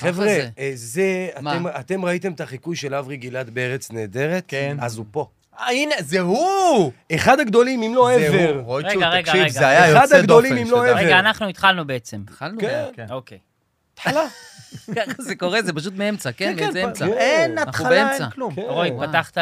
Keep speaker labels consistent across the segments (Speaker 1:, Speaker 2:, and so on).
Speaker 1: חבר'ה,
Speaker 2: זה?
Speaker 1: אה, זה,
Speaker 2: מה?
Speaker 1: אתם- אתם ראיתם את החיקוי של אברי גלעד בארץ נהדרת?
Speaker 3: כן.
Speaker 1: אז הוא פה.
Speaker 3: אה, הנה, זה הוא!
Speaker 1: אחד הגדולים, אם לא
Speaker 3: זה הוא,
Speaker 1: ever.
Speaker 3: רויצ'ו,
Speaker 4: רגע, רגע,
Speaker 3: תקשיב,
Speaker 4: רגע.
Speaker 3: זה היה
Speaker 1: אחד
Speaker 3: יוצא דופן,
Speaker 1: הגדולים, אם לא
Speaker 3: שתדע.
Speaker 1: ever.
Speaker 4: רגע, אנחנו התחלנו בעצם.
Speaker 2: התחלנו
Speaker 1: כן.
Speaker 3: כן.
Speaker 4: אוקיי.
Speaker 1: התחלה.
Speaker 2: ככה זה קורה, זה פשוט מאמצע, כן?
Speaker 3: כן,
Speaker 2: מאיזה
Speaker 3: כן,
Speaker 2: אמצע.
Speaker 1: כן.
Speaker 3: אין
Speaker 1: אנחנו
Speaker 3: התחלה,
Speaker 2: באמצע.
Speaker 3: אין כלום.
Speaker 1: כן.
Speaker 4: רוי,
Speaker 2: וואו.
Speaker 4: פתחת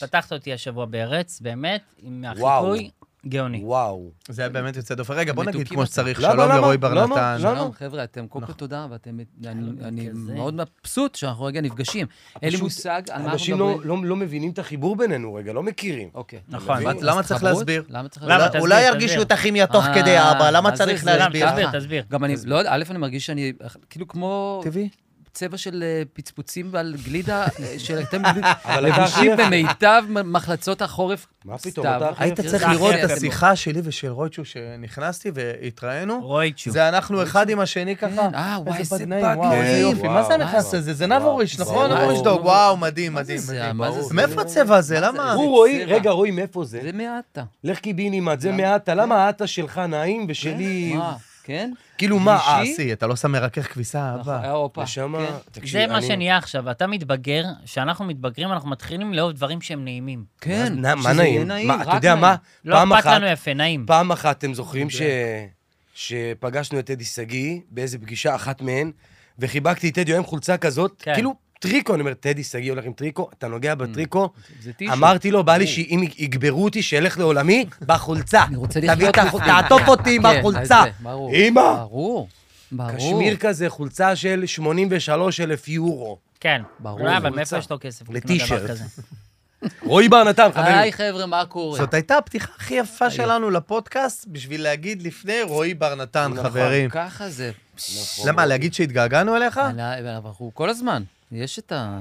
Speaker 4: פתחת אותי השבוע בארץ, באמת, עם
Speaker 1: וואו.
Speaker 4: החיקוי גאוני.
Speaker 1: וואו.
Speaker 3: זה היה באמת יוצא דופן. רגע, בוא נגיד
Speaker 2: מתוקים
Speaker 3: כמו שצריך,
Speaker 1: למה,
Speaker 3: שלום
Speaker 1: למה?
Speaker 3: לרועי
Speaker 1: למה?
Speaker 3: בר נתן.
Speaker 1: למה?
Speaker 2: שלום, חבר'ה, אתם קודם כל תודה, ואתם... אני- אני
Speaker 4: כזה.
Speaker 2: מאוד מבסוט שאנחנו רגע נפגשים. אין לי
Speaker 1: פשוט
Speaker 2: מושג על מה אנחנו
Speaker 1: אנשים לא-
Speaker 2: מדברים.
Speaker 1: לא לא מבינים את החיבור בינינו רגע, לא מכירים.
Speaker 2: אוקיי.
Speaker 4: נכון.
Speaker 1: מבין?
Speaker 2: אז
Speaker 3: למה צריך
Speaker 2: תחברות?
Speaker 3: להסביר?
Speaker 2: למה צריך
Speaker 4: למה?
Speaker 2: להסביר?
Speaker 4: תסביר,
Speaker 3: לא, אולי
Speaker 4: תסביר.
Speaker 3: ירגישו את הכימיה תוך כדי
Speaker 2: אה,
Speaker 3: אבא, למה
Speaker 2: אז זה-
Speaker 3: צריך
Speaker 2: זה- אה,
Speaker 3: להסביר?
Speaker 4: תסביר,
Speaker 2: ככה.
Speaker 4: תסביר.
Speaker 2: גם אני, לא יודע, א', אני מרגיש שאני כאילו כמו
Speaker 3: טבעי.
Speaker 2: צבע של אה, פצפוצים על גלידה, אה, שאתם
Speaker 1: אבל אתה הכי
Speaker 2: לבושים
Speaker 1: יפה.
Speaker 2: במיטב מ- מחלצות החורף.
Speaker 1: מה פתאום,
Speaker 2: סתיו.
Speaker 1: אתה הכי
Speaker 3: היית
Speaker 1: יפה.
Speaker 3: צריך
Speaker 4: זה הכי
Speaker 3: לראות את
Speaker 4: יפה.
Speaker 3: השיחה שלי ושל רויצ'ו שנכנסתי והתראינו.
Speaker 4: רויצ'ו.
Speaker 3: זה אנחנו אחד עם השני ככה.
Speaker 2: כן, אה, וואי, איזה
Speaker 3: בדנאים,
Speaker 2: פאק
Speaker 3: וואו, איזה
Speaker 1: מדהים.
Speaker 3: יופי. מה זה
Speaker 1: וואו,
Speaker 3: הנכס
Speaker 1: וואו.
Speaker 3: הזה? זה נבוריש,
Speaker 1: וואו,
Speaker 3: נכון?
Speaker 1: זה
Speaker 3: נבוריש
Speaker 1: נבוריש.
Speaker 3: דוג. וואו, מדהים,
Speaker 2: מה זה
Speaker 3: מדהים.
Speaker 2: זה?
Speaker 3: מדהים,
Speaker 2: מה זה
Speaker 3: ברור.
Speaker 2: זה?
Speaker 3: מאיפה הצבע הזה?
Speaker 2: מה
Speaker 3: למה?
Speaker 2: זה?
Speaker 1: הוא רועי,
Speaker 2: צבע.
Speaker 1: רגע, רועי, מאיפה זה?
Speaker 2: זה מעטה.
Speaker 1: לך קיבינימט, זה מעטה, למה אתה שלך נעים ושלי...
Speaker 2: מה, כן?
Speaker 3: כאילו מה,
Speaker 2: אישי?
Speaker 3: אה, אסי, אתה לא שם מרכך כביסה,
Speaker 2: נכון,
Speaker 3: אבא.
Speaker 2: אה, הופה.
Speaker 1: נשמה,
Speaker 2: כן.
Speaker 1: תקשיב,
Speaker 4: זה מה
Speaker 1: אני-
Speaker 4: שנהיה עכשיו, אתה מתבגר, כשאנחנו מתבגרים, אנחנו מתחילים לאהוב דברים שהם נעימים.
Speaker 2: כן.
Speaker 1: נע- מה
Speaker 2: שזה יהיה
Speaker 1: נעים? מה,
Speaker 2: רק
Speaker 1: אתה יודע
Speaker 2: נעים.
Speaker 1: מה?
Speaker 4: לא
Speaker 1: פעם
Speaker 4: אכפת
Speaker 1: אחת,
Speaker 4: לנו יפה,
Speaker 2: Hmm.
Speaker 4: נעים.
Speaker 1: פעם אחת, אתם זוכרים ש... שפגשנו את טדי שגיא באיזה פגישה, אחת מהן, וחיבקתי את טדי, הוא היה עם חולצה כזאת,
Speaker 4: כן.
Speaker 1: כאילו טריקו, אני אומר, טדי שגיא הולך עם טריקו, אתה נוגע בטריקו,
Speaker 2: Hmm. זה טישו.
Speaker 1: אמרתי לו, בא לי שאם יגברו אותי, שאלך לעולמי, בחולצה.
Speaker 2: אני רוצה
Speaker 1: תביא
Speaker 2: לחיות
Speaker 1: את החול-
Speaker 2: בפנים.
Speaker 1: תעטוף אותי עם
Speaker 2: כן,
Speaker 1: החולצה.
Speaker 2: אז זה, ברור.
Speaker 1: אמא!
Speaker 2: ברור. ברור.
Speaker 1: קשמיר כזה, חולצה של 83 אלף יורו.
Speaker 4: כן.
Speaker 2: ברור,
Speaker 4: אולי, אבל
Speaker 1: זה
Speaker 4: מאיפה
Speaker 1: מוצא.
Speaker 4: יש לו כסף? לקנות
Speaker 1: לטישרט.
Speaker 4: דבר כזה?
Speaker 1: רועי בר נתן, חברים.
Speaker 2: היי, חבר'ה, מה קורה?
Speaker 3: זאת הייתה הפתיחה הכי יפה שלנו לפודקאסט, בשביל להגיד לפני רועי בר נתן,
Speaker 1: נכון.
Speaker 3: חברים.
Speaker 2: ככה זה. נכון.
Speaker 3: למה, להגיד שהתגעגענו אליך?
Speaker 2: עלה- אנחנו כל הזמן. יש את ה...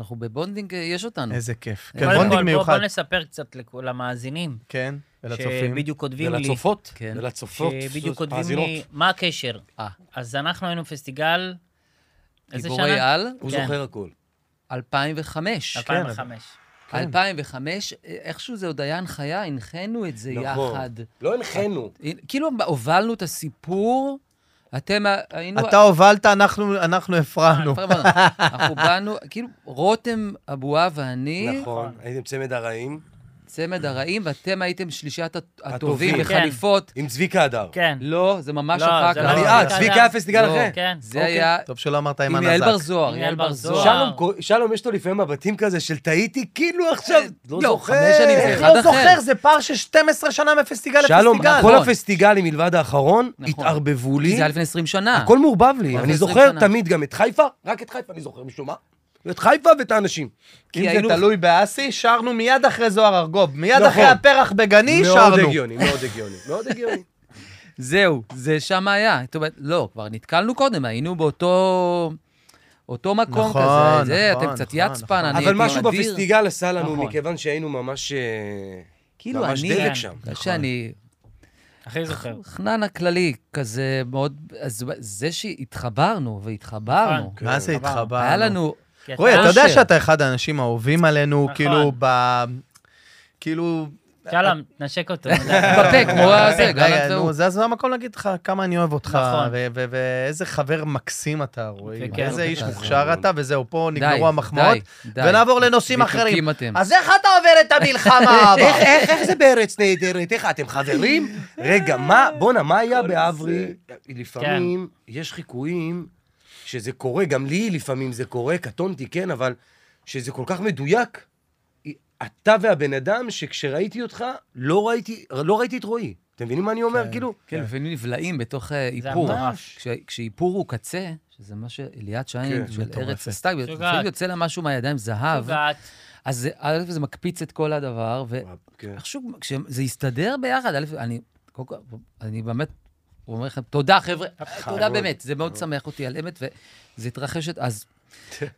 Speaker 2: אנחנו בבונדינג, אה, יש אותנו.
Speaker 3: איזה כיף.
Speaker 2: קודם
Speaker 3: כן,
Speaker 4: קודם
Speaker 3: בונדינג
Speaker 4: כל, בוא-
Speaker 3: מיוחד.
Speaker 4: בוא נספר קצת לכ- למאזינים,
Speaker 3: כן, ולצופים.
Speaker 4: שבדיוק כותבים לי,
Speaker 1: ולצופות,
Speaker 2: כן.
Speaker 1: ולצופות,
Speaker 4: שבדיוק כותבים
Speaker 1: מאזינות.
Speaker 4: לי, מה הקשר?
Speaker 2: אה.
Speaker 4: אז אנחנו היינו פסטיגל, איזה
Speaker 2: גיבורי
Speaker 4: שנה?
Speaker 2: על,
Speaker 1: הוא
Speaker 4: כן.
Speaker 1: זוכר הכול.
Speaker 2: 2005.
Speaker 4: 2005.
Speaker 3: כן.
Speaker 2: 2005, אה, איכשהו זה עוד היה הנחיה, הנחינו את זה
Speaker 1: נכון.
Speaker 2: יחד.
Speaker 1: לא הנחינו.
Speaker 2: הנה, כאילו הובלנו את הסיפור, אתם ה- היינו...
Speaker 3: אתה הובלת, אנחנו- אנחנו הפרענו.
Speaker 2: אה, אנחנו באנו, כאילו, רותם אבואה ואני,
Speaker 1: נכון, הייתם צמד הרעים,
Speaker 2: צמד הרעים, ואתם הייתם שלישיית הט-
Speaker 1: הטובים. כן.
Speaker 2: הטובים בחליפות.
Speaker 1: עם צביקה הדר.
Speaker 4: כן.
Speaker 2: לא, זה ממש
Speaker 4: לא,
Speaker 2: אחר
Speaker 4: זה
Speaker 2: כך.
Speaker 4: לא-
Speaker 1: אני,
Speaker 3: לא,
Speaker 1: אה,
Speaker 3: לא.
Speaker 1: צביקה היה פסטיגל
Speaker 2: לא.
Speaker 1: אחר.
Speaker 4: כן.
Speaker 2: זה
Speaker 1: אוקיי.
Speaker 2: היה
Speaker 3: טוב שלא אמרת עם
Speaker 2: עם יעל בר
Speaker 3: הנזק.
Speaker 2: זוהר.
Speaker 4: עם
Speaker 2: יעל בר זוהר.
Speaker 1: שלום, קו- שלום, יש לו לפעמים מבטים כזה של טעיתי, כאילו עכשיו, לא
Speaker 2: לא,
Speaker 1: זוכר.
Speaker 2: חמש שנים זה
Speaker 3: איך
Speaker 2: אחד
Speaker 3: לא
Speaker 2: אחר.
Speaker 3: זוכר? זה פער של 12 שנה מפסטיגל
Speaker 1: שלום,
Speaker 3: לפסטיגל. לא,
Speaker 1: כל
Speaker 2: נכון.
Speaker 1: הפסטיגלים מלבד האחרון,
Speaker 2: נכון.
Speaker 1: התערבבו
Speaker 2: כי
Speaker 1: לי,
Speaker 2: זה היה לפני 20 שנה.
Speaker 1: הכל מעורבב
Speaker 2: כבר
Speaker 1: לי. אני
Speaker 2: עשרים
Speaker 1: זוכר
Speaker 2: שנה.
Speaker 1: תמיד גם את חיפה, רק את חיפה אני זוכר משום מה. את חיפה ואת האנשים. לא-
Speaker 3: אם
Speaker 2: היינו-
Speaker 3: זה תלוי באסי, שרנו מיד אחרי זוהר ארגוב. מיד
Speaker 1: נכון.
Speaker 3: אחרי הפרח בגני,
Speaker 1: מאוד
Speaker 3: שרנו.
Speaker 1: הגיוני, מאוד הגיוני, מאוד הגיוני.
Speaker 2: זהו, זה שם היה. זאת אומרת, לא, כבר נתקלנו קודם, היינו באותו... אותו מקום
Speaker 3: נכון,
Speaker 2: כזה, זה,
Speaker 3: נכון,
Speaker 2: אתם קצת
Speaker 3: נכון,
Speaker 2: יצפן,
Speaker 3: נכון.
Speaker 2: אני הייתי
Speaker 1: אבל משהו
Speaker 2: אדיר.
Speaker 1: בפסטיגל עשה לנו,
Speaker 2: נכון.
Speaker 1: מכיוון שהיינו ממש... אה,
Speaker 2: כאילו
Speaker 1: ממש
Speaker 2: אני-
Speaker 1: דלק שם.
Speaker 2: בגלל שאני
Speaker 4: הכי זוכר.
Speaker 2: חנן הכללי, כזה מאוד... אז זה שהתחברנו והתחברנו,
Speaker 1: כן.
Speaker 3: מה זה
Speaker 4: עברנו.
Speaker 3: התחברנו?
Speaker 2: אוקיי. היה לנו...
Speaker 4: כי
Speaker 3: רועי, אתה יודע
Speaker 2: אושר.
Speaker 3: שאתה אחד האנשים האהובים עלינו,
Speaker 4: נכון.
Speaker 3: כאילו, ב... כאילו...
Speaker 4: שלום, נשק אותו.
Speaker 2: בפה, כמו הזה,
Speaker 3: רגע,
Speaker 2: גלנט והוא.
Speaker 3: נו, כן. זה אז המקום להגיד לך כמה אני אוהב אותך,
Speaker 4: נכון.
Speaker 3: ו- ו- ואיזה חבר מקסים אתה, רועי.
Speaker 4: וכן.
Speaker 3: איזה איש
Speaker 2: אתה-
Speaker 3: מוכשר אתה, וזהו, פה
Speaker 2: די,
Speaker 3: נגמרו המחמאות.
Speaker 2: די, די.
Speaker 3: ונעבור לנושאים אחרים.
Speaker 2: מתוקים אתם.
Speaker 3: אז איך אתה עובר את המלחמה,
Speaker 1: איך,
Speaker 3: אבא?
Speaker 1: איך, איך זה בארץ נהדרת? איך אתם חברים? רגע, מה, בואנה, מה היה באברי? לפעמים
Speaker 2: כן.
Speaker 1: יש חיקויים שזה קורה, גם לי לפעמים זה קורה, קטונתי, כן, אבל שזה כל כך מדויק. אתה והבן אדם שכשראיתי אותך, לא ראיתי, לא ראיתי את רועי. אתם מבינים מה אני אומר? כאילו,
Speaker 2: כן, לפעמים נבלעים בתוך אה, איפור.
Speaker 4: ממש.
Speaker 2: כש- כשאיפור הוא קצה, שזה מה שליאת שיין
Speaker 1: כן,
Speaker 2: של
Speaker 3: מטורפת.
Speaker 2: ארץ עשתה, לפעמים
Speaker 4: שוגעת.
Speaker 2: יוצא לה משהו מהידיים זהב,
Speaker 4: שוגעת.
Speaker 2: אז זה- א', זה מקפיץ את כל הדבר, ו...
Speaker 1: כן.
Speaker 2: איכשהו, כשזה הסתדר ביחד, א', אני, קודם כל, אני באמת אומר לכם, תודה, חבר'ה, תודה באמת, זה מאוד שמח אותי על אמת, וזה התרחש, אז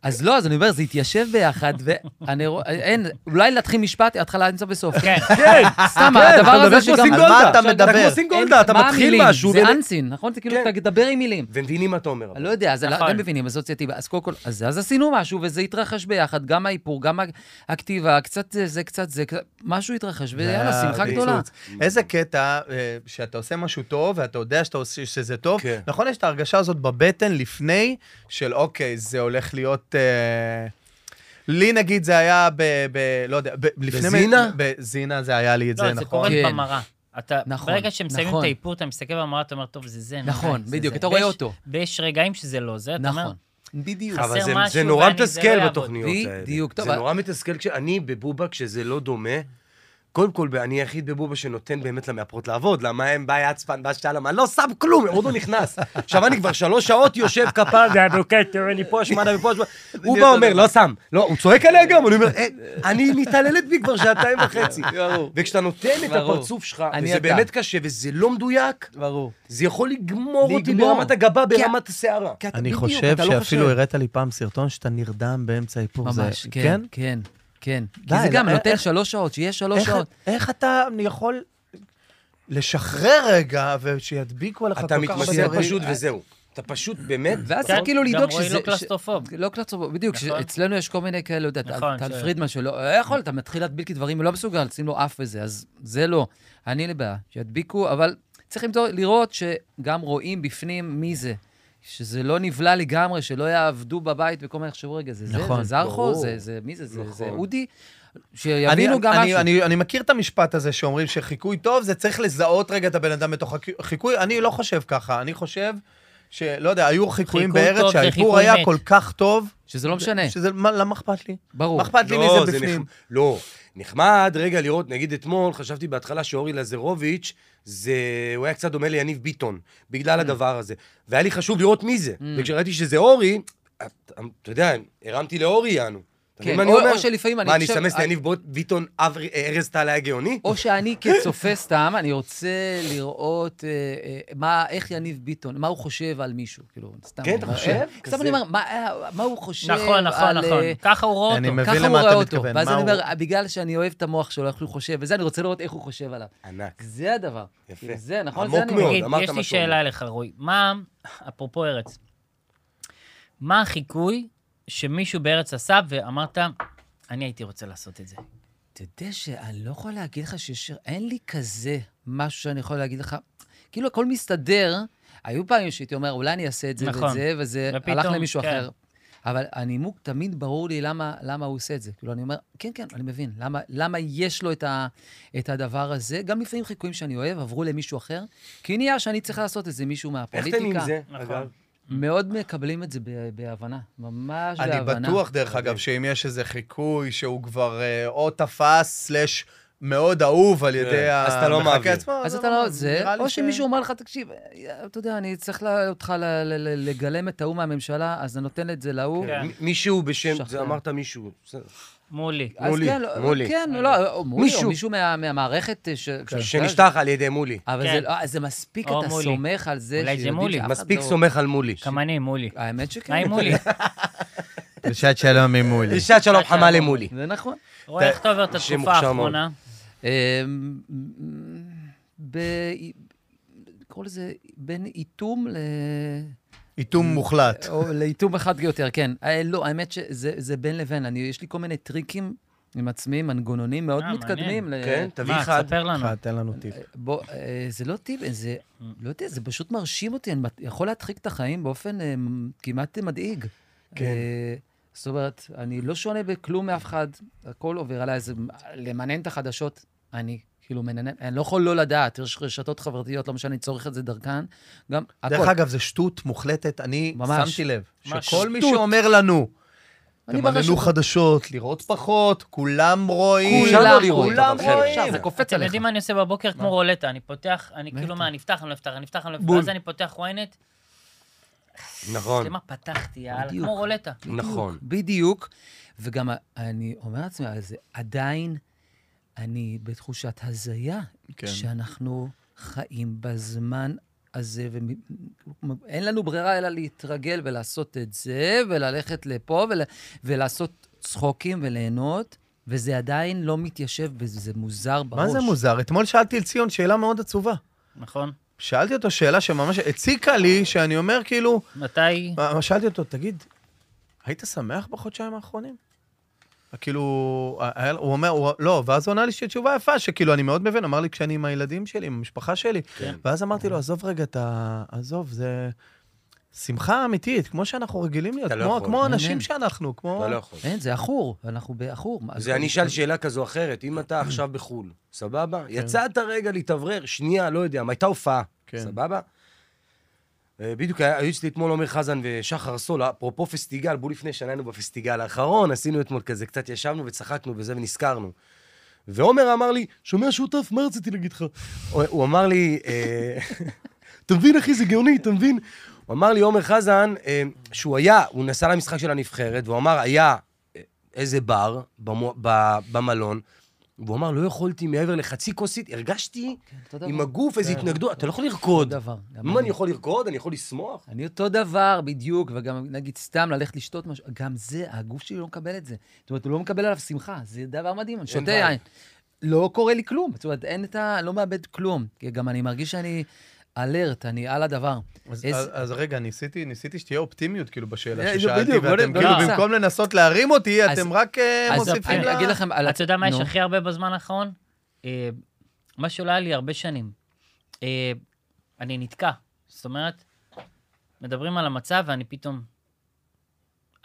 Speaker 2: אז לא, אז אני אומר, זה התיישב ביחד, ואני רואה, אין, אולי להתחיל משפט, התחלה עד סוף וסוף.
Speaker 4: כן.
Speaker 1: כן,
Speaker 2: סתם,
Speaker 1: כן,
Speaker 2: הדבר
Speaker 1: אתה
Speaker 2: הזה שגם...
Speaker 1: מדבר כמו סינגולדה.
Speaker 3: על מה אתה
Speaker 1: אתה
Speaker 3: מדבר?
Speaker 1: כמו סינגולדה, אתה
Speaker 2: אין- מה
Speaker 1: מתחיל
Speaker 2: המילים?
Speaker 1: משהו.
Speaker 2: זה
Speaker 1: ו-
Speaker 2: אנסין, נכון? זה כאילו,
Speaker 1: כן.
Speaker 2: אתה תדבר עם מילים.
Speaker 1: ומבינים מה אתה אומר. אבל.
Speaker 2: אני לא יודע, אז
Speaker 4: נכון.
Speaker 2: אתם מבינים, אסוציאטיבה. אז קודם כל, אז אז עשינו משהו, וזה התרחש ביחד, גם האיפור, גם ה- הכתיבה, קצת זה, זה, קצת זה, קצת- משהו התרחש, ויאללה, שמחה
Speaker 3: הפיצוץ.
Speaker 2: גדולה.
Speaker 3: איזה קטע אה, שאתה עושה משהו טוב, ואתה יודע שאתה עושה, שזה טוב.
Speaker 1: כן.
Speaker 3: נכון, יש את ההרגשה הזאת בבטן לפני, של אוקיי, זה הולך להיות... אה, לי נגיד זה היה ב... ב לא יודע, ב, לפני...
Speaker 1: בזינה?
Speaker 3: בזינה זה היה לי את
Speaker 4: לא,
Speaker 3: זה,
Speaker 4: זה
Speaker 3: נכון.
Speaker 4: קורה
Speaker 2: כן.
Speaker 4: במראה. אתה,
Speaker 2: נכון,
Speaker 4: ברגע שמסיימים
Speaker 2: נכון.
Speaker 4: את האיפור, אתה מסתכל במראה, אתה אומר, טוב, זה זה. נו,
Speaker 2: נכון,
Speaker 4: די, זה
Speaker 2: בדיוק,
Speaker 4: זה."
Speaker 2: אתה רואה
Speaker 4: ויש-
Speaker 2: אותו.
Speaker 4: ויש רגעים שזה לא זה, אתה אומר,
Speaker 2: נכון. בדיוק.
Speaker 4: חסר
Speaker 1: אבל זה-
Speaker 4: משהו
Speaker 1: זה נורא
Speaker 4: ואני- זה לא
Speaker 1: מתסכל
Speaker 4: יעבוד.
Speaker 1: בתוכניות האלה.
Speaker 2: בדיוק, טוב,
Speaker 1: זה
Speaker 2: אבל-
Speaker 1: נורא מתסכל כש... אני בבובה, כשזה לא דומה, קודם כל, אני היחיד בבובה שנותן באמת למאפרות לעבוד. למה הם באי עצפן, באי שלם, אני לא שם כלום, הם עוד לא נכנס. עכשיו אני כבר שלוש שעות יושב כפר, זה הדוקטור, אני פה שמנה ופה שמנה. הוא בא אומר, לא שם. לא, הוא צועק עליה גם, אני אומר, "אה, אני מתעללת בי כבר שעתיים וחצי.
Speaker 2: ברור.
Speaker 1: וכשאתה נותן את
Speaker 2: ברור.
Speaker 1: הפרצוף שלך,
Speaker 2: אני
Speaker 1: וזה
Speaker 2: אתה.
Speaker 1: באמת קשה, וזה לא מדויק,
Speaker 2: ברור.
Speaker 1: זה יכול לגמור אותי
Speaker 2: לגמור.
Speaker 1: ברמת הגבה, ברמת השערה.
Speaker 3: אני חושב
Speaker 4: לא
Speaker 2: לא
Speaker 3: שאפילו הראת לי פעם סרטון שאתה נרדם באמצע האיפור. זה-
Speaker 2: ממש, כן, כן, כן. כי זה
Speaker 3: די,
Speaker 2: גם
Speaker 3: לא,
Speaker 2: נותן
Speaker 3: איך-
Speaker 2: שלוש שעות, שיהיה שלוש
Speaker 3: איך-
Speaker 2: לא שעות.
Speaker 3: איך אתה יכול לשחרר רגע ושידביקו עליך כל כך
Speaker 1: אתה
Speaker 3: הרבה
Speaker 1: מתמסר
Speaker 3: דברים?
Speaker 1: פשוט וזהו. אתה פשוט באמת...
Speaker 2: ואז
Speaker 4: כן,
Speaker 2: צריך כאילו
Speaker 4: גם
Speaker 2: לדאוג שזה...
Speaker 4: רועי לא
Speaker 2: ש-
Speaker 4: קלסטרופוב.
Speaker 2: לא קלסטרופוב, בדיוק.
Speaker 4: נכון.
Speaker 2: אצלנו יש כל מיני כאלה, לא יודע, טל-
Speaker 4: נכון,
Speaker 2: טל
Speaker 4: ש-
Speaker 2: פרידמן שלא אה, יכול, אתה מתחיל להדביק לי דברים, הוא לא מסוגל, שים לו אף וזה, אז זה לא. אני אין לי בעיה, שידביקו, אבל צריך למצוא- לראות שגם רואים בפנים מי זה. שזה לא נבלע לגמרי, שלא יעבדו בבית וכל מיני יחשבו, רגע, זה זה,
Speaker 3: נכון,
Speaker 2: זה זרחו,
Speaker 1: ברור.
Speaker 2: זה זה, מי זה, זה זה
Speaker 1: נכון.
Speaker 2: אודי?
Speaker 3: אני, לא-
Speaker 2: שיבינו גם
Speaker 3: אני,
Speaker 2: משהו.
Speaker 3: אני, אני מכיר את המשפט הזה שאומרים שחיקוי טוב, זה צריך לזהות רגע את הבן אדם בתוך הק- החיקוי. אני לא חושב ככה, אני חושב שלא יודע, היו חיקויים
Speaker 4: חיקוי
Speaker 3: בארץ
Speaker 4: טוב זה
Speaker 3: שהאיפור
Speaker 4: חיקוי
Speaker 3: היה
Speaker 4: מת.
Speaker 3: כל כך טוב,
Speaker 2: שזה לא משנה,
Speaker 3: שזה, מה, למה אכפת לי?
Speaker 2: ברור.
Speaker 3: מה אכפת לי
Speaker 1: לא,
Speaker 3: מזה
Speaker 1: זה
Speaker 3: בפנים?
Speaker 1: נחמ- לא, נחמד רגע לראות, נגיד אתמול, חשבתי בהתחלה שאורי לזרוביץ', זה... הוא היה קצת דומה ליניב ביטון,
Speaker 2: Mm.
Speaker 1: בגלל הדבר הזה. והיה לי חשוב לראות מי זה. וכשראיתי שזה אורי, את- אתה יודע, הרמתי לאורי, יענו. אתה
Speaker 2: כן,
Speaker 1: מבין מה אני
Speaker 2: או-
Speaker 1: אומר?
Speaker 2: או שלפעמים אני
Speaker 1: מה, אני
Speaker 2: חושב- אה-
Speaker 1: אסמס ליניב בוט- ביטון, אברי- ארז טל היה גאוני?
Speaker 2: או שאני כצופה סתם, אני רוצה לראות אה, אה, מה, איך יניב ביטון, מה הוא חושב על מישהו, כאילו, סתם.
Speaker 1: כן, אתה
Speaker 2: אני אומר,
Speaker 1: חושב?
Speaker 2: אה, סתם
Speaker 1: כזה.
Speaker 2: אני אומר, מה אה, מה הוא חושב על...
Speaker 4: נכון, נכון,
Speaker 2: אה,
Speaker 4: נכון. ככה הוא רואה
Speaker 3: אני
Speaker 4: אותו.
Speaker 3: מבין.
Speaker 2: ככה
Speaker 3: למה
Speaker 2: הוא רואה
Speaker 3: אתה
Speaker 2: אותו.
Speaker 3: מתכוון,
Speaker 2: ואז
Speaker 3: מה
Speaker 2: אני
Speaker 3: הוא-
Speaker 2: אומר, בגלל שאני אוהב את המוח שלו, איך הוא חושב, וזה, אני רוצה לראות איך הוא חושב עליו.
Speaker 1: ענק.
Speaker 2: זה הדבר.
Speaker 1: יפה.
Speaker 2: כאילו, זה, נכון?
Speaker 1: עמוק
Speaker 2: זה אני
Speaker 1: מאוד.
Speaker 2: מגיד.
Speaker 4: תגיד,
Speaker 1: אמרת
Speaker 4: יש לי
Speaker 1: משהו.
Speaker 4: שאלה אליך, רועי. מה, אפרופו ארץ, מה החיקוי שמישהו בארץ עשה ואמרת, אני הייתי רוצה לעשות את זה?
Speaker 2: אתה יודע שאני לא יכול להגיד לך שיש... אין לי כזה משהו שאני יכול להגיד לך. כאילו, הכל מסתדר. היו פעמים שהייתי אומר, אולי אני אעשה את זה
Speaker 4: נכון.
Speaker 2: ואת זה, וזה
Speaker 4: ופתאום,
Speaker 2: הלך למישהו
Speaker 4: כן.
Speaker 2: אחר. אבל הנימוק תמיד ברור לי למה, למה הוא עושה את זה. כאילו, אני אומר, כן, כן, אני מבין. למה, למה יש לו את, ה, את הדבר הזה? גם לפעמים חיקויים שאני אוהב עברו למישהו אחר, כי נהיה שאני צריך לעשות את זה, מישהו
Speaker 1: איך
Speaker 2: מהפוליטיקה.
Speaker 1: אתם עם זה,
Speaker 4: נכון.
Speaker 1: אגב?
Speaker 2: מאוד מקבלים את זה ב- בהבנה, ממש
Speaker 3: אני
Speaker 2: בהבנה.
Speaker 3: בטוח, דרך אגב, שאם יש איזה חיקוי שהוא כבר אה, או תפס, סלאש, מאוד אהוב על ידי
Speaker 1: כן, אז אתה לא
Speaker 3: המחכה
Speaker 1: מעביר.
Speaker 3: עצמו,
Speaker 2: אז אתה לא, זה,
Speaker 3: נראה לי
Speaker 2: או
Speaker 3: ש-
Speaker 2: שמישהו אומר לך, תקשיב, אה, אתה יודע, אני צריך לה- אותך ל- ל- ל- לגלם את ההוא מהממשלה, אז אני נותן את זה להוא.
Speaker 4: כן.
Speaker 1: מ- מישהו בשם,
Speaker 2: שחרר.
Speaker 1: זה אמרת מישהו. בסדר.
Speaker 4: מולי.
Speaker 2: אז
Speaker 1: מולי,
Speaker 2: כן, לא-
Speaker 1: מולי.
Speaker 2: כן, לא, או מולי,
Speaker 1: מישהו.
Speaker 2: או מישהו מה- מהמערכת אה, ש... כן.
Speaker 1: שנשטח על ידי מולי.
Speaker 2: אבל
Speaker 4: כן.
Speaker 2: זה לא- זה מספיק,
Speaker 4: או
Speaker 2: אתה
Speaker 4: מולי.
Speaker 2: סומך על זה
Speaker 4: אולי זה
Speaker 2: שיודעים
Speaker 4: מולי.
Speaker 2: שאף אחד
Speaker 1: מספיק
Speaker 2: לא-
Speaker 1: סומך על מולי.
Speaker 4: גם אני, מולי.
Speaker 2: האמת שכן.
Speaker 4: מה עם מולי?
Speaker 3: דרישת שלום ממולי.
Speaker 1: דרישת שלום חמה למולי.
Speaker 2: זה נכון.
Speaker 4: רועי, איך אתה עובר את
Speaker 1: שם
Speaker 4: התקופה
Speaker 1: מוכשר
Speaker 4: האחרונה?
Speaker 2: אמ, ב... קורא לזה בין איתום ל... אה,
Speaker 3: איטום מוחלט.
Speaker 2: או לאיתום אחד יותר, כן. אה, לא, האמת שזה זה בין לבין. אני, יש לי כל מיני טריקים עם עצמי, מנגנונים מאוד
Speaker 4: אה,
Speaker 2: מתקדמים. ל-
Speaker 1: כן, תביא
Speaker 4: מה,
Speaker 1: אחד.
Speaker 4: תספר
Speaker 2: אה.
Speaker 4: לנו.
Speaker 3: אחד, תן לנו טיפ.
Speaker 2: בוא, אה, זה לא טיפ, זה, לא יודע, זה פשוט מרשים אותי. אני מת- יכול להדחיק את החיים באופן אה, מ- כמעט מדאיג.
Speaker 1: כן.
Speaker 2: אה, זאת אומרת, אני לא שונה בכלום מאף אחד, הכל עובר עליי, זה למנן את החדשות, אני כאילו מננן, אני לא יכול לא לדעת, יש רשתות חברתיות, לא משנה, אני צורך את זה דרכן, גם הכל.
Speaker 3: דרך אגב, זו שטות מוחלטת. אני
Speaker 2: ממש.
Speaker 3: שמתי לב
Speaker 4: מה,
Speaker 3: שכל מי
Speaker 2: שטות?
Speaker 3: שאומר לנו,
Speaker 2: אני
Speaker 3: תמננו
Speaker 2: ברשת-
Speaker 3: חדשות, לראות פחות, כולם רואים.
Speaker 1: אפשר
Speaker 2: כולם
Speaker 1: לא לראות,
Speaker 2: כולם
Speaker 1: אבל בסדר.
Speaker 2: רואים, זה קופץ
Speaker 4: אתם
Speaker 2: עליך.
Speaker 4: יודעים מה אני עושה בבוקר? כמו רולטה, אני פותח, אני
Speaker 2: בטח.
Speaker 4: כאילו מה, אני אפתח, אני לא אפתח, אני אפתח, אני לא אפתח,
Speaker 1: בול.
Speaker 4: ואז אני פותח ynet,
Speaker 1: נכון,
Speaker 4: למה פתחתי, יאללה,
Speaker 2: בדיוק.
Speaker 4: כמו רולטה.
Speaker 1: נכון.
Speaker 2: בדיוק. וגם ה- אני אומר לעצמי, אז עדיין אני בתחושת הזיה,
Speaker 3: כן.
Speaker 2: שאנחנו חיים בזמן אז אה, ומ- אין לנו ברירה אלא להתרגל ולעשות את זה, וללכת לפה, ול, ולעשות צחוקים וליהנות, וזה עדיין לא מתיישב בזה, זה מוזר בראש.
Speaker 3: מה זה מוזר? אתמול שאלתי על ציון שאלה מאוד עצובה.
Speaker 4: נכון?
Speaker 3: שאלתי אותו שאלה שממש הציקה לי, שאני אומר כאילו...
Speaker 4: מתי...
Speaker 3: מה- שאלתי אותו, תגיד, היית שמח בחודשיים האחרונים? כאילו, היה- הוא אומר, הוא, לא, ואז הוא ענה לי שתשובה יפה, שכאילו, אני מאוד מבין, אמר לי, כשאני עם הילדים שלי, עם המשפחה שלי.
Speaker 1: כן.
Speaker 3: ואז אמרתי לו, עזוב רגע, אתה... עזוב, זה שמחה אמיתית, כמו שאנחנו רגילים להיות,
Speaker 1: אתה לא
Speaker 3: כמו,
Speaker 1: יכול.
Speaker 3: כמו אנשים
Speaker 2: מעניין.
Speaker 3: שאנחנו, כמו...
Speaker 1: אתה לא יכול.
Speaker 2: אין, זה עכור, אנחנו בעכור. מה-
Speaker 1: זה אני אשאל שאלה כזו או אחרת, אם אתה עכשיו בחו"ל, סבבה? יצאת רגע להתאוורר, שנייה, לא יודע, מה, הייתה הופעה,
Speaker 3: כן.
Speaker 1: סבבה? אה, בדיוק, היה- היו אצלי אתמול עומר חזן ושחר סול, אפרופו פסטיגל, בואו לפני שנה היינו בפסטיגל האחרון, עשינו אתמול כזה, קצת ישבנו וצחקנו וזה ונזכרנו. ועומר אמר לי, שומע שותף, מה רציתי להגיד לך? הוא הוא אמר לי, אה, אתה מבין, אחי, זה גאוני, אתה מבין? הוא אמר לי, עומר חזן, אה, שהוא היה, הוא נסע למשחק של הנבחרת, והוא אמר, היה אה, איזה בר במו- ב- במלון, והוא אמר, לא יכולתי מעבר לחצי כוסית, הרגשתי
Speaker 2: אותו דבר.
Speaker 1: עם הגוף איזו
Speaker 2: כן.
Speaker 1: התנגדות, אתה לא יכול לרקוד.
Speaker 2: אותו דבר, גם
Speaker 1: מה,
Speaker 2: אני.
Speaker 1: אני יכול לרקוד? אני יכול לשמוח?
Speaker 2: אני אותו דבר, בדיוק, וגם נגיד סתם ללכת לשתות משהו, גם זה, הגוף שלי לא מקבל את זה. זאת אומרת, הוא לא מקבל עליו שמחה, זה דבר מדהים, אני שותה
Speaker 1: בעיה.
Speaker 2: יין. לא קורה לי כלום, זאת אומרת, אין את ה... לא מאבד כלום. כי גם אני מרגיש שאני אלרט, אני על הדבר.
Speaker 3: אז,
Speaker 2: איזה-
Speaker 3: אז, אז רגע, ניסיתי, ניסיתי שתהיה אופטימיות, כאילו,
Speaker 2: אה,
Speaker 3: בשאלה
Speaker 2: זה
Speaker 3: ששאלתי,
Speaker 2: בדיוק, בוא
Speaker 3: ואתם
Speaker 2: נ-
Speaker 3: כאילו,
Speaker 4: לא.
Speaker 3: במקום לנסות להרים אותי,
Speaker 2: אז-
Speaker 3: אתם רק אה,
Speaker 2: אז
Speaker 3: מוסיפים
Speaker 2: אני
Speaker 3: לה...
Speaker 2: אגיד לכם על... ה-
Speaker 4: אתה יודע מה יש
Speaker 2: נו.
Speaker 4: הכי הרבה בזמן האחרון? אה, מה שלא היה לי הרבה שנים. אה, אני נתקע. זאת אומרת, מדברים על המצב ואני פתאום...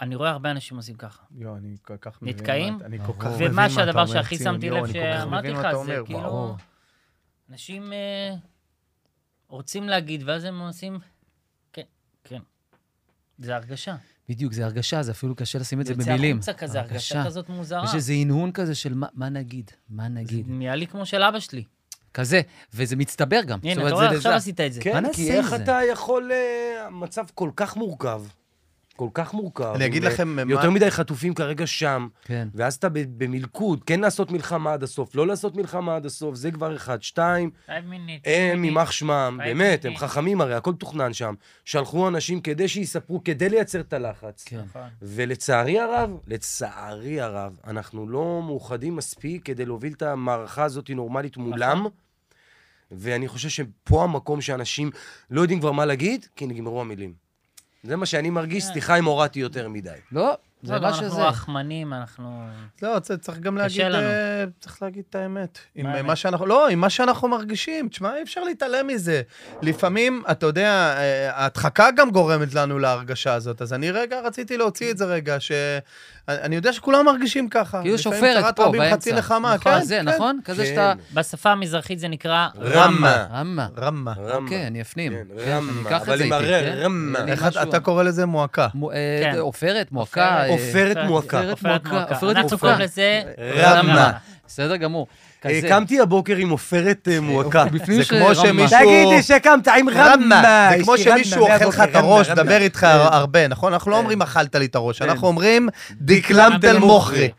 Speaker 4: אני רואה הרבה אנשים עושים ככה.
Speaker 3: יואו, אני כל כך מבין.
Speaker 4: נתקעים?
Speaker 3: מה- אני כל כך
Speaker 2: ברור.
Speaker 3: מבין מה
Speaker 4: ומה
Speaker 3: אתה אומר,
Speaker 4: שהדבר שהכי
Speaker 3: ציון.
Speaker 4: שמתי
Speaker 3: יואו,
Speaker 4: לב
Speaker 3: אני כל כך
Speaker 4: שאמרתי
Speaker 3: מבין
Speaker 4: לך,
Speaker 3: מה אתה
Speaker 4: זה
Speaker 3: אומר, ברור.
Speaker 4: כאילו... אנשים אה, רוצים להגיד, ואז הם עושים... כן, כן. זה הרגשה.
Speaker 2: בדיוק, זה הרגשה, זה אפילו קשה לשים את זה
Speaker 4: יוצא
Speaker 2: במילים.
Speaker 4: החוצה כזה, הרגשה כזאת מוזרה.
Speaker 2: יש איזה הנהון כזה של מה- מה נגיד, מה
Speaker 4: זה
Speaker 2: נגיד.
Speaker 4: נהיה לי כמו של אבא שלי.
Speaker 2: כזה, וזה מצטבר גם. זאת
Speaker 4: הנה,
Speaker 2: אומרת,
Speaker 4: אתה
Speaker 2: זה-
Speaker 4: רואה,
Speaker 2: זה-
Speaker 4: עכשיו עשית את זה.
Speaker 2: מה
Speaker 1: כן,
Speaker 2: נעשה
Speaker 1: כי
Speaker 2: עם
Speaker 1: איך
Speaker 2: זה?
Speaker 1: אתה יכול... אה, המצב כל כך מורכב. כל כך מורכב.
Speaker 3: אני אגיד
Speaker 1: עם,
Speaker 3: לכם
Speaker 1: אה,
Speaker 3: מה-
Speaker 1: יותר מדי חטופים כרגע שם.
Speaker 2: כן.
Speaker 1: ואז אתה ב- במלכוד, כן לעשות מלחמה עד הסוף, לא לעשות מלחמה עד הסוף, זה כבר אחד. שתיים,
Speaker 4: Five minutes,
Speaker 1: הם,
Speaker 4: five
Speaker 1: יימח שמם,
Speaker 4: אה,
Speaker 1: באמת,
Speaker 4: אה.
Speaker 1: הם חכמים הרי, הכל מתוכנן שם. שלחו אנשים כדי שיספרו, כדי לייצר את הלחץ.
Speaker 2: כן.
Speaker 4: minutes. נכון.
Speaker 1: ולצערי הרב, לצערי הרב, אנחנו לא מאוחדים מספיק כדי להוביל את המערכה הזאת נורמלית מולם,
Speaker 2: נכון.
Speaker 1: ואני חושב שפה המקום שאנשים לא יודעים כבר מה להגיד, כי נגמרו המילים. זה מה שאני מרגיש,
Speaker 4: כן.
Speaker 1: סליחה אם הורדתי יותר מדי.
Speaker 2: לא,
Speaker 4: לא,
Speaker 2: זה
Speaker 4: גם
Speaker 2: מה שזה.
Speaker 4: אנחנו רחמנים, אנחנו...
Speaker 3: לא, צ- צריך גם
Speaker 4: קשה
Speaker 3: להגיד,
Speaker 4: לנו.
Speaker 3: אה, צריך להגיד את האמת. עם
Speaker 4: מה
Speaker 3: אה, מה
Speaker 4: האמת?
Speaker 3: שאנחנו, לא, עם מה שאנחנו מרגישים. תשמע, אי אפשר להתעלם מזה. לפעמים, אתה יודע, אה, ההדחקה גם גורמת לנו להרגשה הזאת. אז אני רגע רציתי להוציא את זה רגע, ש... אני- אני יודע שכולם מרגישים ככה.
Speaker 2: כאילו
Speaker 3: אה, לפעמים
Speaker 2: שופרת
Speaker 3: צרת
Speaker 2: פה,
Speaker 3: רבים
Speaker 2: באמצע.
Speaker 3: חצי נחמה,
Speaker 2: נכון,
Speaker 3: כן,
Speaker 2: זה,
Speaker 3: כן.
Speaker 2: נכון? כזה
Speaker 1: כן.
Speaker 2: שאתה...
Speaker 4: בשפה המזרחית זה נקרא...
Speaker 3: רמה.
Speaker 2: רמה.
Speaker 3: רמה.
Speaker 1: רמה.
Speaker 2: אוקיי, אני אפנים.
Speaker 1: כן,
Speaker 2: כן,
Speaker 1: רמה,
Speaker 2: אני אקח את
Speaker 1: אבל
Speaker 2: זה
Speaker 1: עם
Speaker 2: איתי,
Speaker 1: הרר,
Speaker 2: כן?
Speaker 1: רמה.
Speaker 2: אני
Speaker 3: איך
Speaker 2: משהו-
Speaker 3: אתה- אתה קורא לזה מועקה?
Speaker 2: מו- אה,
Speaker 4: כן.
Speaker 2: עופרת, מועקה. אה,
Speaker 1: עופרת מועקה.
Speaker 2: עופרת
Speaker 4: עופרת
Speaker 2: מועקה,
Speaker 4: מועקה.
Speaker 2: עופרת
Speaker 4: אנחנו
Speaker 2: מועקה.
Speaker 4: קוראים לזה...
Speaker 1: רמה.
Speaker 2: בסדר גמור.
Speaker 1: אה,
Speaker 2: כזה.
Speaker 1: קמתי הבוקר עם עופרת אה, מועקה.
Speaker 2: בפנים
Speaker 3: זה
Speaker 2: של
Speaker 3: כמו
Speaker 2: רמה.
Speaker 3: שמישהו-
Speaker 1: תגידי שקמת עם רמה.
Speaker 3: זה כמו
Speaker 1: יש לי רמה
Speaker 3: שמישהו אוכל לך את
Speaker 1: מהבוקר,
Speaker 3: הראש,
Speaker 1: רמה,
Speaker 3: דבר
Speaker 1: רמה.
Speaker 3: איתך הרבה, נכון? אנחנו לא אומרים אכלת לי את הראש, אנחנו אומרים דקלמת אל כן. מוכרי.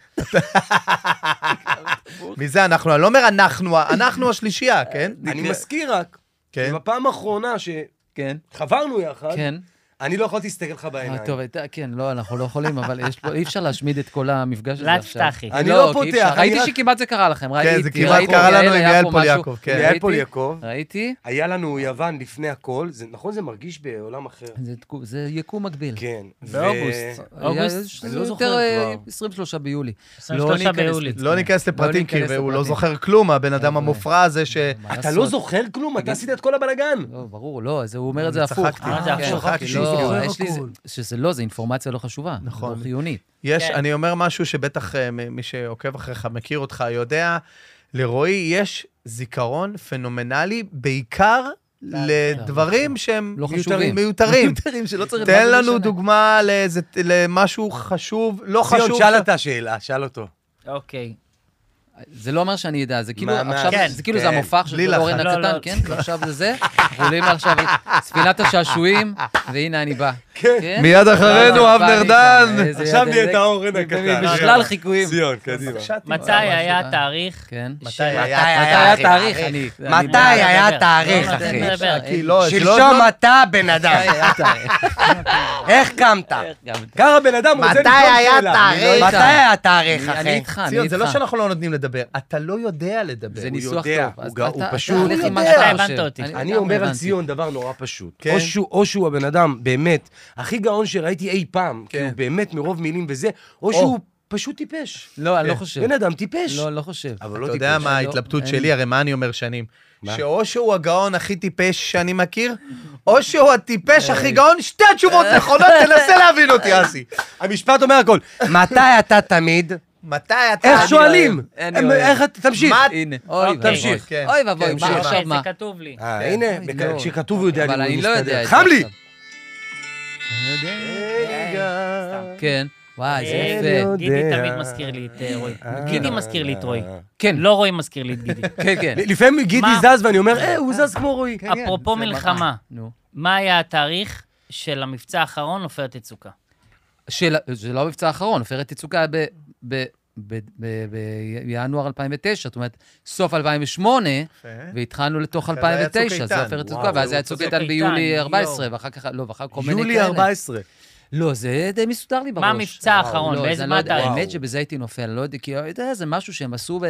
Speaker 3: מזה אנחנו, אני לא אומר אנחנו, אנחנו השלישייה, כן?
Speaker 1: אני מזכיר רק,
Speaker 3: כן.
Speaker 1: בפעם האחרונה שחברנו
Speaker 2: כן.
Speaker 1: יחד,
Speaker 2: כן.
Speaker 1: אני לא יכולתי להסתכל לך
Speaker 2: אה,
Speaker 1: בעיניים.
Speaker 2: טוב, הייתה- כן, לא, אנחנו לא יכולים, אבל יש פה- אי אפשר להשמיד את כל המפגש הזה
Speaker 4: לא
Speaker 2: עכשיו.
Speaker 4: תפתחי.
Speaker 1: אני
Speaker 2: כי
Speaker 1: לא
Speaker 2: אי
Speaker 1: פותח,
Speaker 2: אפשר.
Speaker 1: אני
Speaker 2: ראיתי
Speaker 1: רק- כן,
Speaker 2: שכמעט זה קרה לכם, ראיתי.
Speaker 3: זה כמעט
Speaker 2: ראיתי,
Speaker 3: קרה לנו עם
Speaker 2: היה
Speaker 3: יעל
Speaker 2: פה
Speaker 3: פוליאקוב,
Speaker 2: משהו.
Speaker 3: כן.
Speaker 1: יעל
Speaker 2: ראיתי,
Speaker 1: פוליאקוב.
Speaker 2: ראיתי,
Speaker 1: היה לנו יוון לפני הכל, זה, נכון זה מרגיש בעולם אחר?
Speaker 2: זה תקו- זה יקום מקביל.
Speaker 1: כן. ו-
Speaker 4: באוגוסט. אוגוסט,
Speaker 1: אני
Speaker 2: זה
Speaker 1: לא זוכר
Speaker 2: יותר אה,
Speaker 1: כבר.
Speaker 2: 23 ביולי.
Speaker 4: 23
Speaker 2: לא ניכנס
Speaker 4: ביולי.
Speaker 2: לזה.
Speaker 3: לא ניכנס לפרטים, אה, כי
Speaker 2: ניכנס
Speaker 3: הוא לא
Speaker 2: לפרטים.
Speaker 3: זוכר כלום, הבן אדם
Speaker 2: חבר'ה.
Speaker 3: המופרע הזה ש...
Speaker 2: מה
Speaker 1: אתה לא
Speaker 2: לעשות?
Speaker 1: זוכר כלום, אתה עשית את כל הבלגן.
Speaker 2: לא, ברור, לא, זה, הוא אומר את
Speaker 3: אני
Speaker 2: זה הפוך.
Speaker 3: צחקתי.
Speaker 4: אה, זה
Speaker 2: כן,
Speaker 4: הפוך,
Speaker 2: צחקתי,
Speaker 3: כי
Speaker 2: לא,
Speaker 3: הוא זוכר
Speaker 2: יש לי זה-
Speaker 3: הכל.
Speaker 2: שזה לא, זה אינפורמציה לא חשובה.
Speaker 3: נכון.
Speaker 2: לא חיונית.
Speaker 3: יש,
Speaker 4: כן.
Speaker 3: אני אומר משהו שבטח אה, מ- מי שעוקב אחריך, מכיר אותך, יודע, לרועי יש זיכרון פנומנלי, בעיקר לדברים שהם
Speaker 2: לא
Speaker 3: מיותרים-
Speaker 2: חשובים.
Speaker 3: מיותרים.
Speaker 2: כן. מיותרים שלא צריך... מה
Speaker 3: תן
Speaker 2: זה
Speaker 3: לנו
Speaker 2: משנה?
Speaker 3: דוגמה לאיזה- למשהו חשוב, לא חשוב.
Speaker 1: ציון, שאל אתה שאלה, שאל אותו.
Speaker 2: כן.
Speaker 4: אוקיי.
Speaker 2: זה לא אומר שאני אדע, זה כאילו,
Speaker 1: מה- מה-
Speaker 2: עכשיו,
Speaker 1: כן,
Speaker 2: זה כאילו
Speaker 1: כן.
Speaker 2: זה המופע עכשיו
Speaker 3: בלי
Speaker 2: של אורן
Speaker 4: לחץ. לא,
Speaker 2: הצטן,
Speaker 4: לא.
Speaker 2: כן? ועכשיו זה זה, אנחנו עולים עכשיו על ספינת השעשועים, והנה אני בא. כן?
Speaker 3: מיד אחרינו,
Speaker 2: לא,
Speaker 3: אבנר
Speaker 2: אני
Speaker 3: דן.
Speaker 2: כאן, איזה
Speaker 1: עכשיו
Speaker 2: יד,
Speaker 1: נהיית
Speaker 2: איזה-
Speaker 1: אורן הקטן. אה,
Speaker 2: בשלל חיקויים.
Speaker 1: ציון, קדימה.
Speaker 4: מתי
Speaker 2: ממש
Speaker 4: היה
Speaker 2: תודה.
Speaker 4: התאריך?
Speaker 2: כן.
Speaker 4: מתי היה
Speaker 2: מתי
Speaker 1: אה,
Speaker 2: היה תאריך? אני- אני-
Speaker 1: מתי היה
Speaker 4: מדבר.
Speaker 1: התאריך,
Speaker 4: לא,
Speaker 1: אחי?
Speaker 4: מדבר.
Speaker 2: אה, כאילו,
Speaker 3: כי לא, זה לא-
Speaker 1: שלשום אתה בן אדם,
Speaker 2: מתי היה תאריך?
Speaker 1: איך קמת?
Speaker 2: גם-
Speaker 1: ככה בן אדם רוצה לשאול שאלה.
Speaker 2: לא
Speaker 1: מתי
Speaker 2: איתה.
Speaker 1: היה התאריך,
Speaker 2: אני אני
Speaker 1: אחי?
Speaker 2: איתך, אני
Speaker 3: ציון, זה לא
Speaker 2: איתך.
Speaker 3: שאנחנו לא נותנים לדבר, אתה לא יודע לדבר.
Speaker 2: זה
Speaker 1: הוא
Speaker 2: ניסוח
Speaker 1: יודע,
Speaker 2: טוב.
Speaker 1: הוא
Speaker 2: אז אתה-
Speaker 1: גא- הוא
Speaker 2: אתה
Speaker 1: פשוט-
Speaker 2: הולך עם מה
Speaker 4: יודע.
Speaker 2: שאתה
Speaker 4: הבנת
Speaker 2: חושב.
Speaker 4: אותי.
Speaker 1: אני
Speaker 2: לא- לגמרי
Speaker 1: אומר על
Speaker 2: הבנתי.
Speaker 1: ציון דבר נורא פשוט.
Speaker 3: כן.
Speaker 1: או שהוא- או שהוא הבן אדם באמת הכי גאון שראיתי אי פעם, כי
Speaker 3: כן.
Speaker 1: הוא באמת מרוב מילים וזה, או שהוא פשוט טיפש. כן.
Speaker 2: לא, אני לא חושב.
Speaker 1: בן אדם טיפש.
Speaker 2: לא, לא חושב.
Speaker 1: אבל לא
Speaker 3: אתה
Speaker 1: טיפש.
Speaker 3: יודע מה
Speaker 2: לא,
Speaker 3: ההתלבטות
Speaker 2: אין.
Speaker 3: שלי? הרי מה אני אומר שנים?
Speaker 1: מה?
Speaker 3: שאו שהוא הגאון הכי טיפש שאני מכיר, או שהוא הטיפש
Speaker 1: אה.
Speaker 3: הכי גאון, שתי התשובות נכונות, תנסה להבין אותי, אסי.
Speaker 1: המשפט אומר הכל. מתי אתה תמיד?
Speaker 3: מתי אתה... אה?
Speaker 1: איך
Speaker 3: אני
Speaker 1: שואלים?
Speaker 2: אוהב, אני
Speaker 1: הם-
Speaker 2: לא- אוהב.
Speaker 1: איך אתה... תמשיך.
Speaker 3: מה-
Speaker 2: הנה, אוי ואבוי.
Speaker 1: תמשיך.
Speaker 3: כן,
Speaker 2: אוי ואבוי,
Speaker 3: כן,
Speaker 2: מה
Speaker 3: תמשיך.
Speaker 2: עכשיו מה?
Speaker 4: זה כתוב לי.
Speaker 1: אה, הנה,
Speaker 2: אוי, לא.
Speaker 1: כשכתוב הוא יודע,
Speaker 2: אבל
Speaker 1: לי,
Speaker 2: אני
Speaker 1: הוא
Speaker 2: לא
Speaker 1: מסתדר.
Speaker 2: יודע את זה
Speaker 1: חם לי!
Speaker 2: עכשיו. כן. וואי, זה
Speaker 4: אה,
Speaker 2: יפה.
Speaker 4: גידי
Speaker 1: יודע.
Speaker 4: תמיד מזכיר לי את אה, רוי.
Speaker 1: אה.
Speaker 4: גידי מזכיר לי את רוי.
Speaker 2: כן,
Speaker 4: לא רוי מזכיר לי את גידי.
Speaker 2: כן, כן.
Speaker 1: לפעמים גידי
Speaker 4: מה?
Speaker 1: זז ואני אומר, אה, הוא זז כמו רועי.
Speaker 2: כן,
Speaker 4: אפרופו
Speaker 2: זה מראה.
Speaker 4: מלחמה.
Speaker 2: נו.
Speaker 4: מה היה התאריך של המבצע האחרון, עופרת יצוקה?
Speaker 2: של... זה לא המבצע האחרון, עופרת יצוקה ב... ב... ב- ב- בינואר 2009, זאת אומרת, סוף 2008, והתחלנו לתוך
Speaker 3: אז היה צוק
Speaker 2: 2009, זה
Speaker 3: איתן.
Speaker 2: עופרת
Speaker 1: וואו,
Speaker 2: יצוקה, ואז
Speaker 1: זה
Speaker 2: היה צוק
Speaker 4: צוק
Speaker 2: איתן
Speaker 4: איתן,
Speaker 2: ביולי
Speaker 4: יואו.
Speaker 2: 14, ואחר כך, לא, ואחר כך כל מיני כאלה.
Speaker 1: יולי 14.
Speaker 2: לא, זה די מסודר לי בראש.
Speaker 4: מה המבצע האחרון?
Speaker 2: לא,
Speaker 4: באיזה
Speaker 2: זה
Speaker 4: מה
Speaker 2: לא,
Speaker 4: התאריך?
Speaker 2: האמת שבזה הייתי נופל, לא יודע, כי אתה יודע, זה משהו שהם עשו ב-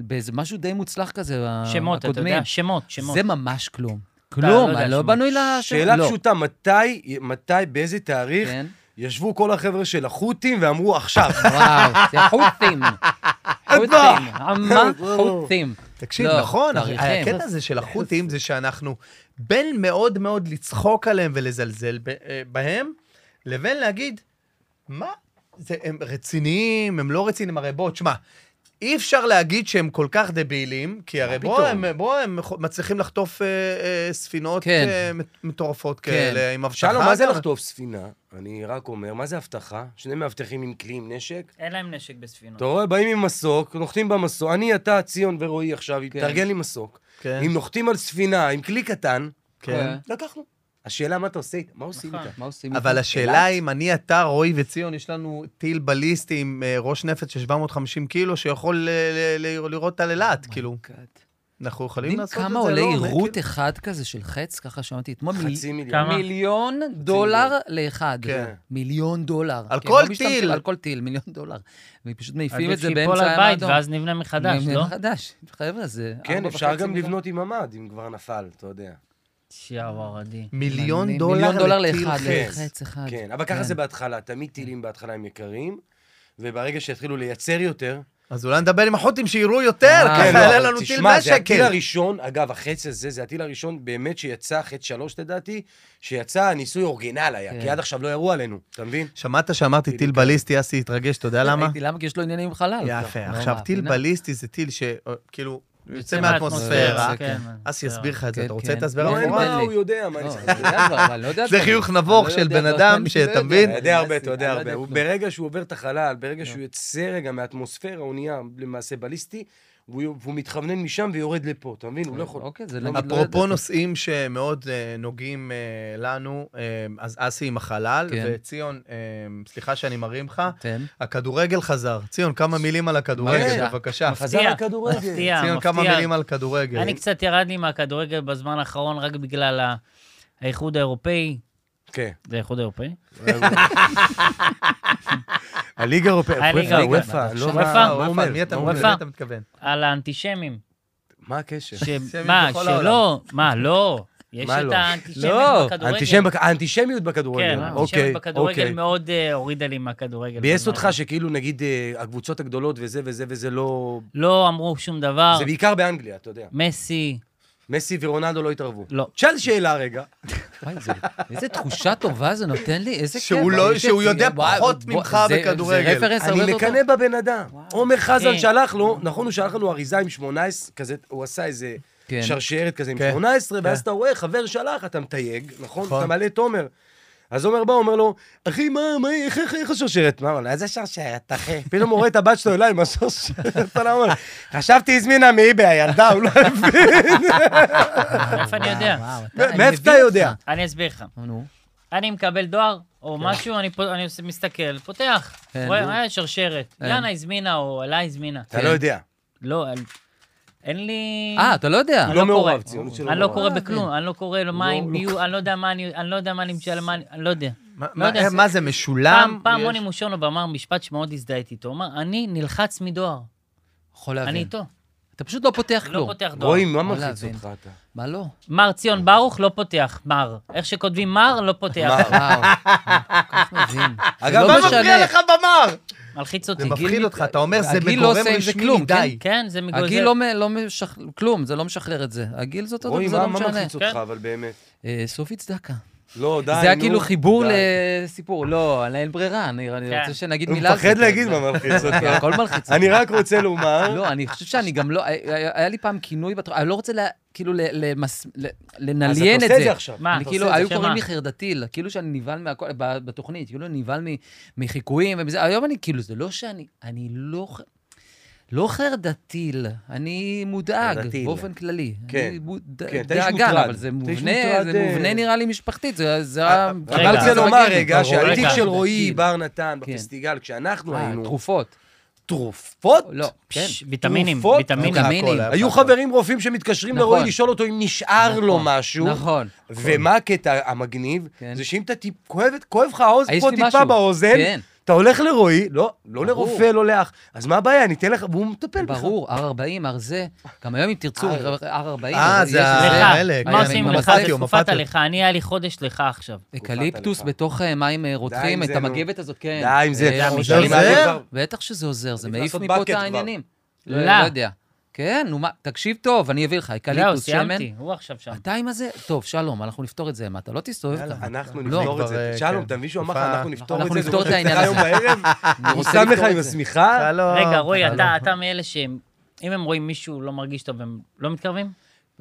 Speaker 2: באיזה משהו די מוצלח כזה,
Speaker 4: שמות, אתה
Speaker 2: אה, הקודמים.
Speaker 4: יודע? שמות, שמות.
Speaker 2: זה ממש כלום.
Speaker 4: לא
Speaker 2: כלום,
Speaker 4: יודע
Speaker 2: אני לא
Speaker 4: שמות.
Speaker 2: בנוי לשם.
Speaker 1: שאלה
Speaker 2: לא.
Speaker 1: פשוטה, מתי, מתי, באיזה תאריך
Speaker 2: כן.
Speaker 1: ישבו כל החבר'ה של החות'ים ואמרו עכשיו?
Speaker 2: וואו, זה חות'ים. חות'ים, עמה חות'ים.
Speaker 3: תקשיב,
Speaker 2: לא,
Speaker 3: נכון, הרי
Speaker 2: תאריכים.
Speaker 3: הקטע הזה של החות'ים זה שאנחנו בין מאוד מאוד לצחוק עליהם ולזלזל ב- אה, בהם, לבין להגיד, מה, זה, הם רציניים, הם לא רציניים, הרי בוא, תשמע, אי אפשר להגיד שהם כל כך דבילים, כי הרי בוא,
Speaker 1: פתאום?
Speaker 3: הם, בוא, הם ח- מצליחים לחטוף אה, אה, ספינות
Speaker 2: כן.
Speaker 3: אה, מט- מטורפות
Speaker 2: כן.
Speaker 3: כאלה, עם הבטחה.
Speaker 1: שלום, מה זה
Speaker 3: גם.
Speaker 1: לחטוף ספינה? אני רק אומר, מה זה אבטחה? שני מאבטחים עם כלי, עם נשק.
Speaker 4: אין להם נשק בספינות.
Speaker 1: אתה רואה, באים עם מסוק, נוחתים במסוק. אני, אתה, ציון ורועי עכשיו, התארגן לי מסוק.
Speaker 3: כן,
Speaker 1: אם נוחתים על ספינה עם כלי קטן,
Speaker 3: כן.
Speaker 1: לקחנו. השאלה, מה אתה עושה איתה? מה עושים
Speaker 4: נכון.
Speaker 1: איתה?
Speaker 2: מה עושים?
Speaker 3: אבל
Speaker 2: איתם?
Speaker 3: השאלה אם אני, אתה, רועי וציון, יש לנו טיל בליסטי עם אה, ראש נפץ של 750 קילו, שיכול אה, ל- ל- ל- לירות על
Speaker 2: Oh
Speaker 3: אילת, כאילו. אנחנו יכולים
Speaker 2: יודעים
Speaker 3: לעשות את זה,
Speaker 2: כמה
Speaker 3: לא?
Speaker 2: עולה
Speaker 3: אומר,
Speaker 2: עירות
Speaker 3: כאילו,
Speaker 2: אחד כזה של חץ? ככה שמעתי אתמול. מיל-
Speaker 1: חצי מיליון.
Speaker 4: כמה?
Speaker 2: מיליון דולר לאחד.
Speaker 3: כן.
Speaker 2: מיליון דולר.
Speaker 3: על
Speaker 2: כן,
Speaker 3: כל
Speaker 2: לא משתמשים,
Speaker 3: טיל.
Speaker 2: על כל טיל, מיליון דולר. ופשוט מעיפים
Speaker 4: עדיף
Speaker 2: את זה
Speaker 4: שיפול
Speaker 2: באמצע
Speaker 4: על
Speaker 2: הים
Speaker 4: בית
Speaker 2: האדום.
Speaker 4: ואז נבנה מחדש,
Speaker 2: נבנה
Speaker 4: לא?
Speaker 2: מחדש. חבר'ה, זה...
Speaker 1: כן,
Speaker 2: ארבע
Speaker 1: אפשר
Speaker 2: וחצי
Speaker 1: גם
Speaker 2: מיליון.
Speaker 1: לבנות עם ממ"ד, אם כבר נפל, אתה יודע.
Speaker 4: שיהו עורדי.
Speaker 3: מיליון
Speaker 2: מיליון
Speaker 3: דולר
Speaker 2: דולר
Speaker 3: לטיל
Speaker 2: לאחד,
Speaker 3: חץ. כן.
Speaker 1: חץ.
Speaker 2: לחץ אחד.
Speaker 1: כן, אבל ככה
Speaker 2: כן.
Speaker 1: זה בהתחלה, תמיד טילים בהתחלה הם יקרים, וברגע שהתחילו לייצר יותר...
Speaker 3: אז אולי נדבר עם החות'ים שיראו יותר,
Speaker 2: אה,
Speaker 3: ככה
Speaker 2: כן, לא,
Speaker 3: יעלה
Speaker 1: אבל
Speaker 3: לנו טיל
Speaker 1: תשמע, זה
Speaker 3: משק.
Speaker 1: הטיל הראשון, אגב, החץ הזה, זה הטיל הראשון באמת שיצא, חץ שלוש לדעתי, שיצא הניסוי אורגינל היה,
Speaker 2: כן.
Speaker 1: כי עד עכשיו לא ירו עלינו, אתה מבין?
Speaker 3: שמעת שאמרתי טיל בליסטי, אסי התרגש, אתה יודע למה?
Speaker 2: ראיתי למה? כי יש לו עניינים עם חלל.
Speaker 3: יפה.
Speaker 2: לא,
Speaker 3: עכשיו,
Speaker 2: מה,
Speaker 3: טיל
Speaker 2: הנה.
Speaker 3: בליסטי זה טיל שכאילו, יוצא מהאטמוספירה.
Speaker 2: כן.
Speaker 3: אסי יסביר לך את זה,
Speaker 2: כן,
Speaker 3: אתה רוצה
Speaker 2: כן.
Speaker 3: את ההסבר
Speaker 2: לא,
Speaker 1: לא, אין
Speaker 3: המפורט?
Speaker 1: מה,
Speaker 2: לי.
Speaker 1: הוא יודע מה אני
Speaker 2: לא,
Speaker 1: צריך
Speaker 2: אתה יודע כבר, אבל לא יודע
Speaker 3: זה
Speaker 2: כבר.
Speaker 3: חיוך
Speaker 2: אני לא
Speaker 3: נבוך
Speaker 2: יודע
Speaker 3: של
Speaker 2: כבר,
Speaker 3: בן אדם
Speaker 2: אני לא
Speaker 3: שאתה
Speaker 2: יודע.
Speaker 3: מבין?
Speaker 1: אתה יודע הרבה, אתה
Speaker 2: אני
Speaker 1: יודע
Speaker 2: לא
Speaker 1: הרבה. הוא-
Speaker 2: כלום. לא.
Speaker 1: ברגע שהוא עובר את החלל, ברגע שהוא יוצא רגע מהאטמוספירה, הוא נהיה למעשה בליסטי, והוא יו- והוא מתכוונן משם ויורד לפה, אתה מבין? הוא לא יכול...
Speaker 2: אוקיי, זה נגיד לא
Speaker 3: אפרופו
Speaker 2: יודע.
Speaker 3: נושאים שמאוד אה, נוגעים אה, לנו, אה, אז אסי עם החלל,
Speaker 2: כן.
Speaker 3: וציון, אה, סליחה שאני מרים לך,
Speaker 2: כן.
Speaker 3: הכדורגל חזר. ציון, כמה מילים על הכדורגל,
Speaker 2: מפתיע.
Speaker 3: בבקשה.
Speaker 1: חזר
Speaker 4: מפתיע,
Speaker 1: לכדורגל.
Speaker 4: מפתיע,
Speaker 3: ציון,
Speaker 4: מפתיע.
Speaker 3: כמה מילים על
Speaker 1: כן.
Speaker 3: כדורגל.
Speaker 4: אני קצת ירד לי מהכדורגל בזמן האחרון רק בגלל ה- האיחוד האירופאי.
Speaker 1: כן.
Speaker 4: זה האיחוד האירופאי?
Speaker 1: הליגה האירופאית.
Speaker 4: הליגה האירופאית.
Speaker 1: וופא, כן, לא
Speaker 4: וופא,
Speaker 1: מה- מה
Speaker 3: וואו,
Speaker 1: אומר,
Speaker 3: אה, מי אתה
Speaker 1: מה
Speaker 3: מבין?
Speaker 1: אומר?
Speaker 4: וופא.
Speaker 3: למי אתה מתכוון?
Speaker 4: על האנטישמים.
Speaker 1: מה הקשר?
Speaker 4: ש-
Speaker 3: אנטישמים
Speaker 4: מה,
Speaker 3: בכל
Speaker 4: שלא, מה, לא. יש
Speaker 1: מה
Speaker 4: את
Speaker 1: לא?
Speaker 4: האנטישמים
Speaker 2: לא,
Speaker 4: בכדורגל.
Speaker 1: האנטישמיות בכ- האנטישמיות בכדורגל.
Speaker 4: כן,
Speaker 1: אוקיי,
Speaker 4: האנטישמיות בכדורגל
Speaker 1: אוקיי.
Speaker 4: מאוד אה, הורידה לי מהכדורגל.
Speaker 2: כן,
Speaker 1: ביאס
Speaker 4: בזמן
Speaker 1: אותך שכאילו נגיד אה, הקבוצות הגדולות וזה וזה וזה לא...
Speaker 4: לא אמרו שום
Speaker 2: אה.
Speaker 4: דבר.
Speaker 1: זה בעיקר באנגליה, אתה יודע.
Speaker 4: מסי,
Speaker 1: מסי ורונלדו לא התערבו.
Speaker 4: לא.
Speaker 1: תשאל שאלה רגע.
Speaker 2: וואי, זה- איזה תחושה טובה זה נותן לי, איזה כיף.
Speaker 3: שהוא לא-
Speaker 2: אבל יש
Speaker 3: שהוא
Speaker 2: לי-
Speaker 3: יודע
Speaker 2: וואי,
Speaker 3: פחות
Speaker 2: בוא,
Speaker 3: ממך
Speaker 2: זה-
Speaker 3: בכדורגל.
Speaker 2: זה רפרנס הרבה
Speaker 1: אני
Speaker 2: יותר טוב.
Speaker 1: מקנא בבן אדם. עומר חזן
Speaker 4: כן.
Speaker 1: שלח לו, נכון, הוא שלח לנו אריזה עם 18, כזה, הוא עשה איזה
Speaker 2: כן.
Speaker 1: שרשרת כזה עם
Speaker 3: כן.
Speaker 1: 18, ואז
Speaker 3: כן.
Speaker 1: אתה רואה, חבר שלח, אתה מתייג, נכון?
Speaker 3: נכון.
Speaker 1: אתה מעלה את עומר. אז עומר בא, אומר לו, אחי, מה, מה, איך, איך, איך השרשרת? מה, הוא אומר, איזה שרשרת, אחי? פתאום הוא רואה את הבת שלו אליי עם השרשרת, על העומר. חשבתי, הזמינה מאיבי, הילדה, הוא לא הבין.
Speaker 4: מאיפה
Speaker 2: אה,
Speaker 4: אני יודע?
Speaker 2: וואו,
Speaker 1: מאיפה
Speaker 2: אני מבין
Speaker 1: אתה
Speaker 2: אותך.
Speaker 1: יודע?
Speaker 4: אני אסביר לך.
Speaker 2: נו,
Speaker 4: אני מקבל דואר או
Speaker 1: כן.
Speaker 4: משהו, אני פו- אני עושה- מסתכל, פותח,
Speaker 2: כן,
Speaker 4: רואה,
Speaker 2: נו.
Speaker 4: אה, שרשרת.
Speaker 2: כן.
Speaker 4: יאנה הזמינה או אלה הזמינה.
Speaker 1: אתה לא יודע.
Speaker 4: לא, אל- אין לי...
Speaker 2: אה, אתה כן. לא יודע.
Speaker 1: הוא
Speaker 4: אני
Speaker 1: לא
Speaker 4: לא קורא.
Speaker 1: מעורב, ציונות שלו.
Speaker 4: אני לא
Speaker 1: מעורב.
Speaker 4: קורא בכלום, אני לא קורא לו
Speaker 1: לא-
Speaker 4: מים, ביוב, אני לא יודע מה אני, אני לא יודע מה אני משלם, מה אני, אני לא יודע.
Speaker 3: מה-
Speaker 4: לא יודע,
Speaker 3: מה-
Speaker 4: זה-
Speaker 3: מה זה, משולם?
Speaker 4: פעם, פעם
Speaker 3: יש-
Speaker 4: רוני מושונוב אמר משפט שמאוד הזדהיתי איתו, הוא אמר, אני נלחץ מדואר,
Speaker 2: יכול להבין.
Speaker 4: אני איתו,
Speaker 2: אתה פשוט לא פותח
Speaker 4: לא
Speaker 2: כלום.
Speaker 4: פותח דואר.
Speaker 1: רועי, מה
Speaker 2: לא
Speaker 1: מלחיץ
Speaker 2: להבין.
Speaker 1: אותך אתה?
Speaker 2: מה לא?
Speaker 4: מר ציון ברוך לא פותח, מר. איך שכותבים מר, לא פותח.
Speaker 1: מה?
Speaker 2: אה, וואו, אה, כל כך מבין. זה
Speaker 1: אה. אגב,
Speaker 2: לא
Speaker 3: מה
Speaker 2: משנה.
Speaker 3: מפריע לך במר?
Speaker 4: מלחיץ
Speaker 3: זה
Speaker 4: אותי.
Speaker 3: מפחיד אותך, אתה אומר, זה
Speaker 2: הגיל לא
Speaker 3: בגורם
Speaker 2: עושה עם זה
Speaker 3: רשמי
Speaker 2: כלום,
Speaker 3: מדי.
Speaker 4: כן, זה מגוזר.
Speaker 2: הגיל לא, מ- לא משחרר, כלום, זה לא משחרר את זה. הגיל זאת
Speaker 1: רועי,
Speaker 2: עוד, זה
Speaker 1: מה
Speaker 2: לא
Speaker 1: מה
Speaker 2: משנה.
Speaker 1: מלחיץ אותך, אבל באמת?
Speaker 2: אה, סופי צדקה.
Speaker 1: לא, די, נו.
Speaker 2: זה היה כאילו חיבור
Speaker 1: די.
Speaker 2: לסיפור. לא, אין ברירה, אני אני
Speaker 4: כן.
Speaker 2: רוצה שנגיד
Speaker 1: הוא
Speaker 2: מילה על זה.
Speaker 1: מפחד להגיד
Speaker 2: כן.
Speaker 1: מה מלחיץ
Speaker 2: כן,
Speaker 1: אותך.
Speaker 2: הכל מלחיץ אותי.
Speaker 1: אני רק רוצה לומר,
Speaker 2: לא, אני חושב שאני גם לא... היה היה לי פעם כינוי בתור... אני לא רוצה לה- כאילו ל- למס- ל-
Speaker 1: אז
Speaker 2: לנליין
Speaker 1: אתה
Speaker 2: את זה.
Speaker 1: עושה את זה עכשיו.
Speaker 4: מה,
Speaker 2: אני
Speaker 4: אתה
Speaker 2: כאילו,
Speaker 4: עושה את
Speaker 2: היו
Speaker 4: זה?
Speaker 2: קוראים
Speaker 4: שמה?
Speaker 2: לי חרדתיל, כאילו שאני נבהל מהכל, ב- בתוכנית, כאילו אני נבהל מ- מחיקויים ומזה, היום אני כאילו, זה לא שאני, אני לא, ח- לא חרדתיל, אני מודאג
Speaker 1: חרדתיל.
Speaker 2: באופן כללי.
Speaker 1: כן.
Speaker 2: אני מוד-
Speaker 1: כן, אתה איש
Speaker 2: דאגן,
Speaker 1: מוטרד.
Speaker 2: אבל זה
Speaker 1: אתה איש
Speaker 2: מובנה,
Speaker 1: מוטרד,
Speaker 2: זה
Speaker 1: אה,
Speaker 2: מובנה נראה לי משפחתית, זה... זה
Speaker 1: אה,
Speaker 2: ה-
Speaker 1: אני רוצה
Speaker 2: זה
Speaker 1: לומר
Speaker 2: בגן.
Speaker 1: רגע שהתיק
Speaker 4: רגע.
Speaker 1: של רועי
Speaker 2: חרדתיל.
Speaker 1: בר נתן
Speaker 2: כן.
Speaker 1: בפסטיגל, כשאנחנו
Speaker 2: אה,
Speaker 1: לא היינו
Speaker 2: תרופות.
Speaker 1: תרופות,
Speaker 2: לא, כן.
Speaker 4: פש, ויטמינים,
Speaker 1: תרופות?
Speaker 4: ויטמינים.
Speaker 2: אוקיי. ויטמינים.
Speaker 3: הכל,
Speaker 1: היו
Speaker 3: הכל.
Speaker 1: חברים רופאים שמתקשרים
Speaker 2: נכון.
Speaker 1: לרועי לשאול אותו אם נשאר לו משהו.
Speaker 2: נכון.
Speaker 1: ומה הקטע המגניב?
Speaker 2: כן. אה,
Speaker 1: זה שאם אתה טיפ... כואבת, כואב לך האוז
Speaker 2: יש
Speaker 1: פה
Speaker 2: לי
Speaker 1: טיפה
Speaker 2: משהו.
Speaker 1: באוזן,
Speaker 2: כן.
Speaker 1: אתה הולך לרועי, לא, לא
Speaker 2: ברור.
Speaker 1: לרופא, לא לאח. אז מה הבעיה? אני אתן לך, והוא מטפל בך.
Speaker 2: ברור, R40, R זה, גם היום אם תרצו,
Speaker 1: R-
Speaker 2: R40,
Speaker 3: אה,
Speaker 2: אבל
Speaker 3: זה
Speaker 2: יש את
Speaker 3: ה-
Speaker 2: זה.
Speaker 4: לך,
Speaker 3: האלה, כן,
Speaker 4: מה עושים
Speaker 3: אני
Speaker 4: לך?
Speaker 3: מפתי,
Speaker 4: זה
Speaker 3: הוא
Speaker 4: תקופת
Speaker 3: מפתי.
Speaker 4: הלך, אני, היה לי חודש לך עכשיו.
Speaker 2: אקליפטוס
Speaker 1: תקופת הלכה.
Speaker 2: בתוך אה, מים אה, רותחים,
Speaker 1: עם
Speaker 2: את
Speaker 1: זה, נו.
Speaker 2: המגבת הזאת, כן.
Speaker 1: די עם זה,
Speaker 2: אה,
Speaker 1: זה
Speaker 2: משתלים
Speaker 3: עוזר?
Speaker 2: מהגב.
Speaker 1: כבר.
Speaker 2: בטח שזה עוזר, זה
Speaker 1: עדיף
Speaker 2: מעיף
Speaker 1: לעשות
Speaker 2: מפה
Speaker 1: bucket
Speaker 2: את
Speaker 1: כבר.
Speaker 2: העניינים. לא
Speaker 4: לא.
Speaker 2: לא יודע. כן, נו מה, תקשיב טוב, אני אביא לך
Speaker 4: זהו,
Speaker 2: אקליפטוס, שמן.
Speaker 4: לא, סיימתי, הוא עכשיו שם.
Speaker 2: אתה עם הזה? טוב, שלום, אנחנו נפתור את זה, מה, אתה לא תסתובב
Speaker 3: יאללה,
Speaker 2: ככה.
Speaker 1: אנחנו
Speaker 2: לא.
Speaker 1: נפתור את זה.
Speaker 3: כבר,
Speaker 1: שלום,
Speaker 3: כן.
Speaker 1: אתה מישהו אמר לך,
Speaker 3: תקופה-
Speaker 1: אנחנו נפתור
Speaker 2: אנחנו
Speaker 1: את זה. זה
Speaker 2: נפתור את
Speaker 1: אצלך
Speaker 2: העניין
Speaker 1: היום
Speaker 2: הזה.
Speaker 1: בערב,
Speaker 2: אני
Speaker 1: הוא
Speaker 2: רוצה
Speaker 1: שם לך
Speaker 2: לפתור
Speaker 1: עם
Speaker 2: את זה.
Speaker 1: השמיכה,
Speaker 3: שלום.
Speaker 4: רגע, רועי,
Speaker 2: אתה
Speaker 4: אתה
Speaker 2: לא.
Speaker 4: אתה מאלה שהם, אם הם רואים מישהו לא מרגיש טוב, הם לא מתקרבים?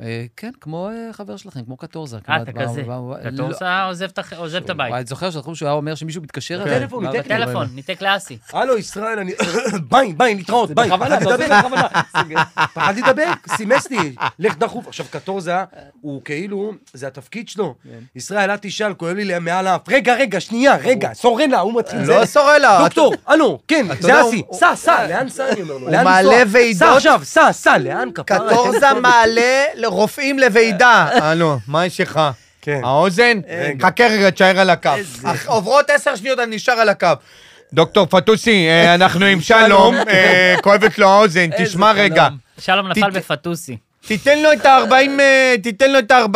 Speaker 2: אה, כן, כמו אה, חבר שלכם, כמו קטורזה.
Speaker 4: אה,
Speaker 2: כמעט,
Speaker 4: אתה
Speaker 2: באו-
Speaker 4: כזה.
Speaker 2: באו-
Speaker 4: אתה
Speaker 2: לא.
Speaker 4: עושה- עוזב את הח- עוזב את הבית.
Speaker 2: וואי, את זוכר שאנחנו שהוא היה אומר שמישהו מתקשר אליו?
Speaker 1: כן. טלפון,
Speaker 2: מה-
Speaker 1: מטלפון.
Speaker 4: טלפון, ניתק לאסי.
Speaker 1: הלו, ישראל, אני... ביי, ביי, להתראות, ביי.
Speaker 2: בכוונה,
Speaker 1: פחדתי
Speaker 2: אתה עושה
Speaker 1: לדבר, פחדתי לדבר, סימסתי, לך דחוף. עכשיו, קטורזה, הוא כאילו, זה התפקיד שלו.
Speaker 3: כן.
Speaker 1: ישראל, אל תשאל, כואב לי מעל האף. רגע, רגע, שנייה, רגע, סורנה, הוא מתחיל. זה.
Speaker 3: לא סורלה.
Speaker 1: דוקטור, הלו, כן,
Speaker 3: אתה
Speaker 1: זה
Speaker 3: יודע,
Speaker 1: אסי,
Speaker 3: הוא-
Speaker 1: סע, סע, לאן סע, אני אומר לו,
Speaker 3: הוא
Speaker 1: לאן
Speaker 3: מעלה
Speaker 1: לנסוע?
Speaker 3: ועידות.
Speaker 1: סע עכשיו, סע, סע, לאן כפרה?
Speaker 3: קטורזה מעלה רופאים לוועידה. הלו, מה יש לך?
Speaker 1: כן.
Speaker 3: האוזן? חכה רגע, תשאר על הקו. אך- עוברות עשר שניות, אני נשאר על הקו. דוקטור פטוסי, אה, אנחנו עם שלום, אה, כואבת לו האוזן, תשמע רגע.
Speaker 4: שלום נפל
Speaker 3: תת-
Speaker 4: בפטוסי.
Speaker 3: תיתן לו את ה-40, תיתן לו את ה-40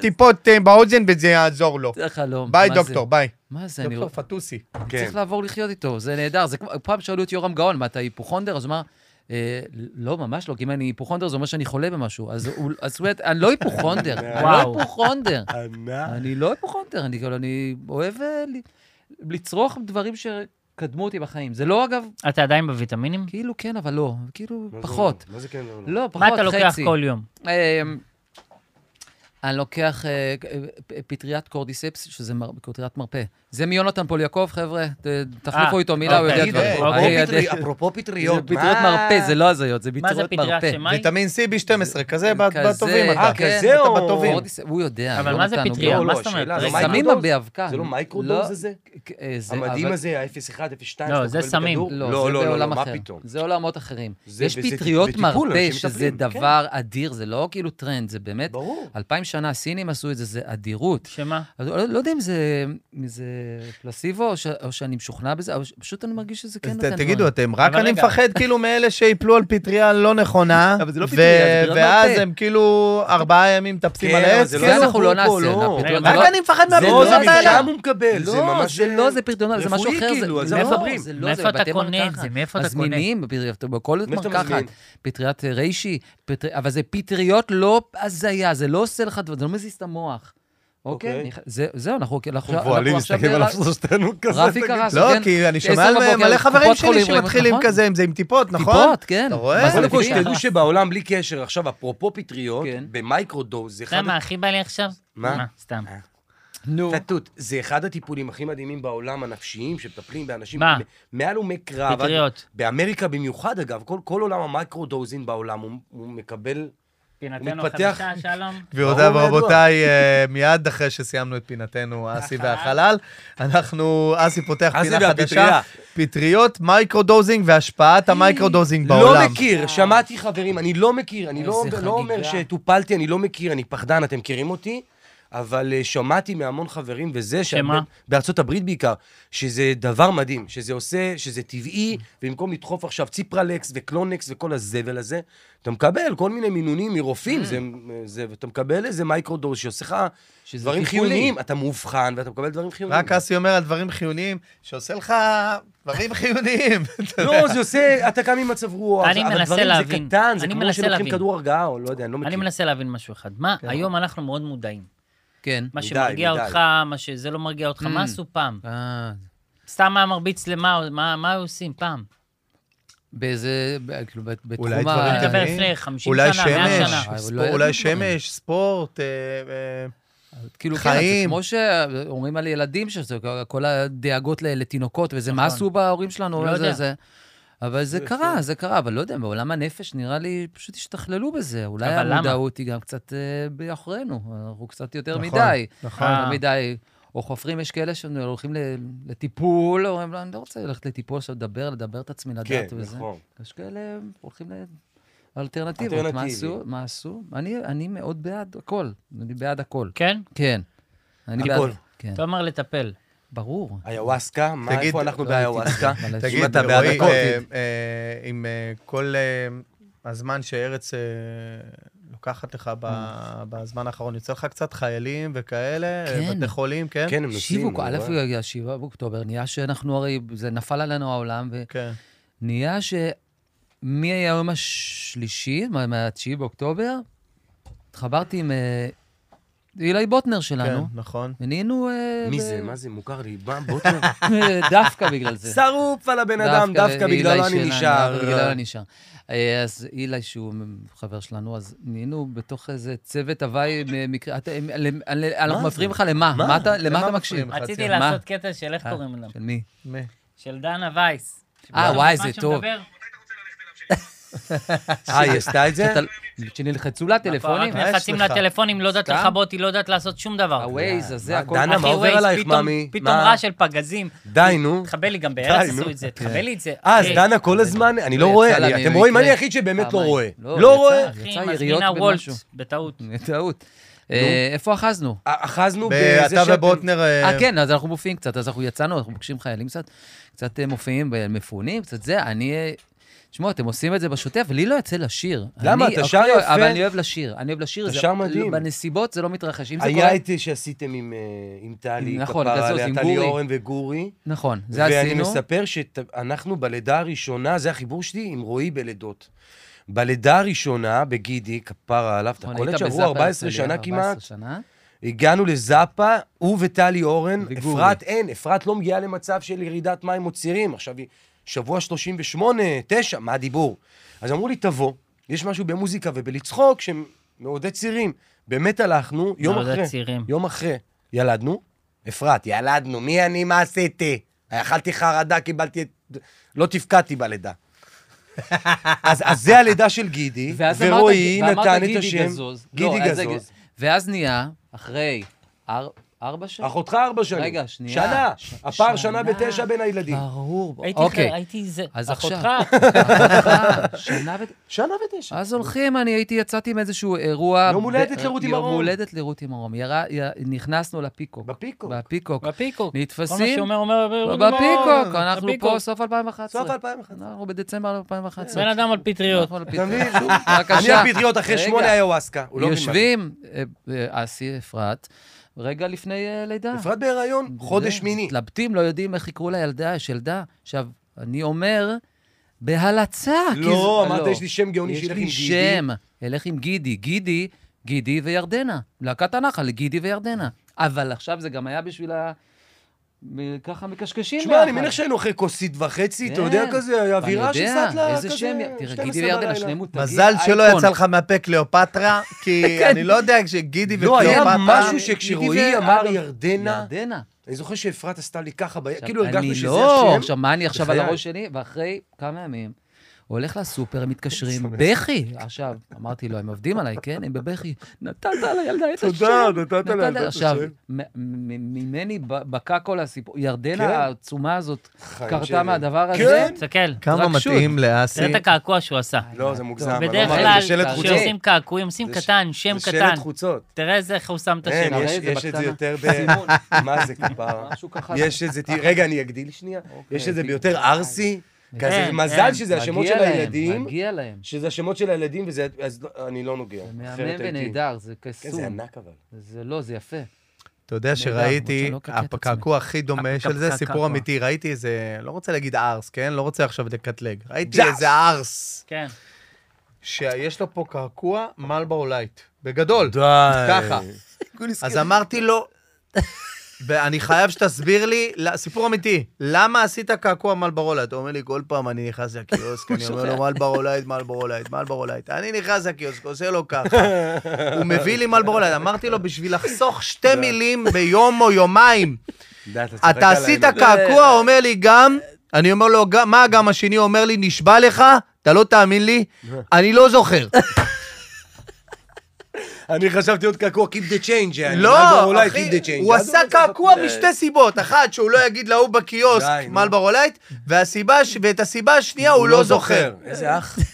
Speaker 3: טיפות אה, באוזן וזה יעזור לו.
Speaker 2: זה חלום.
Speaker 3: ביי,
Speaker 2: מה זה?
Speaker 3: דוקטור, ביי.
Speaker 2: מה זה, אני... לא-
Speaker 3: דוקטור פטוסי.
Speaker 1: כן.
Speaker 2: צריך לעבור לחיות איתו, זה נהדר. זה כמו, פעם שאלו את יורם גאון, מה, אתה היפוכונדר? אז הוא אמר, "אה, לא, ממש לא, כי אם אני היפוכונדר, זה אומר שאני חולה במשהו. אז הוא, אז זאת אומרת, אני לא היפוכונדר, אני לא
Speaker 4: וואו.
Speaker 2: היפוכונדר.
Speaker 1: ענק.
Speaker 2: אני לא היפוכונדר, אני כאילו, אני אוהב אה, ל- לצרוך דברים שקדמו אותי בחיים. זה לא, אגב,
Speaker 4: אתה עדיין בוויטמינים?
Speaker 2: כאילו כן, אבל לא, כאילו
Speaker 1: מה זה
Speaker 2: פחות.
Speaker 1: אומר? מה זה כן? לא, לא.
Speaker 2: לא, פחות,
Speaker 4: מה
Speaker 2: חצי.
Speaker 4: אתה לוקח כל יום?
Speaker 2: אמ, אני לוקח אה, אה, פטריית קורדיספס, שזה מר- פטריית מרפא. זה מיונתן פוליאקוב, חבר'ה, ת- תחליפו איתו מילה, הוא
Speaker 4: אוקיי.
Speaker 2: יודע
Speaker 1: תגיד,
Speaker 2: דברים.
Speaker 4: אוקיי.
Speaker 1: אפרופו
Speaker 2: אני יודע-
Speaker 1: פטרי- אפרופו
Speaker 2: אה, זה
Speaker 1: פטריות,
Speaker 2: פטריות
Speaker 1: מה?
Speaker 2: מרפא, זה לא הזיות, זה
Speaker 4: מה זה
Speaker 2: פטריות
Speaker 4: פטריה
Speaker 2: מרפא.
Speaker 4: של מים?
Speaker 3: ויטמין C ב-12, כזה בת-
Speaker 2: כזה,
Speaker 3: בטובים אתה.
Speaker 1: אה,
Speaker 2: כן,
Speaker 1: כזה
Speaker 3: אתה
Speaker 1: או-
Speaker 3: בטובים.
Speaker 2: קורדיספ- הוא יודע,
Speaker 4: אבל
Speaker 2: לא
Speaker 4: מה זה
Speaker 2: נתנו
Speaker 4: פטריה?
Speaker 2: לו.
Speaker 1: לא,
Speaker 4: מה
Speaker 1: לא,
Speaker 4: זאת אומרת?
Speaker 1: השאלה,
Speaker 4: רגע,
Speaker 1: מה
Speaker 2: שמים
Speaker 1: מייקרודוז?
Speaker 2: באבקה.
Speaker 1: זה לא מייקרודוז הזה? המדהים הזה, ה-0.1, 0.2,
Speaker 4: לא, זה סמים.
Speaker 2: אה, לא, זה בעולם אחר.
Speaker 1: מה פתאום?
Speaker 2: זה עולמות אחרים.
Speaker 1: זה-
Speaker 2: יש
Speaker 1: וזה טיפ-
Speaker 2: פטריות
Speaker 1: בטיפול,
Speaker 2: מרפא,
Speaker 1: אנשים
Speaker 2: שזה
Speaker 1: מטפלים, כן.
Speaker 2: דבר אדיר, זה לא כאילו טרנד, זה באמת...
Speaker 1: ברור.
Speaker 2: אלפיים שנה הסינים עשו את זה, זה אדירות.
Speaker 4: שמה?
Speaker 2: אז לא, לא יודע אם זה, אם זה פלסיבו או, ש, או שאני משוכנע בזה, אבל ש- פשוט אני מרגיש שזה כן
Speaker 3: אז ת-
Speaker 2: נותן לנו.
Speaker 3: תגידו, אתם, רק
Speaker 4: אבל
Speaker 3: אני
Speaker 4: רגע.
Speaker 3: מפחד כאילו מאלה שיפלו על פטריה לא נכונה,
Speaker 1: אבל זה לא
Speaker 3: ו-
Speaker 1: פטריה, זה פטריות
Speaker 3: ואז
Speaker 2: מרפא.
Speaker 3: הם כאילו ארבעה ימים מטפסים
Speaker 1: כן,
Speaker 3: על
Speaker 1: אבל
Speaker 3: העץ.
Speaker 1: זה
Speaker 2: זה
Speaker 1: לא
Speaker 3: כאילו.
Speaker 2: אנחנו לא
Speaker 1: יעזור פה,
Speaker 2: נעשה,
Speaker 1: לא.
Speaker 2: אנחנו-
Speaker 4: רק
Speaker 2: לא-
Speaker 3: רק אני מפחד
Speaker 2: זה
Speaker 1: לא,
Speaker 2: לא
Speaker 1: זה
Speaker 3: מהפטריות האלה.
Speaker 1: משם הוא מקבל, זה
Speaker 2: לא,
Speaker 1: ממש...
Speaker 2: זה לא, זה פרדונל, זה
Speaker 1: רפואי,
Speaker 2: משהו אחר.
Speaker 1: כאילו, על זה
Speaker 2: לא,
Speaker 1: אנחנו מדברים.
Speaker 2: זה לא,
Speaker 4: מאיפה
Speaker 2: זה
Speaker 4: אתה
Speaker 2: בתי
Speaker 4: קונה את
Speaker 2: מרקחת.
Speaker 4: זה? מאיפה אתה קונה?
Speaker 2: מזמינים, בפטריות- בכל בית
Speaker 1: מאיפה אתה
Speaker 2: מרקחת,
Speaker 1: מזמין?
Speaker 2: פטריית אה, ריישי, פטר- אבל זה פטריות לא הזיה, זה לא עושה לך דבר, זה לא מזיז את המוח. אוקיי?
Speaker 1: אוקיי.
Speaker 2: אני ח- זה- זהו, אנחנו כאילו עכשיו... אנחנו
Speaker 1: מבוהלים,
Speaker 2: עכשיו
Speaker 1: מסתכל
Speaker 2: נראה-
Speaker 1: עליו שלושתנו כזה.
Speaker 2: רפי
Speaker 1: תגיד.
Speaker 2: קרס.
Speaker 3: לא,
Speaker 2: כן,
Speaker 3: כי אני
Speaker 2: עשר
Speaker 3: שומע על
Speaker 2: בבוקר,
Speaker 3: מלא חברים
Speaker 2: קופות
Speaker 3: שלי
Speaker 2: חולים, רואים,
Speaker 3: שמתחילים
Speaker 2: נכון?
Speaker 3: כזה, אם זה עם טיפות, נכון?
Speaker 2: טיפות, כן.
Speaker 3: אתה רואה?
Speaker 2: מה זה
Speaker 1: קודם כל,
Speaker 2: מביך?
Speaker 1: שתדעו שבעולם, בלי קשר, עכשיו, אפרופו פטריות,
Speaker 2: כן.
Speaker 1: במייקרודוז, זה
Speaker 4: אתה
Speaker 1: אחד...
Speaker 4: יודע מה הכי בא לי עכשיו?
Speaker 1: מה?
Speaker 4: סתם.
Speaker 2: נו.
Speaker 1: תתות, זה אחד הטיפולים הכי מדהימים בעולם, הנפשיים, שמטפלים באנשים
Speaker 4: מה?
Speaker 1: מ- מעל הומי קרב.
Speaker 4: פטריות,
Speaker 1: באמריקה במיוחד, אגב, כל, כל עולם המייקרודוזין בעולם, הוא, הוא מקבל...
Speaker 4: פינתנו
Speaker 1: מתפתח-
Speaker 4: חמישה, שלום.
Speaker 3: גבירותיי
Speaker 1: ברור וידוע.
Speaker 3: ורבותיי, אה, מיד אחרי שסיימנו את פינתנו אסי והחלל, אנחנו, אסי פותח
Speaker 1: אסי
Speaker 3: פינה
Speaker 1: והפטריה.
Speaker 3: חדשה, פטריות, מייקרודוזינג והשפעת המייקרודוזינג בעולם.
Speaker 1: לא מכיר, שמעתי חברים, אני לא מכיר, אני לא,
Speaker 2: איזה
Speaker 1: לא אומר
Speaker 2: חגיגה.
Speaker 1: שטופלתי, אני לא מכיר, אני פחדן, אתם מכירים אותי, אבל אה, שמעתי מהמון חברים, וזה... ש-
Speaker 4: שמה?
Speaker 1: בארצות הברית בעיקר, שזה דבר מדהים, שזה עושה, שזה טבעי, ובמקום לדחוף עכשיו ציפרלקס וקלונקס וכל הזבל הזה, אתה מקבל כל מיני מינונים
Speaker 2: Mm.
Speaker 1: מרופאים, זה, זה, ואתה מקבל איזה מייקרודור שעושה לך
Speaker 2: שזה
Speaker 1: דברים
Speaker 2: טיפולי.
Speaker 1: חיוניים, אתה מאובחן ואתה מקבל דברים חיוניים.
Speaker 3: רק אסי אומר על דברים חיוניים, שעושה לך דברים חיוניים. אתה יודע.
Speaker 1: לא, זה עושה, אתה קם עם מצב רוח,
Speaker 4: אני
Speaker 1: אבל
Speaker 4: מנסה
Speaker 1: דברים זה
Speaker 4: להבין.
Speaker 1: קטן, זה
Speaker 4: אני
Speaker 1: כמו
Speaker 4: מנסה
Speaker 1: שלוקחים
Speaker 4: להבין.
Speaker 1: כדור הרגעה, או לא יודע, אני לא
Speaker 4: אני
Speaker 1: מכיר.
Speaker 4: מנסה להבין משהו אחד. מה, היום אנחנו מאוד מודעים.
Speaker 2: כן.
Speaker 4: מה
Speaker 1: מדי,
Speaker 4: שמרגיע
Speaker 1: מדי.
Speaker 4: אותך, מה שזה לא מרגיע אותך,
Speaker 2: Mm.
Speaker 4: מה עשו פעם?
Speaker 2: אה,
Speaker 4: סתם היה מרביץ למה, מה- מה היו עושים פעם?
Speaker 2: באיזה, ב- כאילו, בת- בתחום ה...
Speaker 3: אולי דברים
Speaker 4: אני מדבר
Speaker 3: אה,
Speaker 4: לפני 50
Speaker 3: אולי
Speaker 4: שנה, 100
Speaker 3: שמש,
Speaker 4: שנה.
Speaker 2: אה,
Speaker 3: ספורט-
Speaker 2: לא ידעתי
Speaker 3: אולי
Speaker 2: דברים.
Speaker 3: שמש, ספורט, אה, אה,
Speaker 2: כאילו, כן, זה
Speaker 3: חיים.
Speaker 2: כמו שאומרים על ילדים, שזה כל הדאגות ל- לתינוקות וזה, מה
Speaker 4: נכון.
Speaker 2: עשו בהורים שלנו,
Speaker 4: לא
Speaker 2: לא זה,
Speaker 4: יודע.
Speaker 2: זה. אבל זה קרה, זה קרה, אבל לא יודע, בעולם הנפש נראה לי פשוט השתכללו בזה. אולי
Speaker 4: אבל למה?
Speaker 2: המודעות היא גם קצת אה, בעוכרינו, אנחנו קצת יותר
Speaker 3: נכון,
Speaker 2: מדי.
Speaker 3: נכון.
Speaker 2: יותר מדי. או חופרים, יש כאלה שהולכים ל- לטיפול, או הם לא, אני לא רוצה ללכת לטיפול עכשיו, לדבר, לדבר את עצמי,
Speaker 1: כן,
Speaker 2: לדעת וזה.
Speaker 1: נכון.
Speaker 2: יש כאלה הולכים לאלטרנטיבות. מה
Speaker 1: אלטרנטיבי.
Speaker 2: עשו? מה עשו? אני, אני מאוד בעד הכל. אני בעד הכל.
Speaker 4: כן?
Speaker 2: כן. אני בעד...
Speaker 1: הכל.
Speaker 2: כן.
Speaker 4: אתה אומר לטפל.
Speaker 2: ברור.
Speaker 1: איוואסקה? מה,
Speaker 3: תגיד,
Speaker 1: איפה אנחנו
Speaker 2: לא הייתי
Speaker 1: באיוואסקה?
Speaker 2: אבל
Speaker 1: אם
Speaker 3: תגיד,
Speaker 1: אתה בעד
Speaker 3: רועי,
Speaker 1: הכל.
Speaker 3: אה, אה, עם אה, כל אה, הזמן שארץ אה, לוקחת לך ב- בזמן האחרון, יוצא לך קצת חיילים וכאלה, אה,
Speaker 2: כן.
Speaker 3: בתי חולים, כן?
Speaker 1: כן, הם נוסעים.
Speaker 2: שיווק, א',
Speaker 1: אני רואה.
Speaker 2: שיווק באוקטובר, נהיה שאנחנו הרי, זה נפל עלינו העולם, ו...
Speaker 3: כן.
Speaker 2: נהיה שמהיום השלישי, מה- מהתשיעי באוקטובר, התחברתי עם אה, אילי בוטנר
Speaker 3: כן,
Speaker 2: שלנו,
Speaker 3: נכון.
Speaker 2: ונהיינו... אה,
Speaker 1: מי
Speaker 2: ב-
Speaker 1: זה? מה זה? מוכר לי? מה, בוטר?
Speaker 2: דווקא בגלל זה.
Speaker 1: שרוף על הבן אדם, דווקא
Speaker 2: אילי
Speaker 1: בגללו אני
Speaker 2: שלנו,
Speaker 1: נשאר.
Speaker 2: דווקא לא בגללו אני נשאר. אה, אז אילי, שהוא חבר שלנו, אז נהיינו בתוך איזה צוות הוואי מקרה... אתה- הם- למ- אנחנו
Speaker 1: זה?
Speaker 2: מפריעים לך למה?
Speaker 1: מה?
Speaker 2: מה אתה- למה
Speaker 3: למה
Speaker 2: אתה מקשיב?
Speaker 3: מפריעים לך?
Speaker 4: רציתי
Speaker 2: מה?
Speaker 4: לעשות קטע של איך
Speaker 2: אה,
Speaker 4: קוראים לו?
Speaker 2: של מי?
Speaker 3: מי?
Speaker 4: של דנה וייס.
Speaker 2: אה, וואי, זה
Speaker 4: בזמן
Speaker 2: טוב.
Speaker 4: שמדבר,
Speaker 1: אה, היא עשתה את זה?
Speaker 2: שאתה- שנלחצו לה טלפונים?
Speaker 1: אה,
Speaker 4: רק נלחצים
Speaker 3: יש לך?
Speaker 4: לטלפונים, לא יודעת
Speaker 2: סתם? אה,
Speaker 4: לכבות, היא לא יודעת לעשות שום דבר.
Speaker 2: הווייז הזה,
Speaker 1: מה,
Speaker 2: הכל...
Speaker 1: דנה,
Speaker 4: אחי,
Speaker 1: מה עובר
Speaker 4: Waze,
Speaker 1: עלייך,
Speaker 4: פתאום-
Speaker 1: מאמי?
Speaker 4: פתאום
Speaker 1: מה?
Speaker 4: רעש של פגזים.
Speaker 1: די, נו.
Speaker 4: תחבא לי, גם
Speaker 1: די,
Speaker 4: בארץ
Speaker 1: נו.
Speaker 4: עשו את
Speaker 2: כן.
Speaker 4: זה, תחבא לי את זה.
Speaker 1: אה, אז
Speaker 4: אחי,
Speaker 1: דנה כל הזמן, אני לא
Speaker 2: יצא
Speaker 1: רואה,
Speaker 2: לה
Speaker 1: אני- אתם
Speaker 2: ממקרה.
Speaker 1: רואים, אני היחיד שבאמת לא
Speaker 2: פעמיים.
Speaker 1: רואה.
Speaker 2: לא,
Speaker 1: לא
Speaker 2: יצא.
Speaker 1: רואה.
Speaker 4: אחי,
Speaker 2: יצא יריות
Speaker 4: מזמינה וולט,
Speaker 2: במשהו.
Speaker 4: בטעות.
Speaker 2: טעות. אה, איפה אחזנו?
Speaker 1: אחזנו
Speaker 3: ב-
Speaker 1: בזה
Speaker 3: אתה ובוטנר...
Speaker 2: אה, כן, אז אנחנו מופיעים קצת, אז אנחנו יצאנו, אנחנו פוגשים חיילים קצת, קצת אה, מופיעים ב- מפונים, קצת זה, אני... אה, תשמעו, אתם עושים את זה בשוטף, לי לא יצא לשיר.
Speaker 1: למה?
Speaker 2: אני-
Speaker 1: אתה שר
Speaker 2: אוקיי,
Speaker 1: יפה.
Speaker 2: אבל אני אוהב לשיר, אני אוהב לשיר.
Speaker 1: אתה
Speaker 2: זה-
Speaker 1: שר מדהים.
Speaker 2: בנסיבות זה לא מתרחש. אם זה קורה...
Speaker 1: היה את זה שעשיתם עם, אה, עם טלי,
Speaker 2: נכון,
Speaker 1: כפרה
Speaker 2: כזאת,
Speaker 1: עליה,
Speaker 2: עם
Speaker 1: טלי
Speaker 2: גורי.
Speaker 1: אורן וגורי.
Speaker 2: נכון, זה
Speaker 1: ואני
Speaker 2: עשינו.
Speaker 1: מספר שאנחנו בלידה הראשונה, זה החיבור שלי עם רועי בלידות. בלידה הראשונה, בגידי, כפרה עליו, אתה
Speaker 2: נכון,
Speaker 1: קולט
Speaker 2: היית
Speaker 1: שעברו
Speaker 2: בזאפה
Speaker 1: 14
Speaker 2: הרצליה,
Speaker 1: שנה
Speaker 2: 14
Speaker 1: כמעט,
Speaker 2: שנה.
Speaker 1: הגענו לזאפה, הוא וטלי אורן,
Speaker 2: וגורי.
Speaker 1: אפרת אין, אפרת לא מגיעה למצב של ירידת מים או צירים. עכשיו היא שבוע 38, 9, מה הדיבור? אז אמרו לי, תבוא, יש משהו במוזיקה ובלצחוק שמעודד צירים. באמת הלכנו, יום
Speaker 4: מעודד
Speaker 1: אחרי,
Speaker 4: צירים.
Speaker 1: יום אחרי, ילדנו, אפרת, ילדנו, מי אני, מה עשיתי? אכלתי חרדה, קיבלתי את... לא תפקדתי בלידה. אז, אז זה הלידה של גידי,
Speaker 2: ואז אמרת-
Speaker 1: ורועי
Speaker 2: ואמרת
Speaker 1: נתן את
Speaker 2: גידי
Speaker 1: השם.
Speaker 2: גזוז.
Speaker 1: גידי
Speaker 2: לא, אז זה-
Speaker 1: גזוז.
Speaker 2: ואז נהיה, אחרי אר- ארבע שנים?
Speaker 1: אחותך ארבע שנים.
Speaker 2: רגע, שנייה.
Speaker 1: שנה.
Speaker 2: ש-
Speaker 1: הפער
Speaker 2: שנה.
Speaker 1: שנה ותשע בין הילדים.
Speaker 2: ברור.
Speaker 4: הייתי
Speaker 2: אוקיי.
Speaker 4: אחרי- הייתי זה,
Speaker 2: אז
Speaker 4: אחותך.
Speaker 2: עכשיו. אחותך, שנה ו...
Speaker 1: שנה ותשע.
Speaker 2: אז הולכים, אני הייתי, יצאתי מאיזשהו אירוע...
Speaker 1: יום הולדת
Speaker 2: ב-
Speaker 1: לרותי
Speaker 2: יום
Speaker 1: מרום.
Speaker 2: הולדת לרותי מרום. ירה- י- נכנסנו לפיקוק.
Speaker 1: בפיקוק.
Speaker 2: בפיקוק.
Speaker 4: בפיקוק.
Speaker 2: נתפסים? לא,
Speaker 4: כל מה שאומר, אומר... אומר, אומר,
Speaker 2: בפיקוק, אנחנו
Speaker 4: בפיקוק.
Speaker 2: פה סוף 2011.
Speaker 1: סוף 2011.
Speaker 2: אנחנו בדצמבר 2011.
Speaker 4: בן אדם על פטריות.
Speaker 2: אנחנו על פטריות.
Speaker 1: אתה מבין? לא. אני
Speaker 2: בבקשה.
Speaker 1: הפטריות אחרי
Speaker 2: רגע.
Speaker 1: שמונה איוואסקה. הוא לא מבין מה זה.
Speaker 2: יושבים, אה, אה, אסי, אפרת, רגע לפני אה, לידה.
Speaker 1: אפרת בהיריון,
Speaker 2: זה,
Speaker 1: חודש מיני.
Speaker 2: מתלבטים, לא יודעים איך יקראו לילדה, יש ילדה. עכשיו, אני אומר, בהלצה. כי
Speaker 1: לא,
Speaker 2: זה-
Speaker 1: אמרת,
Speaker 2: לא.
Speaker 1: יש לי שם גאוני
Speaker 2: יש
Speaker 1: שילך
Speaker 2: לי
Speaker 1: עם גידי.
Speaker 2: שם, אלך עם גידי. גידי, גידי וירדנה. להקת הנחל, גידי וירדנה. אבל עכשיו זה גם היה בשביל ה... מ- ככה מקשקשים.
Speaker 1: תשמע, אני
Speaker 2: ביחד.
Speaker 1: מניח שהיינו אחרי כוסית וחצי, אתה
Speaker 2: כן.
Speaker 1: יודע כזה, היה
Speaker 2: ואני
Speaker 1: אווירה
Speaker 2: יודע,
Speaker 1: שסטלה
Speaker 2: איזה
Speaker 1: כזה,
Speaker 2: שם, תראה,
Speaker 1: 12
Speaker 2: גידי וירדנה,
Speaker 1: בלילה.
Speaker 2: שני מותגים.
Speaker 3: מזל שלא
Speaker 2: אייקון.
Speaker 3: יצא לך מהפה קליאופטרה, כי אני לא יודע, כשגידי
Speaker 1: לא, היה
Speaker 3: וקליאופטרה...
Speaker 1: משהו שכשרועי אמר
Speaker 2: אגב,
Speaker 1: ירדנה,
Speaker 2: ירדנה.
Speaker 1: אני זוכר שאפרת עשתה לי ככה, ב-
Speaker 2: עכשיו,
Speaker 1: כאילו הרגשנו שזה
Speaker 2: אני לא,
Speaker 1: השם.
Speaker 2: עכשיו, מה אני עכשיו על
Speaker 1: בחיי.
Speaker 2: הראש שלי? ואחרי כמה ימים, הוא הולך לסופר, הם מתקשרים, בכי. עכשיו, אמרתי לו, הם עובדים עליי, כן? הם בבכי. נתת לילדה את השם.
Speaker 1: תודה, נתת לה את השם.
Speaker 2: עכשיו, מ- מ- ממני ב- בקע כל הסיפור. ירדנה
Speaker 1: כן.
Speaker 2: העצומה הזאת
Speaker 1: חיים
Speaker 2: קרתה
Speaker 1: שלי.
Speaker 2: מהדבר הזה.
Speaker 1: כן.
Speaker 4: תסתכל,
Speaker 3: כמה
Speaker 2: רק שוב.
Speaker 3: מתאים לאסי.
Speaker 4: תראה את הקעקוע שהוא עשה.
Speaker 1: לא, זה מוגזם. אבל
Speaker 4: בדרך
Speaker 1: לא
Speaker 2: אמרתי,
Speaker 4: כלל,
Speaker 1: זה שלט
Speaker 2: חוצות.
Speaker 4: כשעושים
Speaker 1: חוצות.
Speaker 4: קעקועים, עושים
Speaker 1: זה ש-
Speaker 4: קטן, שם
Speaker 1: זה
Speaker 4: קטן.
Speaker 1: שלט חוצות.
Speaker 4: תראה איזה איך הוא שם את
Speaker 1: אין,
Speaker 4: השם.
Speaker 2: נראה
Speaker 1: כן, יש-
Speaker 2: את זה
Speaker 1: יש את זה
Speaker 2: בקטנה.
Speaker 1: יותר ב...
Speaker 2: סימון.
Speaker 1: מה זה כפרה?
Speaker 2: משהו ככה.
Speaker 1: יש את זה, תראי, רגע, אני אגדיל שנייה.
Speaker 2: אוקיי,
Speaker 1: יש את זה
Speaker 2: בדיוק.
Speaker 1: ביותר ערסי, כזה,
Speaker 4: כן,
Speaker 1: מזל
Speaker 4: כן.
Speaker 1: שזה השמות
Speaker 2: מגיע
Speaker 1: של
Speaker 2: להם,
Speaker 1: הילדים,
Speaker 2: מגיע להם.
Speaker 1: שזה השמות של הילדים, וזה, אז לא- אני לא נוגע.
Speaker 2: זה
Speaker 1: אחרת
Speaker 2: מהמם
Speaker 1: הייתי-
Speaker 2: ונהדר, זה
Speaker 1: כן, זה
Speaker 2: קסום.
Speaker 1: ענק אבל.
Speaker 2: זה לא, זה יפה.
Speaker 3: אתה יודע שראיתי,
Speaker 2: למרות שאני לא אקעקע את עצמי.
Speaker 3: הקעקוע הכי דומה של זה,
Speaker 4: הקעקוע.
Speaker 3: סיפור אמיתי, ראיתי איזה, לא רוצה להגיד ארס, כן? לא רוצה עכשיו לקטלג. ראיתי
Speaker 1: ג'אס.
Speaker 3: איזה ארס,
Speaker 4: כן.
Speaker 3: שיש לו פה קעקוע מלבאו לייט, בגדול. ככה. אז אמרתי לו, ואני חייב שתסביר לי, ל- סיפור אמיתי, למה עשית קעקוע מלברו לייט? הוא אומר לי, כל פעם אני נכנס לקיוסק, אני אומר לו, מלברו לייט, מלברו לייט, מלברו לייט. אני נכנס לקיוסק, עושה לו ככה. הוא מביא לי מלברו לייט. אמרתי לו, בשביל לחסוך שתי מילים ביום או יומיים,
Speaker 1: די, אתה צוחק
Speaker 3: אתה
Speaker 1: עליי,
Speaker 3: עשית
Speaker 1: נו.
Speaker 3: קעקוע, הוא אומר לי גם, אני אומר לו, "גם- מה גם השני אומר לי, נשבע לך, אתה לא תאמין לי, אני לא זוכר.
Speaker 1: אני חשבתי עוד קעקוע, Keep the change, יעני. מלבורו
Speaker 3: לא,
Speaker 1: אולי
Speaker 3: אחי,
Speaker 1: Keep the change.
Speaker 3: הוא
Speaker 1: אז
Speaker 3: עשה
Speaker 1: אולי
Speaker 3: קעקוע
Speaker 1: זה-
Speaker 3: משתי סיבות. אחת, שהוא לא יגיד להוא בקיוסק,
Speaker 1: "אה." די, נו.
Speaker 3: מלברו לייט, והסיבה, הש- ואת הסיבה השנייה הוא לא זוכר.
Speaker 1: איזה אח.